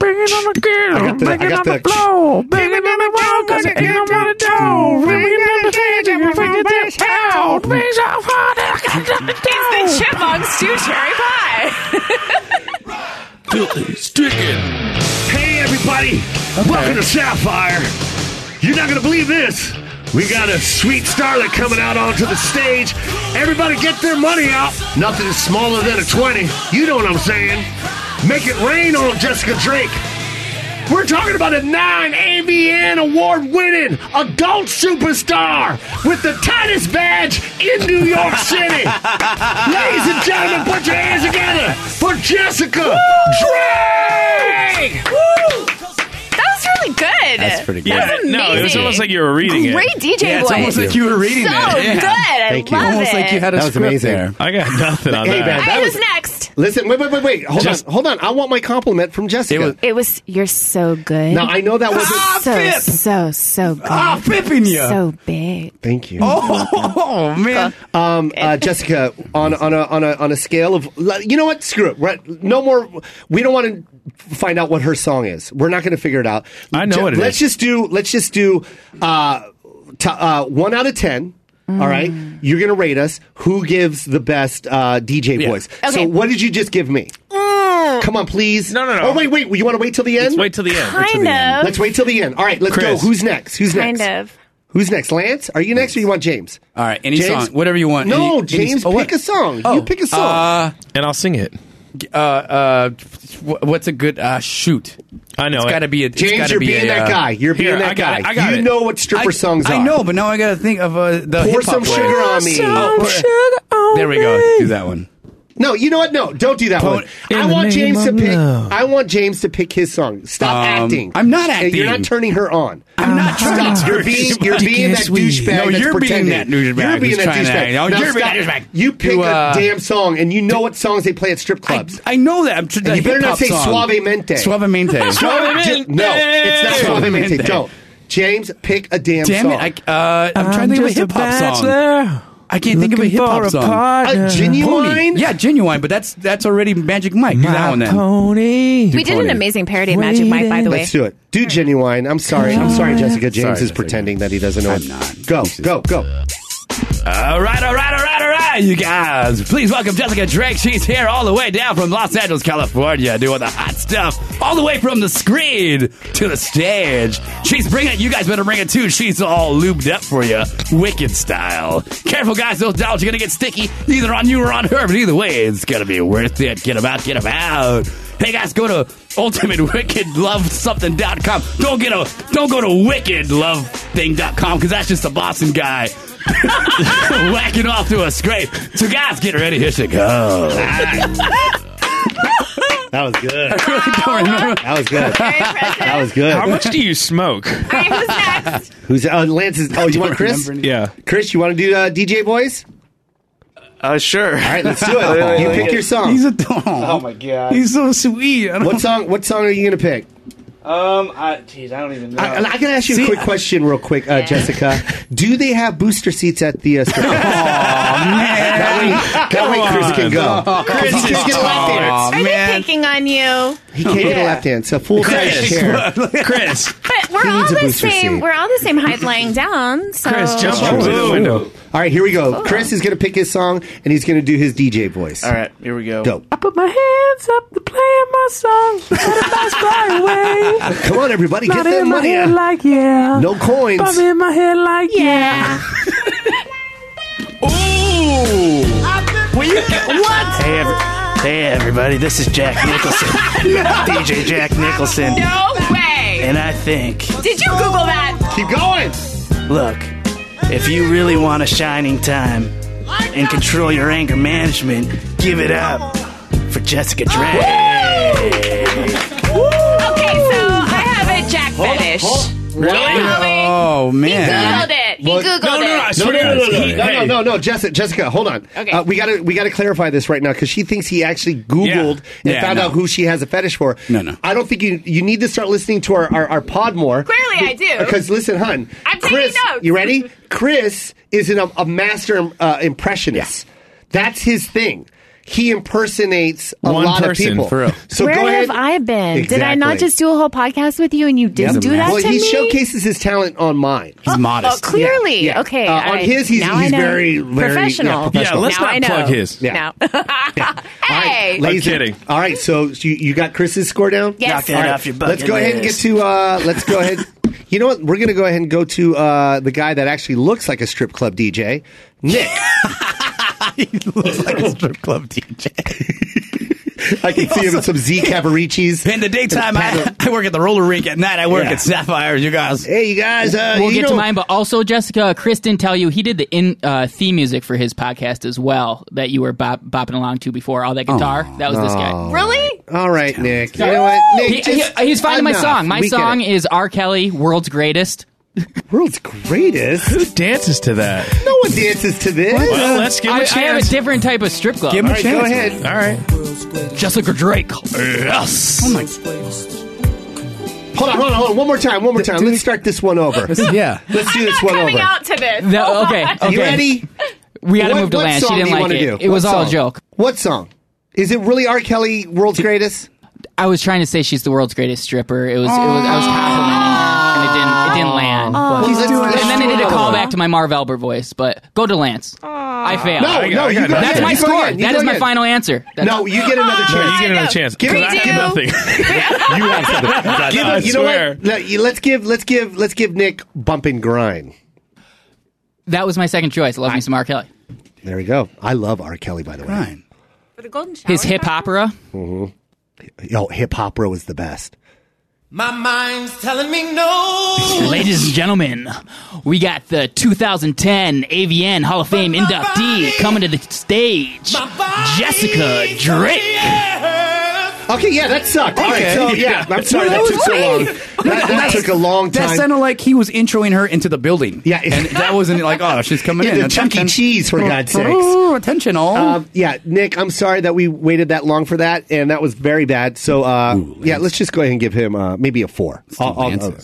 Speaker 11: Bring it on the grill.
Speaker 2: the-
Speaker 11: Bring
Speaker 2: I
Speaker 11: it
Speaker 2: got
Speaker 11: on
Speaker 2: the-
Speaker 11: the floor. Bring it on the wall. Cause it ain't what it do. Bring it on the stage. And we bring it to town. Bring it so hard. I got it on the
Speaker 7: It's the chipmunks do cherry pie.
Speaker 11: Filthy sticking.
Speaker 10: Hey, everybody. Welcome to Sapphire. You're not going to believe this. We got a sweet starlet coming out onto the stage. Everybody get their money out. Nothing is smaller than a 20. You know what I'm saying. Make it rain on Jessica Drake. We're talking about a nine AVN award winning adult superstar with the tightest badge in New York City. Ladies and gentlemen, put your hands together for Jessica Drake!
Speaker 7: That was really good.
Speaker 3: That's
Speaker 11: pretty
Speaker 3: good.
Speaker 7: That was
Speaker 3: Yeah, no, it was
Speaker 7: amazing.
Speaker 3: almost like you were reading
Speaker 7: Great
Speaker 3: it.
Speaker 7: DJ
Speaker 3: Yeah, it's
Speaker 7: voice.
Speaker 3: almost like you were reading
Speaker 7: so
Speaker 3: it. Yeah.
Speaker 7: good. I
Speaker 3: Thank you.
Speaker 7: love
Speaker 3: Almost
Speaker 7: it.
Speaker 3: like you had a
Speaker 2: That was
Speaker 3: script
Speaker 2: amazing.
Speaker 3: there. I got nothing on
Speaker 2: Hey,
Speaker 3: that.
Speaker 2: man,
Speaker 7: All
Speaker 2: that
Speaker 7: right,
Speaker 2: was-
Speaker 7: who's next?
Speaker 2: Listen, wait, wait, wait, wait. Hold
Speaker 3: Just-
Speaker 2: on, hold on. I want my compliment from Jessica.
Speaker 7: It was. You're so good.
Speaker 2: Now, I know that wasn't- Ah,
Speaker 7: so
Speaker 2: Pip!
Speaker 7: so so good.
Speaker 2: Ah, Pippin' ya.
Speaker 7: So big.
Speaker 2: Thank you.
Speaker 8: Oh man,
Speaker 2: um, uh, Jessica, on on a on a on a scale of you know what? Screw it. We're- No more. We don't want to find out what her song is. We're not going to figure it out.
Speaker 3: I know
Speaker 2: Je-
Speaker 3: what it
Speaker 2: let's
Speaker 3: is.
Speaker 2: just do. Let's just do. Uh, t- uh, one out of 10.
Speaker 7: Mm.
Speaker 2: All right, you're gonna rate us. Who gives the best uh, DJ voice? So, what did you just give me?
Speaker 7: Mm.
Speaker 2: Come on, please. No, no, no. Oh wait, wait. You want to wait till the end? Let's wait till the end.
Speaker 7: Kind Wait till the end. of.
Speaker 2: Let's wait till the end. All right, let's
Speaker 7: Chris.
Speaker 2: go. Who's next? Who's next?
Speaker 7: kind of.
Speaker 2: Who's next? Lance? Are you next, or you want James?
Speaker 11: All right, any
Speaker 2: James?
Speaker 11: song, whatever you want.
Speaker 2: No,
Speaker 11: Any- any-
Speaker 2: James,
Speaker 11: oh, uh, what?
Speaker 2: pick a song. you pick a song.
Speaker 3: and I'll sing it.
Speaker 11: Uh, uh, wh- what's a good uh, shoot?
Speaker 3: I know.
Speaker 11: It's got to be. A, it's
Speaker 2: James,
Speaker 11: gotta
Speaker 2: you're
Speaker 11: be
Speaker 2: being
Speaker 11: a,
Speaker 2: that
Speaker 11: uh,
Speaker 2: guy. You're being that guy. you know what stripper
Speaker 11: I-
Speaker 2: songs are.
Speaker 11: I know, but now I gotta think of uh, the
Speaker 2: Pour
Speaker 11: hip-hop
Speaker 2: some
Speaker 11: way.
Speaker 2: sugar on me.
Speaker 11: Oh, pour- there we go. Do that one.
Speaker 2: No, you know what? No, don't do that one.
Speaker 11: in
Speaker 2: I
Speaker 11: the
Speaker 2: want
Speaker 11: name
Speaker 2: James to
Speaker 11: of
Speaker 2: pick.
Speaker 11: love.
Speaker 2: I want James to pick his song. Stop
Speaker 11: Um,
Speaker 2: acting.
Speaker 11: I'm not
Speaker 2: And You're not
Speaker 11: acting.
Speaker 2: turning her on.
Speaker 11: I'm not trying to
Speaker 2: Stop. You're
Speaker 11: turn
Speaker 2: being
Speaker 11: you
Speaker 2: you're
Speaker 11: on.
Speaker 2: being that
Speaker 11: Yes, we-
Speaker 2: douchebag.
Speaker 11: No,
Speaker 2: that's
Speaker 11: you're being
Speaker 2: pretending.
Speaker 11: that douchebag
Speaker 2: You're being
Speaker 11: who's
Speaker 2: that
Speaker 11: trying to
Speaker 2: douchebag.
Speaker 11: act. No,
Speaker 2: Now
Speaker 11: you're being
Speaker 2: stop.
Speaker 11: that douchebag.
Speaker 2: You pick
Speaker 11: You, uh,
Speaker 2: a damn song, and you know what songs they play at strip clubs.
Speaker 11: I know that. I'm tr-
Speaker 2: And you better not say suavemente.
Speaker 11: Suavemente.
Speaker 2: Suavemente. No, it's not suavemente. Don't. James, pick a damn,
Speaker 11: Damn
Speaker 2: song.
Speaker 11: it! I, uh, I'm, trying to think of a hip hop song. I can't think of a
Speaker 10: looking
Speaker 11: hip
Speaker 10: for
Speaker 11: hop
Speaker 10: a
Speaker 11: song.
Speaker 2: Uh,
Speaker 10: partner. A
Speaker 7: genuine?
Speaker 11: Pony. Uh, yeah, genuine. But that's that's already Magic Mike. Do that one then.
Speaker 10: Pony.
Speaker 7: We did an amazing parody of Magic Mike, by the way.
Speaker 2: Let's do it. Do genuine. I'm sorry. I'm sorry, Jessica. James
Speaker 11: Sorry,
Speaker 2: is
Speaker 11: Jessica.
Speaker 2: pretending that he doesn't know. it. Go, go, go.
Speaker 8: All right, all right, all right, all right, you guys. Please welcome Jessica Drake. She's here all the way down from Los Angeles, California, doing the hot stuff all the way from the screen to the stage. She's bringing it. You guys better bring it too. She's all lubed up for you, wicked style. Careful, guys. Those dolls are going to get sticky, either on you or on her, but either way, it's going to be worth it. Get 'em out, get 'em out. Hey guys, go to ultimatewickedlovesomething.com. Don't get a don't go to wickedlovething.com because that's just a Boston guy whacking off to a scrape. So guys, get ready. Here she goes.
Speaker 2: That was good.
Speaker 8: I really don't remember.
Speaker 2: That was good. that was good.
Speaker 3: How much do you smoke?
Speaker 2: Who's uh, Lance? Is, oh, you want Chris?
Speaker 3: Yeah.
Speaker 2: Chris, you want to do uh, DJ voice?
Speaker 5: Uh, sure. All
Speaker 2: right, let's do it. you pick your song.
Speaker 11: He's a doll. Oh
Speaker 5: my god.
Speaker 11: He's so sweet.
Speaker 2: What song? What song are you gonna pick?
Speaker 5: Um, I, geez, I don't even know.
Speaker 2: I, and I can ask you a quick question, real quick, uh, Jessica. Do they have booster seats at the? Uh, strip club? that way,
Speaker 10: Come
Speaker 2: Chris can
Speaker 10: on.
Speaker 2: go.
Speaker 10: Chris
Speaker 2: he
Speaker 10: is-
Speaker 2: can't get a lap
Speaker 3: Oh,
Speaker 2: dance.
Speaker 7: Are they picking on you?
Speaker 2: He can't get a lap dance. A full size
Speaker 3: Chris.
Speaker 2: chair.
Speaker 3: Chris.
Speaker 7: But we're
Speaker 2: He
Speaker 7: all
Speaker 2: needs a
Speaker 7: the
Speaker 2: booster
Speaker 7: same.
Speaker 2: seat.
Speaker 7: We're all the same height, lying down. So
Speaker 2: Chris,
Speaker 3: jump out
Speaker 2: Ooh.
Speaker 3: the window.
Speaker 2: All right, here we go. Chris is going to pick his song, and he's going to do his DJ voice. All
Speaker 5: right, here we go.
Speaker 2: Go.
Speaker 10: I put my hands up to play my song. Butterflies fly away.
Speaker 2: Come on, everybody, get
Speaker 10: Not
Speaker 2: that
Speaker 10: in my
Speaker 2: money
Speaker 10: head
Speaker 2: out.
Speaker 10: like yeah.
Speaker 2: No coins.
Speaker 10: Bump in my head like yeah.
Speaker 5: Ooh.
Speaker 10: Will you get what?
Speaker 5: Hey, ev- hey, everybody, this is Jack Nicholson. DJ Jack Nicholson.
Speaker 10: No way.
Speaker 5: And I think,
Speaker 10: Did you Google that?
Speaker 2: Keep going.
Speaker 5: look, if you really want a shining time and control your anger management, give it up for Jessica Drake.
Speaker 7: Okay, so I have a jack fetish.
Speaker 11: Oh man.
Speaker 7: Googled it. He googled it.
Speaker 2: No, no, no, no, no,
Speaker 11: He-
Speaker 2: no, no,
Speaker 11: hey.
Speaker 2: no, no, Jessica, Jessica, hold on.
Speaker 7: Okay.
Speaker 2: Uh, we gotta, we gotta clarify this right now because she thinks he actually Googled and
Speaker 11: Yeah,
Speaker 2: found
Speaker 11: no.
Speaker 2: out who she has a fetish for.
Speaker 11: No, no.
Speaker 2: I don't think you, you need to start listening to our, our, our pod more.
Speaker 7: Clearly, I do.
Speaker 2: Because listen, hun,
Speaker 7: I'm taking
Speaker 2: Chris,
Speaker 7: notes.
Speaker 2: you ready? Chris is an, a master uh, impressionist. That's his thing. He impersonates a
Speaker 3: One
Speaker 2: lot
Speaker 3: person,
Speaker 2: of people.
Speaker 3: for real.
Speaker 2: So
Speaker 7: Where
Speaker 2: go ahead.
Speaker 7: have I been? Did I not
Speaker 2: Exactly.
Speaker 7: just do a whole podcast with you and you didn't do that
Speaker 2: well,
Speaker 7: to
Speaker 2: he
Speaker 7: me?
Speaker 2: showcases his talent on mine.
Speaker 11: He's
Speaker 7: Oh, clearly. Okay.
Speaker 2: Uh,
Speaker 7: all
Speaker 2: on
Speaker 7: right.
Speaker 2: his, he's,
Speaker 7: Now I
Speaker 2: he's
Speaker 7: know.
Speaker 2: very, very
Speaker 7: professional.
Speaker 3: Yeah, let's
Speaker 7: now
Speaker 3: not
Speaker 7: I know.
Speaker 3: plug his.
Speaker 2: Yeah.
Speaker 7: Now. hey.
Speaker 2: Ladies and-
Speaker 3: kidding.
Speaker 2: all right, so you, you got Chris's score down?
Speaker 7: Yes. Knock that
Speaker 2: All
Speaker 5: off your
Speaker 2: Let's
Speaker 5: bucket
Speaker 2: go ahead and get
Speaker 5: list.
Speaker 2: to, uh, let's go ahead. You know what? We're going to go ahead and go to uh, the guy that actually looks like a strip club DJ, Nick.
Speaker 11: Looks like a strip club DJ.
Speaker 2: I can see him in some Z Cavaricis.
Speaker 11: In the daytime, I, I work at the roller rink. At night, I work at Sapphire. You guys.
Speaker 2: Hey, you guys. Uh,
Speaker 6: we'll
Speaker 2: you
Speaker 6: get to
Speaker 2: know-
Speaker 6: mine, but also Jessica, Chris didn't tell you he did the in uh, theme music for his podcast as well that you were bop, bopping along to before. All that guitar,
Speaker 5: Oh,
Speaker 6: that was this guy.
Speaker 7: Really?
Speaker 2: All right, Nick. You know what? Nick,
Speaker 6: He- he-
Speaker 2: just
Speaker 6: he's finding my
Speaker 2: enough.
Speaker 6: song. My
Speaker 2: We get
Speaker 6: song
Speaker 2: it.
Speaker 6: is R. Kelly, World's Greatest.
Speaker 2: World's Greatest.
Speaker 3: Who dances to that?
Speaker 2: No one dances to this.
Speaker 3: Well, let's give him
Speaker 6: I,
Speaker 3: a
Speaker 6: I have a
Speaker 3: chance.
Speaker 6: different type of strip club.
Speaker 11: Give him
Speaker 2: All
Speaker 11: a
Speaker 2: right,
Speaker 11: chance.
Speaker 2: go ahead.
Speaker 3: All right.
Speaker 6: Jessica Drake.
Speaker 8: Yes.
Speaker 11: Oh my.
Speaker 2: Hold on, hold on, hold on. One more time, one more time. Let's start this one over. Let's
Speaker 11: Yeah.
Speaker 2: do this one
Speaker 7: Coming
Speaker 2: over.
Speaker 7: out to this. Oh,
Speaker 6: The-
Speaker 7: Hold
Speaker 6: okay,
Speaker 7: on.
Speaker 6: okay.
Speaker 2: You ready?
Speaker 6: We got to
Speaker 2: What-
Speaker 6: move to
Speaker 2: what
Speaker 6: Lance. She
Speaker 2: song do
Speaker 6: didn't
Speaker 2: you
Speaker 6: like
Speaker 2: wanna
Speaker 6: it.
Speaker 2: do?
Speaker 6: It
Speaker 2: What
Speaker 6: was all a
Speaker 2: song?
Speaker 6: joke.
Speaker 2: What song? Is it really R. Kelly, World's Greatest?
Speaker 6: I was trying to say she's the world's greatest stripper. It was. It was I was complimenting, her, and it didn't. It didn't land. Yeah.
Speaker 17: Aw.
Speaker 6: But-
Speaker 17: He's doing
Speaker 6: and then they did a
Speaker 17: strong.
Speaker 6: callback to my Marv Albert voice, but go to Lance. I failed.
Speaker 17: No, I got- no, I got you go nothing.
Speaker 6: That's
Speaker 17: again.
Speaker 6: my
Speaker 17: You go
Speaker 6: score.
Speaker 17: again. You
Speaker 6: That
Speaker 17: go
Speaker 6: is my
Speaker 17: again.
Speaker 6: final answer. Ah. That's-
Speaker 2: No, you get another chance.
Speaker 3: you get another chance.
Speaker 2: Give
Speaker 3: Because
Speaker 2: it
Speaker 3: I
Speaker 2: to
Speaker 3: have nothing.
Speaker 2: you have something. Give
Speaker 3: I
Speaker 2: him- you know
Speaker 3: swear.
Speaker 2: what? Let- Let's give let's give let's give Nick bump and grind.
Speaker 6: That was my second choice. Love me some R. Kelly.
Speaker 2: There we go. I love R. Kelly, by the way.
Speaker 7: For the golden shower.
Speaker 6: His hip opera.
Speaker 2: Mm-hmm. Yo, hip opera was the best.
Speaker 18: My mind's telling me no.
Speaker 6: Ladies and gentlemen, we got the 2010 AVN Hall of Fame inductee coming to the stage, Jessica Drake.
Speaker 2: Okay, yeah, that sucked. All right,
Speaker 6: Okay.
Speaker 2: so yeah, I'm sorry that, took so long. That, that took a long time.
Speaker 8: That sounded like he was introing her into the building. Yeah, and that wasn't like, oh, she's coming
Speaker 2: Yeah,
Speaker 8: in.
Speaker 2: the Chuck E.
Speaker 8: Attention.
Speaker 2: Cheese, for God's sakes.
Speaker 8: Ooh, attention, all.
Speaker 2: Um, yeah, Nick, I'm sorry that we waited that long for that, and that was very bad. So, uh, yeah, let's just go ahead and give him uh, maybe a four. All- all-
Speaker 7: Oh no,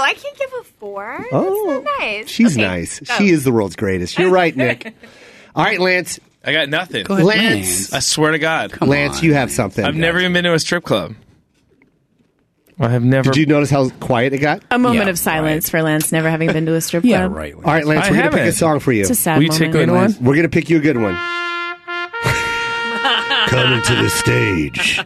Speaker 7: I can't give a four.
Speaker 2: Oh,
Speaker 7: That's not nice.
Speaker 2: she's
Speaker 7: Okay,
Speaker 2: nice.
Speaker 7: go.
Speaker 2: She is the world's greatest. You're right, Nick. All right, Lance.
Speaker 3: I got nothing.
Speaker 2: Go ahead, Lance.
Speaker 3: I swear to God.
Speaker 2: Lance, you have something.
Speaker 3: I've never even been to a strip club. I have never.
Speaker 2: Did you notice how quiet it got?
Speaker 7: A moment of silence for Lance never having been to a strip club. Yeah, right.
Speaker 2: All right, Lance,
Speaker 7: I
Speaker 2: we're going to pick a
Speaker 7: haven't.
Speaker 2: song for you.
Speaker 7: It's a sad Will you moment. take me to
Speaker 2: one? We're going to pick you a good one.
Speaker 9: Coming to the stage.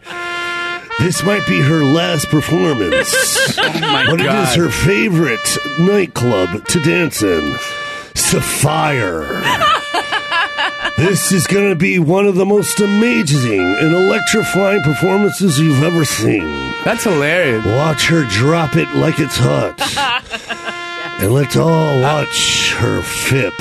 Speaker 9: This might be her last performance.
Speaker 17: Oh my
Speaker 9: but it
Speaker 17: God.
Speaker 9: is her favorite nightclub to dance in. Sapphire. this is going to be one of the most amazing and electrifying performances you've ever seen.
Speaker 8: That's hilarious.
Speaker 9: Watch her drop it like it's hot. and let's all watch her fip.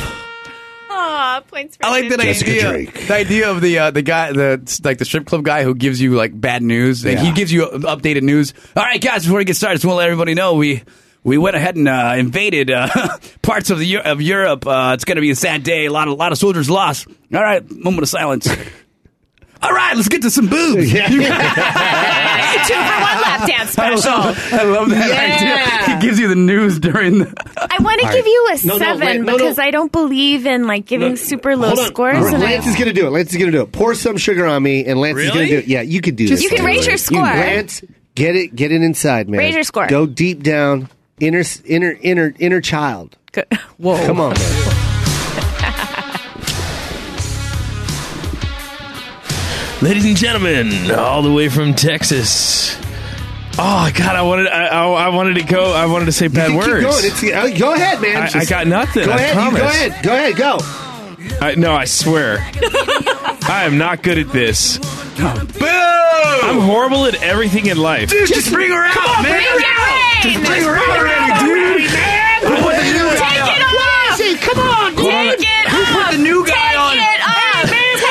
Speaker 7: Aw, points for
Speaker 8: I like that
Speaker 9: Jessica
Speaker 8: idea.
Speaker 9: Drake.
Speaker 8: The idea of the uh, the guy, the like the strip club guy who gives you like bad news. Like, He gives you uh, updated news. All right, guys, before we get started, just want to let everybody know we we went ahead and uh, invaded uh, parts of the Eu- of Europe. Uh, it's going to be a sad day. A lot of lot of soldiers lost. All right, moment of silence. All right, let's get to some boobs.
Speaker 7: Two for one lap dance
Speaker 8: I
Speaker 7: special.
Speaker 8: love, I love that
Speaker 7: Yeah.
Speaker 8: idea. He gives you the news during the.
Speaker 7: I want
Speaker 8: All
Speaker 7: to
Speaker 8: right.
Speaker 7: give you a
Speaker 8: No, no,
Speaker 7: seven
Speaker 8: wait, no, no.
Speaker 7: because I don't believe in like giving
Speaker 2: No,
Speaker 7: super low scores.
Speaker 2: All right,
Speaker 7: and I-
Speaker 2: Lance is going to do it. Lance is going to do it. Pour some sugar on me, and Lance is going
Speaker 7: Really?
Speaker 2: to do it. Yeah, you could do
Speaker 7: Just
Speaker 2: this.
Speaker 7: You can
Speaker 2: man.
Speaker 7: raise your score.
Speaker 2: Lance, get it, get it inside, man.
Speaker 7: Raise your score.
Speaker 2: Go deep down, inner, inner, inner, inner child.
Speaker 7: Whoa!
Speaker 2: Come on, man.
Speaker 3: Ladies and gentlemen, all the way from Texas. Oh God, I wanted I, I, I wanted to go. I wanted to say bad
Speaker 2: Keep
Speaker 3: words.
Speaker 2: going. It's- uh, go ahead, man.
Speaker 3: I, I
Speaker 2: Just-
Speaker 3: got nothing.
Speaker 2: Go
Speaker 3: I
Speaker 2: ahead.
Speaker 3: promise.
Speaker 2: You, go ahead. Go ahead. Go.
Speaker 3: I, no, I swear. I am not good at this.
Speaker 8: Boo!
Speaker 3: I'm horrible at everything in life.
Speaker 17: Dude, just bring her out,
Speaker 3: Come on,
Speaker 17: man.
Speaker 3: bring her
Speaker 17: out. Just bring her out already, dude. Who put the new guy on?
Speaker 2: Take it off. Come on,
Speaker 17: dude. Who put the new guy on?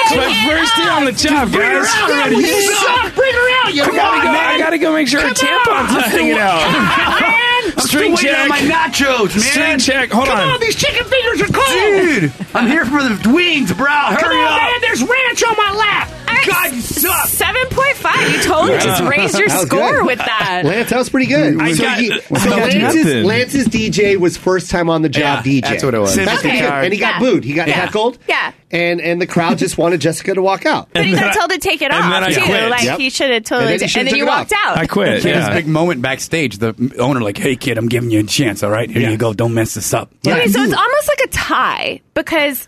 Speaker 3: It's my first day on the job,
Speaker 17: Bring her
Speaker 3: guys.
Speaker 17: out already.
Speaker 3: You suck.
Speaker 17: Bring her out, you
Speaker 3: Come on,
Speaker 17: moron.
Speaker 3: man. I gotta go make sure
Speaker 17: Come
Speaker 3: her tampon's
Speaker 17: on.
Speaker 3: not hanging out.
Speaker 17: I'm still
Speaker 3: String
Speaker 17: waiting
Speaker 3: check.
Speaker 17: on my nachos, man.
Speaker 3: String check. Hold
Speaker 17: Come
Speaker 3: on.
Speaker 17: on. these chicken fingers are cold.
Speaker 8: Dude, I'm here for the wings, bro. Hurry
Speaker 17: Come on,
Speaker 8: up.
Speaker 17: man. There's ranch on my lap. God, you suck.
Speaker 7: Seven point five. You totally just raised your
Speaker 2: That was
Speaker 7: score
Speaker 2: good.
Speaker 7: with that.
Speaker 2: Lance, that was pretty good.
Speaker 3: I
Speaker 2: so
Speaker 3: got-
Speaker 2: he,
Speaker 3: I
Speaker 2: so
Speaker 3: got
Speaker 2: Lance's,
Speaker 3: nothing.
Speaker 2: Lance's DJ was first time on the job DJ.
Speaker 8: that's what it was.
Speaker 2: That's pretty good.
Speaker 8: Okay.
Speaker 2: And he got
Speaker 7: Yeah.
Speaker 2: booed. He got
Speaker 7: Yeah.
Speaker 2: heckled.
Speaker 7: Yeah.
Speaker 2: And and the crowd just wanted Jessica to walk out.
Speaker 7: But he got told to take it
Speaker 2: and
Speaker 7: off
Speaker 2: then I
Speaker 7: too.
Speaker 2: quit.
Speaker 7: Like
Speaker 2: Yep.
Speaker 7: he should have
Speaker 2: And
Speaker 7: totally.
Speaker 2: then he
Speaker 7: and
Speaker 2: should've
Speaker 7: then
Speaker 2: took
Speaker 7: you
Speaker 2: it off.
Speaker 7: walked out.
Speaker 8: He had This big moment backstage. The owner, like, hey kid, I'm giving you a chance. All right, here you go. Don't mess this up.
Speaker 7: Okay, so it's almost like a tie because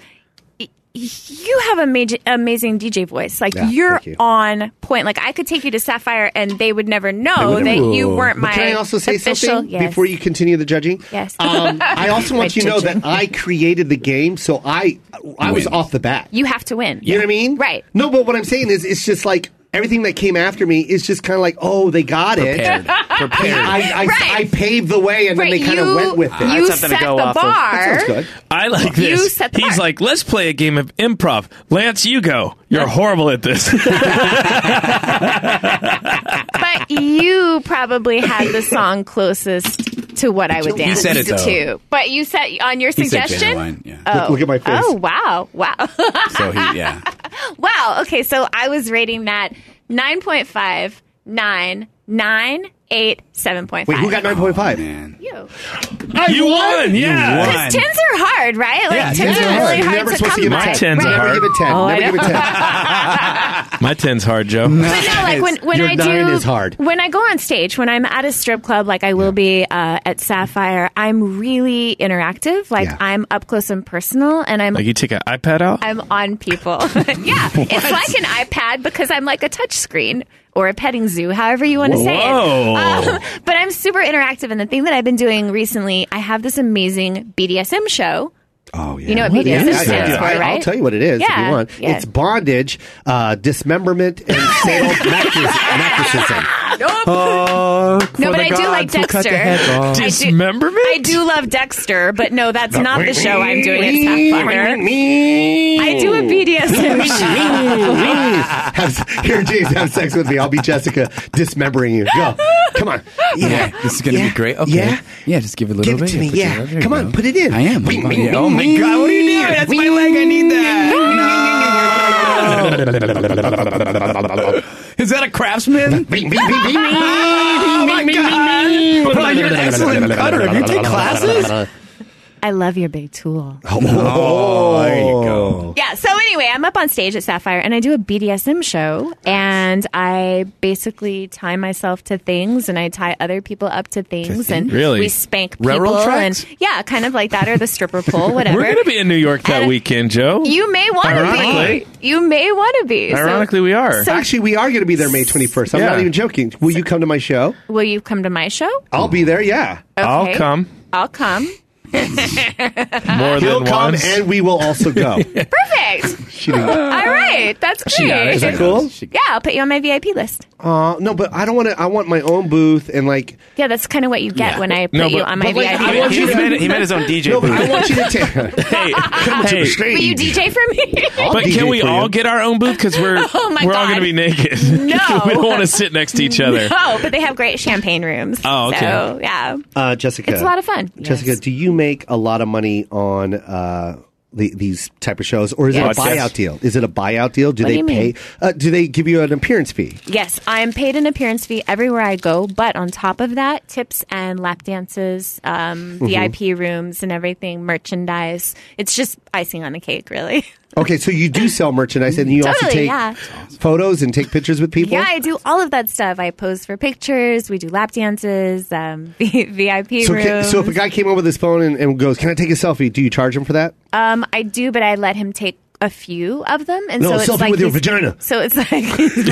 Speaker 7: y- you have a major, amazing DJ voice. Like
Speaker 8: Yeah,
Speaker 7: you're
Speaker 8: thank you.
Speaker 7: on point. Like I could take you to Sapphire and they would never
Speaker 2: They
Speaker 7: know
Speaker 2: wouldn't.
Speaker 7: Oh, that you weren't
Speaker 2: But
Speaker 7: my.
Speaker 2: Can I also say
Speaker 7: official,
Speaker 2: something
Speaker 7: yes.
Speaker 2: before you continue the judging?
Speaker 7: Yes.
Speaker 2: Um, I also want
Speaker 7: My
Speaker 2: you to know that
Speaker 7: judging.
Speaker 2: I created the game, so I I was
Speaker 7: Win.
Speaker 2: off the bat.
Speaker 7: You have to win.
Speaker 2: You know what I mean? Right. No, but what I'm saying is, it's just like everything that came after me is just kind of like, oh, they got
Speaker 17: Prepared.
Speaker 2: it.
Speaker 17: Prepared.
Speaker 2: I, I,
Speaker 17: Right.
Speaker 2: I paved the way, and
Speaker 17: Right,
Speaker 2: then they kind
Speaker 17: you-
Speaker 2: of went with it.
Speaker 17: you That's something to set go the off of. bar.
Speaker 2: That sounds good.
Speaker 3: I like
Speaker 2: You
Speaker 3: this.
Speaker 2: set the
Speaker 3: He's
Speaker 2: bar.
Speaker 3: like, let's play a game of improv. Lance, you go. You're horrible at this.
Speaker 7: but you probably had the song closest to what I would
Speaker 3: He
Speaker 7: dance
Speaker 3: said it, though.
Speaker 7: to. But you said on your
Speaker 8: He said
Speaker 7: suggestion.
Speaker 8: Genuine, yeah.
Speaker 7: Oh.
Speaker 8: Look- look at my face.
Speaker 7: Oh wow, wow.
Speaker 8: So he, yeah.
Speaker 7: Wow. Okay, so I was rating that 9.5, 9, 9, eight, seven point
Speaker 2: Wait,
Speaker 7: five.
Speaker 2: who got 9.5?
Speaker 7: You.
Speaker 2: you won,
Speaker 7: yeah. Because tens are hard, right? Like
Speaker 2: Yeah,
Speaker 7: tens
Speaker 2: tens
Speaker 7: are
Speaker 2: are
Speaker 7: really
Speaker 2: hard.
Speaker 7: hard
Speaker 2: You're never
Speaker 7: to
Speaker 2: supposed
Speaker 7: come
Speaker 2: to give a
Speaker 7: by.
Speaker 2: ten. Tens are
Speaker 7: right?
Speaker 2: hard. Never give a ten.
Speaker 7: I
Speaker 2: Never give a
Speaker 7: know.
Speaker 3: My ten's hard, Joe.
Speaker 7: But no, like when, when I do when I go on stage, when I'm at a strip club, like I will be uh, at Sapphire, I'm really interactive. Like I'm up close and personal, and I'm
Speaker 3: Like you take an iPad out.
Speaker 7: I'm on people. yeah, it's like an iPad because I'm like a touch screen or a petting zoo, however you want to say it.
Speaker 19: Whoa.
Speaker 7: Um, but I'm super interactive, and the thing that I've been doing recently, I have this amazing BDSM show.
Speaker 2: Oh yeah,
Speaker 7: You know what BDSM stands for,
Speaker 2: I, will
Speaker 7: right?
Speaker 2: tell you what it is if
Speaker 7: Yeah,
Speaker 2: you want.
Speaker 7: yeah.
Speaker 2: It's bondage, uh, dismemberment, and sadomasochism.
Speaker 7: Nope.
Speaker 2: Oh, for
Speaker 7: No, but
Speaker 2: the
Speaker 7: I do
Speaker 2: gods
Speaker 7: like
Speaker 2: who cut the
Speaker 7: Dexter.
Speaker 2: head
Speaker 7: I
Speaker 2: off.
Speaker 7: do- I do love Dexter, but no, that's
Speaker 2: The-
Speaker 7: not the show I'm doing at Sapphire. I do a BDSM show.
Speaker 2: Have- Here, James, have sex with me. I'll be Jessica dismembering you. Go, come on. Yeah,
Speaker 8: this is gonna
Speaker 2: yeah,
Speaker 8: be great. Okay.
Speaker 2: Yeah,
Speaker 8: yeah. Just give it a little
Speaker 2: Give it
Speaker 8: bit.
Speaker 2: to me,
Speaker 8: Put your
Speaker 2: yeah.
Speaker 8: letter- there
Speaker 2: Come
Speaker 8: you
Speaker 2: on,
Speaker 8: go.
Speaker 2: put it in.
Speaker 8: I am.
Speaker 2: Wing,
Speaker 8: Oh,
Speaker 2: wing,
Speaker 8: yeah. Oh my god, what are you doing? That's my leg. I need that. Is that a craftsman?
Speaker 2: Ah,
Speaker 19: Oh
Speaker 8: my God. Well, you're an excellent cutter. Have you take classes?
Speaker 7: I love your big tool.
Speaker 8: Oh, there you go.
Speaker 7: Yeah. So anyway, I'm up on stage at Sapphire and I do a BDSM show and I basically tie myself to things and I tie other people up to things and
Speaker 3: Really?
Speaker 7: we spank people
Speaker 3: Railroad
Speaker 7: and yeah, kind of like that or the stripper pole, whatever.
Speaker 3: We're gonna be in New York that weekend, Joe.
Speaker 7: you may want
Speaker 3: Ironically.
Speaker 7: to be. You may want to be. So
Speaker 3: Ironically, we are.
Speaker 7: So-
Speaker 2: Actually, we are going to be there May 21st. I'm
Speaker 3: Yeah.
Speaker 2: not even joking. Will you come to my show?
Speaker 7: will you come to my show?
Speaker 2: I'll be there, yeah.
Speaker 7: Okay. I'll come.
Speaker 3: More
Speaker 2: He'll come
Speaker 3: than once.
Speaker 2: and we will also go.
Speaker 7: Perfect.
Speaker 2: She didn't-
Speaker 7: All right. That's great.
Speaker 2: She got it. Is that cool?
Speaker 7: Yeah, I'll put you on my VIP list.
Speaker 2: Uh, no, but I don't want to. I want my own booth and like.
Speaker 7: Yeah, that's kind of what you get when I put
Speaker 2: No,
Speaker 7: you
Speaker 2: but-
Speaker 7: on my
Speaker 2: but, like,
Speaker 7: VIP
Speaker 2: I
Speaker 7: list.
Speaker 2: want you to- No, but I want you to take.
Speaker 3: Hey,
Speaker 7: Will you DJ for me?
Speaker 3: but can we all get our own booth because we're
Speaker 7: Oh my
Speaker 3: we're all
Speaker 7: God.
Speaker 3: going to be naked?
Speaker 7: No.
Speaker 3: we don't want to sit next to each other.
Speaker 7: No, Oh, but they have great champagne rooms.
Speaker 2: Oh, okay.
Speaker 7: So, yeah.
Speaker 2: Uh, Jessica,
Speaker 7: It's a lot of fun.
Speaker 2: Jessica, do you make a lot of money on uh, the, these type of shows, or is
Speaker 7: Yes.
Speaker 2: it a buyout deal? Is it a buyout deal? Do
Speaker 7: What do
Speaker 2: they
Speaker 7: you
Speaker 2: pay?
Speaker 7: mean?
Speaker 2: Uh, do they give you an appearance fee?
Speaker 7: Yes, I'm paid an appearance fee everywhere I go, but on top of that, tips and lap dances, um,
Speaker 2: Mhm.
Speaker 7: VIP rooms and everything, merchandise. It's just icing on the cake, really.
Speaker 2: Okay, so you do sell merchandise, and you also
Speaker 7: Totally,
Speaker 2: take
Speaker 7: yeah.
Speaker 2: photos and take pictures with people.
Speaker 7: Yeah, I do all of that stuff. I pose for pictures, we do lap dances, um, VIP
Speaker 2: so, ca-
Speaker 7: rooms.
Speaker 2: so if a guy came up with his phone and, and goes, "Can I take a selfie?" Do you charge him for that?
Speaker 7: Um, I do, but I let him take a few of them, and
Speaker 2: No,
Speaker 7: so
Speaker 2: a
Speaker 7: it's
Speaker 2: selfie
Speaker 7: like
Speaker 2: with your
Speaker 7: he's-
Speaker 2: vagina.
Speaker 7: So it's like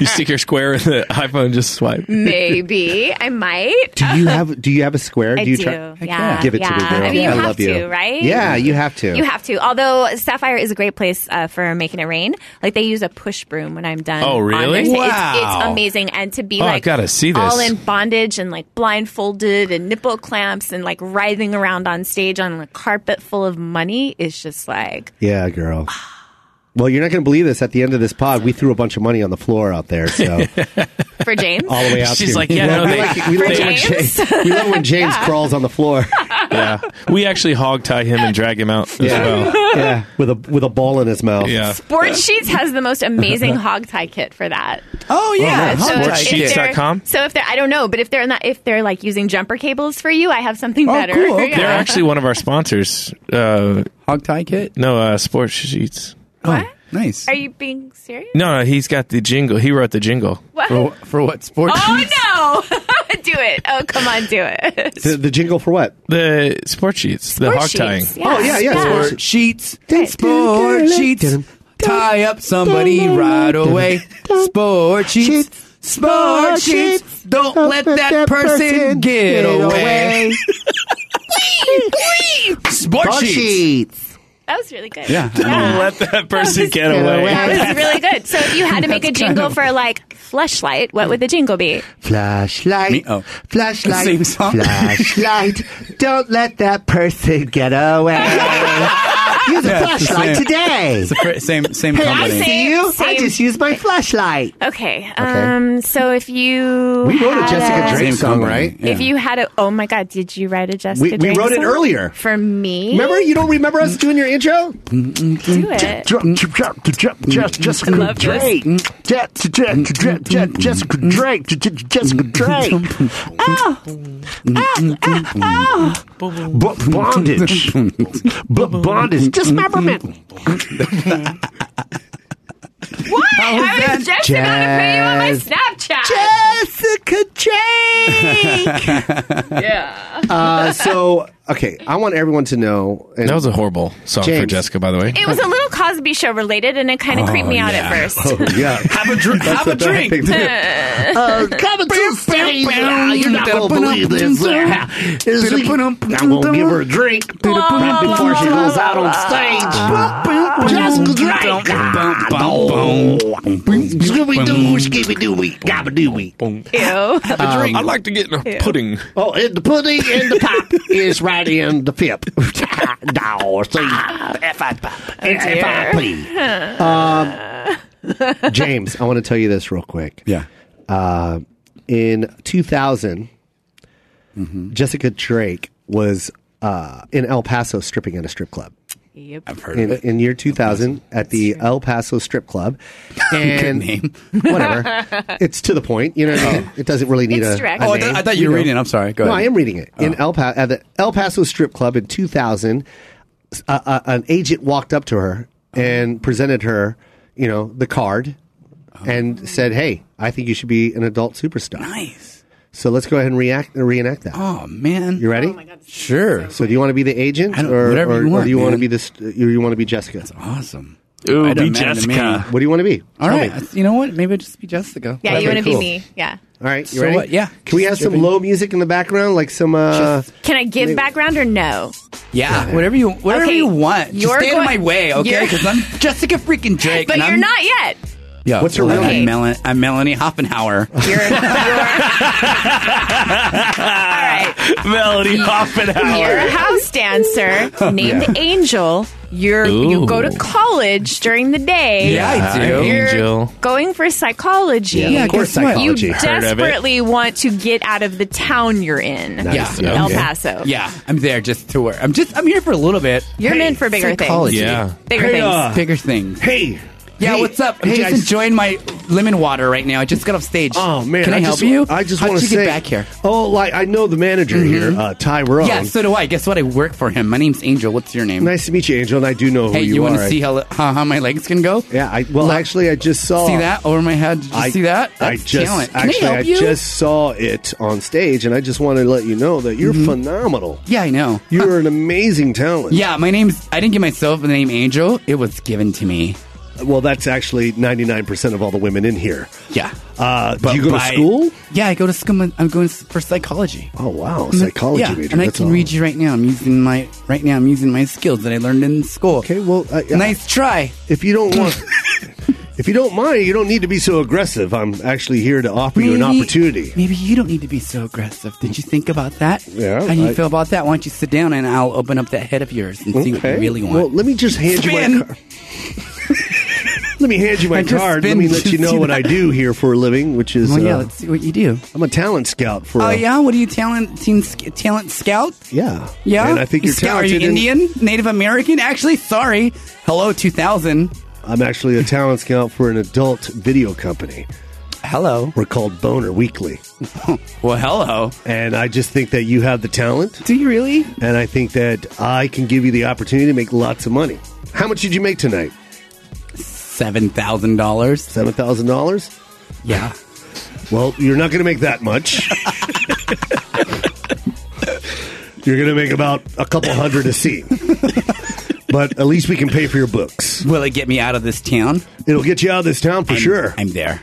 Speaker 3: You stick your square in the iPhone, just swipe.
Speaker 7: maybe I might.
Speaker 2: Do you have Do you have a square?
Speaker 7: I
Speaker 2: you
Speaker 7: do.
Speaker 2: try-
Speaker 7: Yeah,
Speaker 2: Give it to me,
Speaker 7: yeah.
Speaker 2: girl.
Speaker 7: I mean, you have
Speaker 2: love you.
Speaker 7: to, right?
Speaker 2: Yeah, you have to.
Speaker 7: You have to. Although Sapphire is a great place uh, for making it rain. Like they use a push broom when I'm done.
Speaker 3: Oh,
Speaker 7: on
Speaker 3: really?
Speaker 7: their stage. It's, it's
Speaker 3: Wow.
Speaker 7: amazing. And to be
Speaker 3: Oh, I
Speaker 7: like,
Speaker 3: gotta see this.
Speaker 7: all in bondage and like blindfolded and nipple clamps and like writhing around on stage on a carpet full of money is just like
Speaker 2: Yeah, girl. Well, you're not going to believe this. At the end of this pod, we threw a bunch of money on the floor out there. So
Speaker 7: for James.
Speaker 2: all the way out.
Speaker 3: She's
Speaker 2: here.
Speaker 3: like, yeah, no,
Speaker 2: we
Speaker 3: they-
Speaker 2: like it. we
Speaker 3: For
Speaker 2: love when
Speaker 3: James?
Speaker 2: James, we love when James crawls on the floor.
Speaker 3: yeah, we actually hog tie him and drag him out as well.
Speaker 2: yeah, with a with a ball in his mouth.
Speaker 3: Yeah.
Speaker 7: Board Sheets has the most amazing hog tie kit for that.
Speaker 8: Oh
Speaker 2: yeah. Oh,
Speaker 7: if-
Speaker 2: nice.
Speaker 7: if they're-
Speaker 3: Sportsheets.com?
Speaker 7: So if they're, I don't know, but if they're not, if they're like using jumper cables for you, I have something
Speaker 2: Oh,
Speaker 7: better. Yeah.
Speaker 3: They're actually one of our sponsors. Uh,
Speaker 8: hog tie kit?
Speaker 3: No, uh, sports sheets.
Speaker 8: What? nice.
Speaker 7: Are you being serious?
Speaker 3: No, no, he's got the jingle. He wrote the jingle.
Speaker 7: What?
Speaker 8: For, what sports?
Speaker 7: Oh no! do it! Oh come on, do it!
Speaker 2: The, the jingle for what?
Speaker 3: The sports sheets. The
Speaker 7: Sports
Speaker 3: hog tying.
Speaker 7: sheets, yeah.
Speaker 2: Oh, yeah, yeah.
Speaker 8: Sport sheets, sport sheets, tie up somebody right away. Sport sheets, sport sheets, don't let that person get away. Sport
Speaker 2: sheets.
Speaker 7: That was really good.
Speaker 3: Yeah. Don't let that person get away.
Speaker 7: That was really good. So if you had to make a jingle for like flashlight, what would the jingle be?
Speaker 2: Flashlight. Flashlight.
Speaker 8: oh. Same song.
Speaker 2: Flashlight. Don't let that person get away. Use a
Speaker 8: Yeah, it's the
Speaker 2: flashlight
Speaker 8: same-
Speaker 2: today.
Speaker 8: It's the fr- same same
Speaker 2: Hey, I
Speaker 8: company.
Speaker 2: see you. I just used my flashlight.
Speaker 7: Okay. Um. So if you
Speaker 2: We wrote a
Speaker 7: had
Speaker 2: Jessica Drake song, right?
Speaker 7: If you had a, oh my God, did you write a Jessica?
Speaker 2: We- we
Speaker 7: Drake
Speaker 2: wrote it
Speaker 7: song?
Speaker 2: earlier.
Speaker 7: for me.
Speaker 2: Remember? You don't remember us doing your intro?
Speaker 7: do it.
Speaker 9: Jessica
Speaker 7: I love this.
Speaker 9: Drake. Jet- jet- jet- jet- Jessica Drake. J- j- Jessica Drake. Ah, ah, ah,
Speaker 7: Oh,
Speaker 9: ah. B- Bondage. B- Bondage. Dismemberment.
Speaker 7: What?
Speaker 9: How was
Speaker 7: I was
Speaker 9: that?
Speaker 7: just about to put you on my
Speaker 9: Jazz. mm.
Speaker 7: Snapchat. Jessica Drake. yeah.
Speaker 2: Uh, so, okay, I want everyone to know. that was
Speaker 3: a horrible song for Jessica, by the way.
Speaker 7: It was a little Cosby Show related, and it
Speaker 9: Oh,
Speaker 7: kind of creeped me out at first.
Speaker 2: yeah.
Speaker 9: Have a drink.
Speaker 2: That's
Speaker 9: Have a
Speaker 2: a bad
Speaker 9: drink.
Speaker 2: thing to do.
Speaker 9: Uh, come and taste it. Yeah, You're not gonna believe this. It's like- I'm gonna give her a drink right before she goes out on stage. Jessica Drake. Ah, no. Scooby Doo, Scooby Dooby, Gabba Dooby.
Speaker 7: Ew.
Speaker 3: Have a drink. I'd like to get in a pudding.
Speaker 9: Oh, and the pudding and the pop is right in the pip. no, see,
Speaker 2: Ah,
Speaker 9: F I pop. It's F I P.
Speaker 2: Um, James, I want to tell you this real quick.
Speaker 8: Yeah.
Speaker 2: Uh, in 2000, Jessica Drake was uh, in El Paso stripping at a strip club.
Speaker 7: Yep.
Speaker 9: Uh,
Speaker 8: I've
Speaker 2: In, in year 2000, at the uh, El Paso strip club, and
Speaker 8: name.
Speaker 2: whatever, it's to the point. You know, what I mean? it doesn't really need
Speaker 8: It's
Speaker 2: a.
Speaker 8: direct.
Speaker 2: a
Speaker 8: Oh, I thought-
Speaker 2: name,
Speaker 8: I thought you were reading it. I'm sorry. Go
Speaker 2: no,
Speaker 8: ahead.
Speaker 2: I am reading it. In
Speaker 9: Oh.
Speaker 2: El pa- at the El Paso strip club in 2000, uh, uh, an agent walked up to her and presented her, you know, the card, and said, "Hey, I think you should be an adult superstar."
Speaker 8: Nice.
Speaker 2: So let's go ahead and react, reenact that.
Speaker 8: Oh man,
Speaker 2: you ready?
Speaker 8: sure.
Speaker 2: So do you want to be the agent,
Speaker 8: I don't-
Speaker 2: or,
Speaker 8: whatever
Speaker 2: or,
Speaker 8: you
Speaker 2: or
Speaker 8: want,
Speaker 2: do you want to
Speaker 8: man.
Speaker 2: be this? You, you want to be Jessica? That's
Speaker 8: awesome.
Speaker 3: Ooh,
Speaker 8: I'd
Speaker 3: be
Speaker 8: imagine
Speaker 3: Jessica.
Speaker 8: me.
Speaker 2: What do you want to be?
Speaker 8: All
Speaker 2: Tell
Speaker 8: right.
Speaker 2: me.
Speaker 8: You know what? Maybe I'll just be Jessica.
Speaker 7: Yeah, you
Speaker 2: Okay,
Speaker 7: want to be
Speaker 2: cool.
Speaker 7: me. Yeah.
Speaker 2: All right, you
Speaker 8: So
Speaker 2: ready?
Speaker 8: what? Yeah.
Speaker 2: Can we have some low music in the background, like some? uh
Speaker 7: Can I give background or no?
Speaker 8: Yeah, whatever you whatever
Speaker 7: Okay,
Speaker 8: you want. Just
Speaker 7: you're
Speaker 8: stay out of
Speaker 7: going-
Speaker 8: my way, okay?
Speaker 7: you're-
Speaker 8: Because I'm Jessica freaking Drake.
Speaker 7: But
Speaker 8: and
Speaker 7: you're
Speaker 8: I'm,
Speaker 7: not yet.
Speaker 8: Yeah,
Speaker 2: What's her
Speaker 8: well,
Speaker 2: real
Speaker 8: I'm
Speaker 2: name?
Speaker 8: Melan- I'm Melanie Hoffenhauer.
Speaker 3: Melody
Speaker 7: You're a
Speaker 3: Hoffenhauer.
Speaker 7: house dancer named
Speaker 3: Yeah.
Speaker 7: Angel. You're you
Speaker 3: Ooh.
Speaker 7: go to college during the day.
Speaker 3: Yeah, I do. Angel.
Speaker 7: Going for psychology.
Speaker 3: Yeah, of Yeah, course guess what? psychology.
Speaker 7: You
Speaker 3: Heard of it.
Speaker 7: desperately want to get out of the town you're in.
Speaker 8: Yeah,
Speaker 7: El
Speaker 8: okay.
Speaker 7: Paso.
Speaker 8: Yeah, I'm there just to work. I'm just I'm here for a little bit.
Speaker 7: You're meant for bigger things.
Speaker 8: psychology. uh,
Speaker 7: Yeah. Bigger things.
Speaker 8: bigger things.
Speaker 2: Uh. Hey.
Speaker 8: Yeah,
Speaker 7: Hey.
Speaker 8: what's up? I'm
Speaker 7: Hey,
Speaker 8: just
Speaker 7: I just-
Speaker 8: enjoying my lemon water right now. I just got off stage.
Speaker 2: Oh man,
Speaker 8: can I, help
Speaker 2: just,
Speaker 8: you?
Speaker 2: I just
Speaker 8: How
Speaker 2: want to
Speaker 8: did you
Speaker 2: say,
Speaker 8: get back here? Mm-hmm.
Speaker 2: Oh, like I know the manager here, uh, Tyrone.
Speaker 8: Yeah, so do I. Guess what? I work for him. My name's Angel. What's your name?
Speaker 2: nice to meet you, Angel. And I do know who
Speaker 8: hey,
Speaker 2: you,
Speaker 8: you,
Speaker 2: are.
Speaker 8: want to see how, how how my legs can go?
Speaker 2: Yeah, I well actually I just saw
Speaker 8: See that over my head? Did you
Speaker 2: I
Speaker 8: see that?
Speaker 2: I
Speaker 8: That's
Speaker 2: just
Speaker 8: talent. Can I
Speaker 2: actually
Speaker 8: help
Speaker 2: I
Speaker 8: you?
Speaker 2: just saw it on stage, and I just want to let you know that
Speaker 8: Mm-hmm.
Speaker 2: you're phenomenal.
Speaker 8: Yeah, I know.
Speaker 2: You're an amazing talent.
Speaker 8: Yeah, my name's. I didn't give myself the name Angel. It was given to me.
Speaker 2: Well, that's actually 99 percent of all the women in here.
Speaker 8: Yeah.
Speaker 2: Uh, do
Speaker 8: But
Speaker 2: you go to
Speaker 8: by-
Speaker 2: school?
Speaker 8: Yeah, I go to school. I'm- I'm going for psychology. Mm-hmm.
Speaker 2: Oh wow, psychology
Speaker 8: yeah,
Speaker 2: major.
Speaker 8: and I
Speaker 2: that's
Speaker 8: can
Speaker 2: all.
Speaker 8: read you right now. I'm using my right now. I'm using my skills that I learned in school. Okay,
Speaker 2: well,
Speaker 8: nice try.
Speaker 2: If you don't want. If you don't mind, you don't need to be so aggressive. I'm actually here to offer you an opportunity.
Speaker 8: Maybe you don't need to be so aggressive. Did you think about that?
Speaker 2: Yeah,
Speaker 8: How do you
Speaker 2: I-
Speaker 8: feel about that? Why don't you sit down and I'll open up that head of yours and see what you really want.
Speaker 2: Well, let me just hand you my card. let me hand you my
Speaker 8: I just
Speaker 2: card.
Speaker 8: spin-
Speaker 2: let me let you know
Speaker 8: see
Speaker 2: what
Speaker 8: that.
Speaker 2: I do here for a living, which is
Speaker 8: Well, yeah,
Speaker 2: uh,
Speaker 8: let's see what you do.
Speaker 2: I'm a talent scout for.
Speaker 8: Oh
Speaker 2: uh,
Speaker 8: yeah, what are you talent team sc- talent scout?
Speaker 2: yeah,
Speaker 8: Yeah,
Speaker 2: And I think you're
Speaker 8: Scout-
Speaker 2: talented.
Speaker 8: Are you
Speaker 2: in-
Speaker 8: Indian, Native American? Actually, sorry. Hello, two thousand.
Speaker 2: I'm actually a talent scout for an adult video company.
Speaker 8: Hello.
Speaker 2: We're called Boner Weekly.
Speaker 8: well, hello.
Speaker 2: And I just think that you have the talent.
Speaker 8: Do you really?
Speaker 2: And I think that I can give you the opportunity to make lots of money. How much did you make tonight?
Speaker 8: Seven thousand dollars.
Speaker 2: Seven thousand dollars.
Speaker 8: Yeah.
Speaker 2: Well, you're not going to make that much. you're going to make about a couple hundred a seat. but at least we can pay for your books.
Speaker 8: Will it get me out of this town?
Speaker 2: It'll get you out of this town for
Speaker 8: I'm-
Speaker 2: sure.
Speaker 8: I'm there.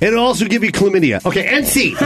Speaker 2: It'll also give you chlamydia. Okay, NC.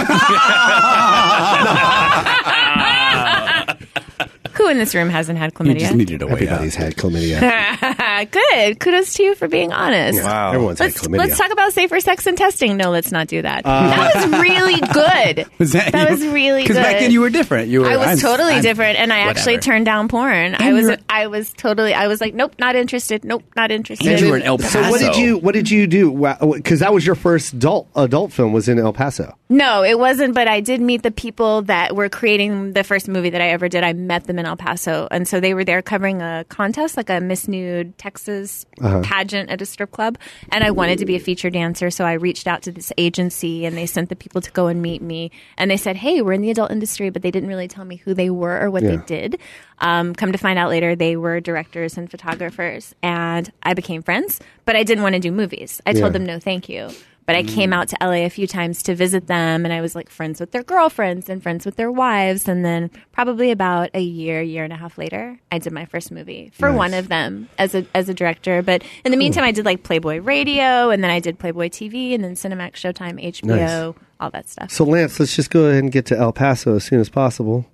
Speaker 7: Who in this room hasn't had
Speaker 8: You just
Speaker 7: chlamydia?
Speaker 8: needed a way out.
Speaker 2: Everybody's had chlamydia.
Speaker 7: Yeah, good. Kudos to you for being honest.
Speaker 20: Yeah, Wow. everyone's had
Speaker 7: let's,
Speaker 20: chlamydia.
Speaker 7: let's talk about safer sex and testing. No, let's not do that.
Speaker 8: Uh,
Speaker 7: that was really good.
Speaker 8: Was that you?
Speaker 7: was really good.
Speaker 8: Because back then you were different. You were.
Speaker 7: I was
Speaker 8: I'm-
Speaker 7: totally
Speaker 8: I'm-
Speaker 7: different, and I actually
Speaker 8: whatever.
Speaker 7: turned down porn. I was, I was totally, I was like, nope, not interested. Nope, not interested.
Speaker 2: So what did you what did you do? Because that was your first adult adult film was in El Paso.
Speaker 7: No, it wasn't. But I did meet the people that were creating the first movie that I ever did. I met them in El Paso, and so they were there covering a contest, like a Miss Nude Texas
Speaker 21: Uh-huh.
Speaker 7: pageant at a strip club. And I wanted to be a feature dancer, so I reached out to this agency, and they sent the people to go and meet me. And they said, "Hey, we're in the adult industry," but they didn't really tell me who they were or what
Speaker 21: Yeah.
Speaker 7: they did. Um, come to find out later, they were directors and photographers, and I became friends. But I didn't want to do movies. I
Speaker 21: Yeah.
Speaker 7: told them no, thank you. But I came
Speaker 21: Mm.
Speaker 7: out to LA a few times to visit them, and I was like friends with their girlfriends and friends with their wives. And then, probably about a year, year and a half later, I did my first movie for
Speaker 21: Nice.
Speaker 7: one of them as a as a director. But in the meantime, I did like Playboy Radio, and then I did Playboy TV, and then Cinemax, Showtime, HBO, all that stuff.
Speaker 2: So Lance, let's just go ahead and get to El Paso as soon as possible.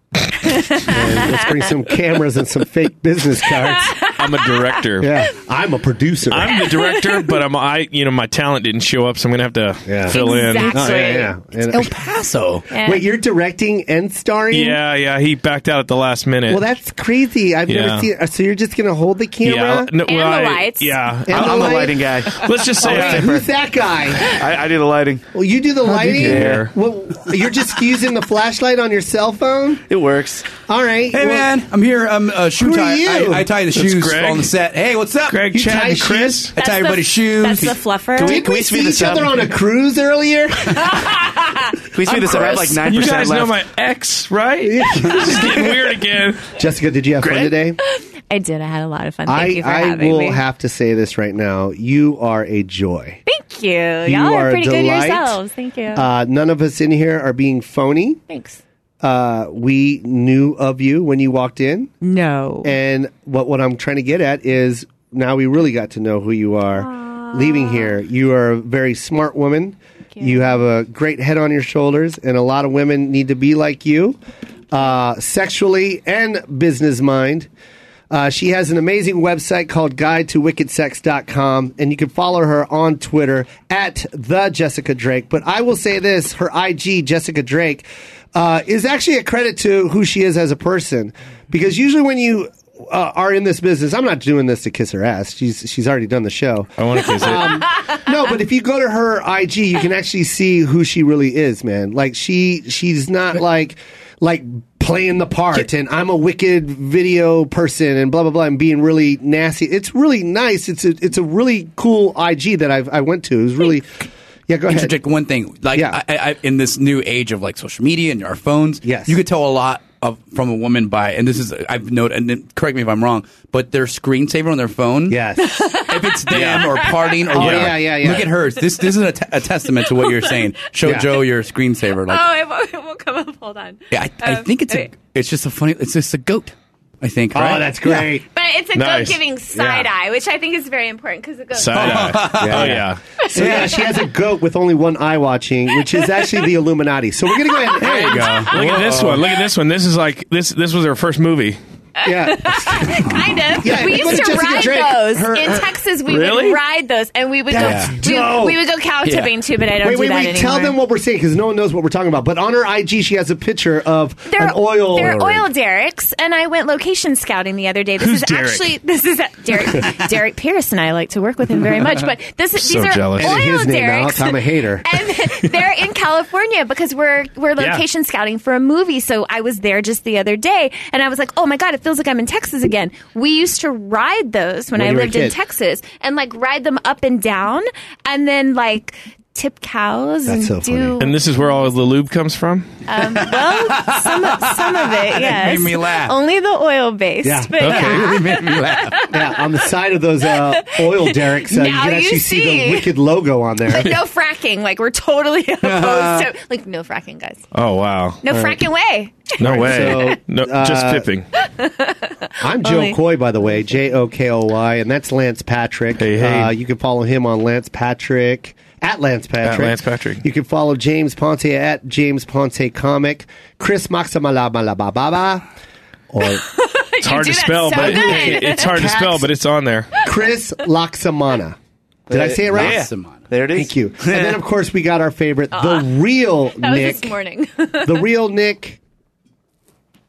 Speaker 2: And let's bring some cameras and some fake business cards.
Speaker 3: I'm a director.
Speaker 2: Yeah, I'm a producer.
Speaker 3: I'm the director, but I'm I you know my talent didn't show up, so I'm gonna have to fill
Speaker 2: Exactly.
Speaker 3: in.
Speaker 2: Oh, yeah, yeah. And-
Speaker 3: El
Speaker 2: Paso.
Speaker 3: Yeah.
Speaker 2: Wait, you're directing and starring?
Speaker 3: Yeah, yeah. He backed out at the last minute.
Speaker 2: Well, that's crazy. I've
Speaker 3: Yeah.
Speaker 2: never seen. uh, So you're just gonna hold the camera
Speaker 3: Yeah, no, well, I- Yeah,
Speaker 2: And the lights?
Speaker 3: Let's just say uh,
Speaker 2: Oh,
Speaker 3: I-
Speaker 2: wait, who's that guy?
Speaker 5: I, I do the lighting.
Speaker 2: Well, you do the
Speaker 5: How did
Speaker 2: lighting.
Speaker 5: you care?
Speaker 2: Well, you're just using the flashlight on your cell phone.
Speaker 5: It works.
Speaker 2: All right.
Speaker 8: Hey
Speaker 2: well-
Speaker 8: man, I'm here. I'm uh, shoe
Speaker 2: Who are
Speaker 8: tie.
Speaker 2: you?
Speaker 8: I, I tie the
Speaker 2: That's
Speaker 8: shoes
Speaker 2: Greg.
Speaker 8: on the set. Hey, what's up?
Speaker 3: Greg,
Speaker 8: you
Speaker 3: Chad,
Speaker 8: tie
Speaker 3: and
Speaker 8: shoes?
Speaker 3: Chris?
Speaker 8: I
Speaker 3: That's
Speaker 8: tie
Speaker 3: the-
Speaker 8: everybody's shoes.
Speaker 7: that's the fluffer.
Speaker 8: Can
Speaker 2: Did we see each other on a cruise earlier?
Speaker 5: we speed this up? I have like nine
Speaker 3: You
Speaker 5: percent
Speaker 3: guys
Speaker 5: left.
Speaker 3: know my ex, right? this is getting weird again.
Speaker 2: Jessica, did you have fun today?
Speaker 7: I did. I had a lot of fun. Thank
Speaker 2: I,
Speaker 7: you for
Speaker 2: I
Speaker 7: having
Speaker 2: will
Speaker 7: me.
Speaker 2: have to say this right now. You are a joy.
Speaker 7: Thank you.
Speaker 2: You
Speaker 7: all
Speaker 2: are
Speaker 7: are
Speaker 2: a
Speaker 7: pretty good
Speaker 2: delight.
Speaker 7: yourselves. Thank you.
Speaker 2: Uh, none of us in here are being phony.
Speaker 7: Thanks.
Speaker 2: Uh, we knew of you when you walked in.
Speaker 7: No.
Speaker 2: And what what I'm trying to get at is now we really got to know who you are. Leaving here, you are a very smart woman. You. have a great head on your shoulders, and a lot of women need to be like you, uh, sexually and business mind. Uh, she has an amazing website called guide to wickedsex.com, and you can follow her on Twitter at the Jessica Drake. But I will say this her IG, Jessica Drake, uh, is actually a credit to who she is as a person. Because usually when you uh, are in this business, I'm not doing this to kiss her ass. She's, she's already done the show. I
Speaker 3: want to kiss it.
Speaker 2: Um, no, but if you go to her IG, you can actually see who she really is, man. Like she she's not like like playing the part and I'm a wicked video person and blah blah blah and being really nasty. It's really nice. It's a it's a really cool IG that I've I went to. It was really yeah. Go ahead.
Speaker 8: Interject one thing. Like I, I, in this new age of like social media and our phones, yes. you could tell a lot of from a woman by, and this is I've noted. And then, correct me if I'm wrong, but their screensaver on their phone,
Speaker 2: yes,
Speaker 8: if it's them or partying or
Speaker 2: Oh,
Speaker 8: whatever.
Speaker 2: yeah, yeah, yeah.
Speaker 8: Look at hers. This this is a, te- a testament to what you're saying. Show
Speaker 2: Yeah.
Speaker 8: Joe your screensaver. Like,
Speaker 7: oh, it won't, it won't come up. Hold on.
Speaker 8: yeah, I, I
Speaker 7: Um,
Speaker 8: think it's a,
Speaker 7: okay.
Speaker 8: it's just a funny. It's just a goat. I think.
Speaker 2: Oh,
Speaker 8: right?
Speaker 2: that's great.
Speaker 7: But it's a
Speaker 8: Nice.
Speaker 7: goat giving side
Speaker 8: Yeah.
Speaker 7: eye, which I think is very important because it goes
Speaker 3: Oh, yeah.
Speaker 2: So yeah, she has a goat with only one eye watching, which is actually the Illuminati. So we're gonna go ahead.
Speaker 3: There you go. Look at this one. Look at this one. This is like this. This was her first movie.
Speaker 2: Yeah.
Speaker 7: kind of.
Speaker 21: Yeah,
Speaker 7: we
Speaker 21: go
Speaker 7: used
Speaker 21: to
Speaker 7: to
Speaker 21: Jessica
Speaker 7: ride
Speaker 21: Drake.
Speaker 7: those
Speaker 21: Her-
Speaker 7: in
Speaker 21: her-
Speaker 7: Texas. We
Speaker 2: Really?
Speaker 7: would ride those, and we would
Speaker 2: That's
Speaker 7: go.
Speaker 2: dope.
Speaker 7: We, we would go cow
Speaker 2: Yeah.
Speaker 7: tipping too, but I don't
Speaker 2: wait,
Speaker 7: do
Speaker 2: wait,
Speaker 7: that
Speaker 2: wait.
Speaker 7: anymore.
Speaker 2: Tell them what we're saying because no one knows what we're talking about. But on her IG, she has a picture of
Speaker 7: They're,
Speaker 2: an oil.
Speaker 7: they're oil derricks, and I went location scouting the other day. This
Speaker 2: Who's
Speaker 7: is
Speaker 2: Derek?
Speaker 7: actually this is a, Derek Derek Pierce, and I like to work with him very much. But this is these are oil
Speaker 2: And in his name now,
Speaker 7: derricks.
Speaker 2: I'm a hater.
Speaker 7: they're in California because we're we're
Speaker 2: Yeah.
Speaker 7: location scouting for a movie. So I was there just the other day, and I was like, "Oh my god, it feels like I'm in Texas again." We used to ride those when,
Speaker 21: When
Speaker 7: I
Speaker 21: you were a
Speaker 7: lived in
Speaker 21: kid.
Speaker 7: Texas, and like ride them up and down, and then like tip cows and do.
Speaker 3: And this is where all the lube comes from.
Speaker 7: Um, well, some of, some of
Speaker 3: That
Speaker 7: it, yes.
Speaker 3: made me laugh.
Speaker 7: Only the oil based, but yeah.
Speaker 3: made me laugh.
Speaker 2: yeah, on the side of those uh, oil derricks, uh, you
Speaker 7: Now
Speaker 2: can
Speaker 7: you
Speaker 2: actually see.
Speaker 7: see.
Speaker 2: the wicked logo on there.
Speaker 7: But no fracking. Like we're totally opposed
Speaker 2: Uh,
Speaker 7: to like no fracking, guys.
Speaker 3: Oh wow.
Speaker 7: No
Speaker 2: all right.
Speaker 7: fracking way.
Speaker 3: No
Speaker 2: All right,
Speaker 3: way.
Speaker 2: so,
Speaker 3: no, just
Speaker 2: uh,
Speaker 3: pipping.
Speaker 2: I'm Joe
Speaker 3: Only-
Speaker 2: Coy, by the way, J O K O Y, and that's Lance Patrick.
Speaker 3: hey.
Speaker 2: Uh, you can follow him on Lance Patrick at Lance Patrick.
Speaker 3: At Lance Patrick.
Speaker 2: You can follow James Ponte at James Ponte Comic, Chris Maximalabalababa, or
Speaker 3: It's hard to spell, but it- it's hard to spell, but it's on there.
Speaker 2: Chris Loxamana. Did I say it right?
Speaker 3: Yeah.
Speaker 2: There it is. Thank you. And then, of course, we got our favorite, the real
Speaker 7: Uh-uh. That was
Speaker 2: Nick.
Speaker 7: this morning.
Speaker 2: the real Nick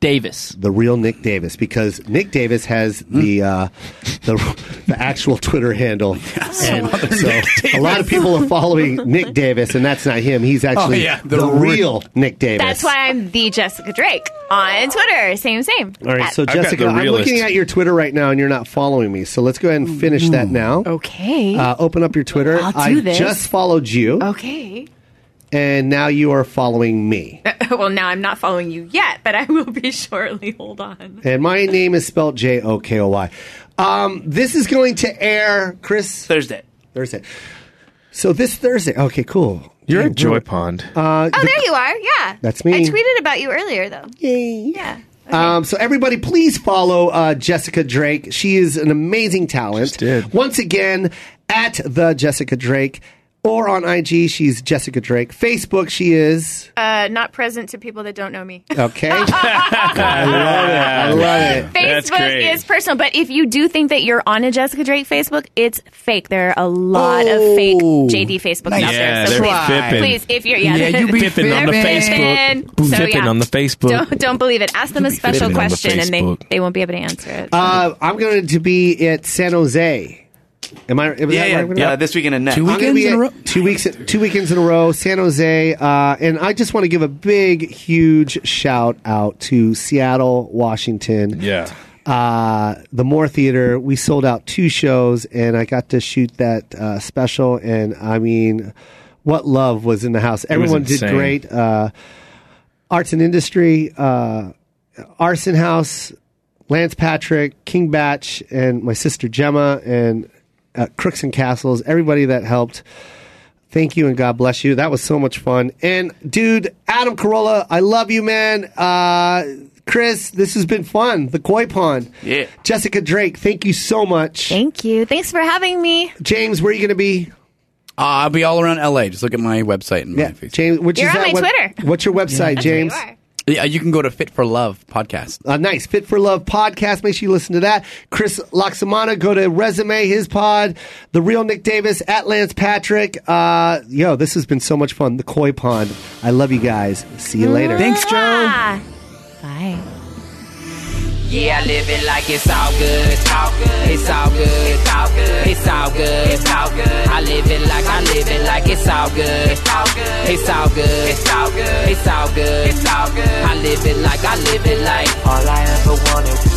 Speaker 6: Davis.
Speaker 2: The real Nick Davis, because Nick Davis has the uh, the, the actual Twitter handle, and so a lot of people are following Nick Davis, and that's not him. He's actually
Speaker 7: Oh, yeah,
Speaker 2: the,
Speaker 7: the
Speaker 2: real Nick Davis.
Speaker 7: That's why I'm the Jessica Drake on Twitter. Same, same.
Speaker 2: All right,
Speaker 7: At-
Speaker 2: so Jessica, I'm looking at your Twitter right now, and you're not following me. So let's go ahead and finish that now.
Speaker 7: Okay.
Speaker 2: Uh, open up your Twitter.
Speaker 7: I'll do
Speaker 2: I
Speaker 7: this. Oh.
Speaker 2: just followed you,
Speaker 7: okay.
Speaker 2: and now you are following me.
Speaker 7: well, now I'm not following you yet, but I will be shortly. Hold on.
Speaker 2: And my name is spelled J O K O Y. Um, this is going to air, Chris.
Speaker 5: Thursday.
Speaker 2: Thursday. So this Thursday. Okay, cool. You're
Speaker 3: a joy pond.
Speaker 2: Uh,
Speaker 7: Oh,
Speaker 2: the-
Speaker 7: there you are. Yeah.
Speaker 2: That's me.
Speaker 7: I tweeted about you earlier, though.
Speaker 2: Yay.
Speaker 7: Yeah.
Speaker 2: Um, so everybody, please follow uh, Jessica Drake. She is an amazing talent. Once again, at the Jessica Drake or on IG, she's Jessica Drake. Facebook, she is
Speaker 7: Uh, not present to people that don't know me.
Speaker 2: okay. I love it. I love it.
Speaker 7: Facebook is personal, but if you do think that you're on a Jessica Drake Facebook, it's fake. There are a lot of fake JD Facebooks
Speaker 3: nice.
Speaker 7: out
Speaker 3: Yeah,
Speaker 7: there. So
Speaker 3: they're
Speaker 7: please,
Speaker 3: fibbing.
Speaker 7: please, if you're yeah,
Speaker 3: Yeah, you be Fibbing on the
Speaker 7: fibbing.
Speaker 3: Facebook.
Speaker 7: So,
Speaker 3: Fibbing
Speaker 7: yeah.
Speaker 3: on the Facebook.
Speaker 7: Don't, don't believe it. Ask them a
Speaker 2: fibbing
Speaker 7: special
Speaker 2: on the
Speaker 7: question, and they
Speaker 2: Facebook.
Speaker 7: they won't be able to answer it.
Speaker 2: Uh, I'm going to be at San Jose. Am I? Am
Speaker 5: Yeah,
Speaker 2: that
Speaker 5: yeah,
Speaker 2: right?
Speaker 5: yeah, this weekend and next.
Speaker 2: I'm gonna be at Two weeks, two weekends in a row, San Jose, uh, and I just want to give a big, huge shout out to Seattle, Washington.
Speaker 3: Yeah.
Speaker 2: Uh, the Moore Theater. We sold out two shows, and I got to shoot that uh, special. And I mean, what love was in the house.
Speaker 3: was
Speaker 2: Everyone did
Speaker 3: insane.
Speaker 2: great. Uh, arts and industry, uh, Arson House, Lance Patrick, King Batch, and my sister Gemma, and uh, Crooks and Castles, everybody that helped. Thank you and God bless you. That was so much fun. And dude, Adam Carolla, I love you, man. Uh, Chris, this has been fun. The Koi Pond.
Speaker 5: Yeah.
Speaker 2: Jessica Drake, thank you so much.
Speaker 7: Thank you. Thanks for having me.
Speaker 2: James, where are you going to be?
Speaker 8: Uh, I'll be all around LA. Just look at my website and my Facebook.
Speaker 2: James, which
Speaker 7: You're
Speaker 2: is
Speaker 7: on
Speaker 2: that
Speaker 7: my
Speaker 2: web-
Speaker 7: Twitter.
Speaker 2: What's your website,
Speaker 8: Yeah.
Speaker 2: James?
Speaker 8: Yeah, you can go to Fit for Love podcast.
Speaker 2: Uh, nice. Fit for Love podcast. Make sure you listen to that. Chris Loxamana, go to resume, his pod. The real Nick Davis at Lance Patrick. Uh, yo, this has been so much fun. The Koi Pond. I love you guys. See you later.
Speaker 10: Thanks,
Speaker 2: Joe.
Speaker 7: Bye.
Speaker 10: Yeah, I live it like it's all good. It's all good. It's all good. It's all good. It's all good. It's all good. I live it like I live it like it's all good. It's all good. It's all good. It's all good. It's all good. It's all good. I live it like I live it like all I ever wanted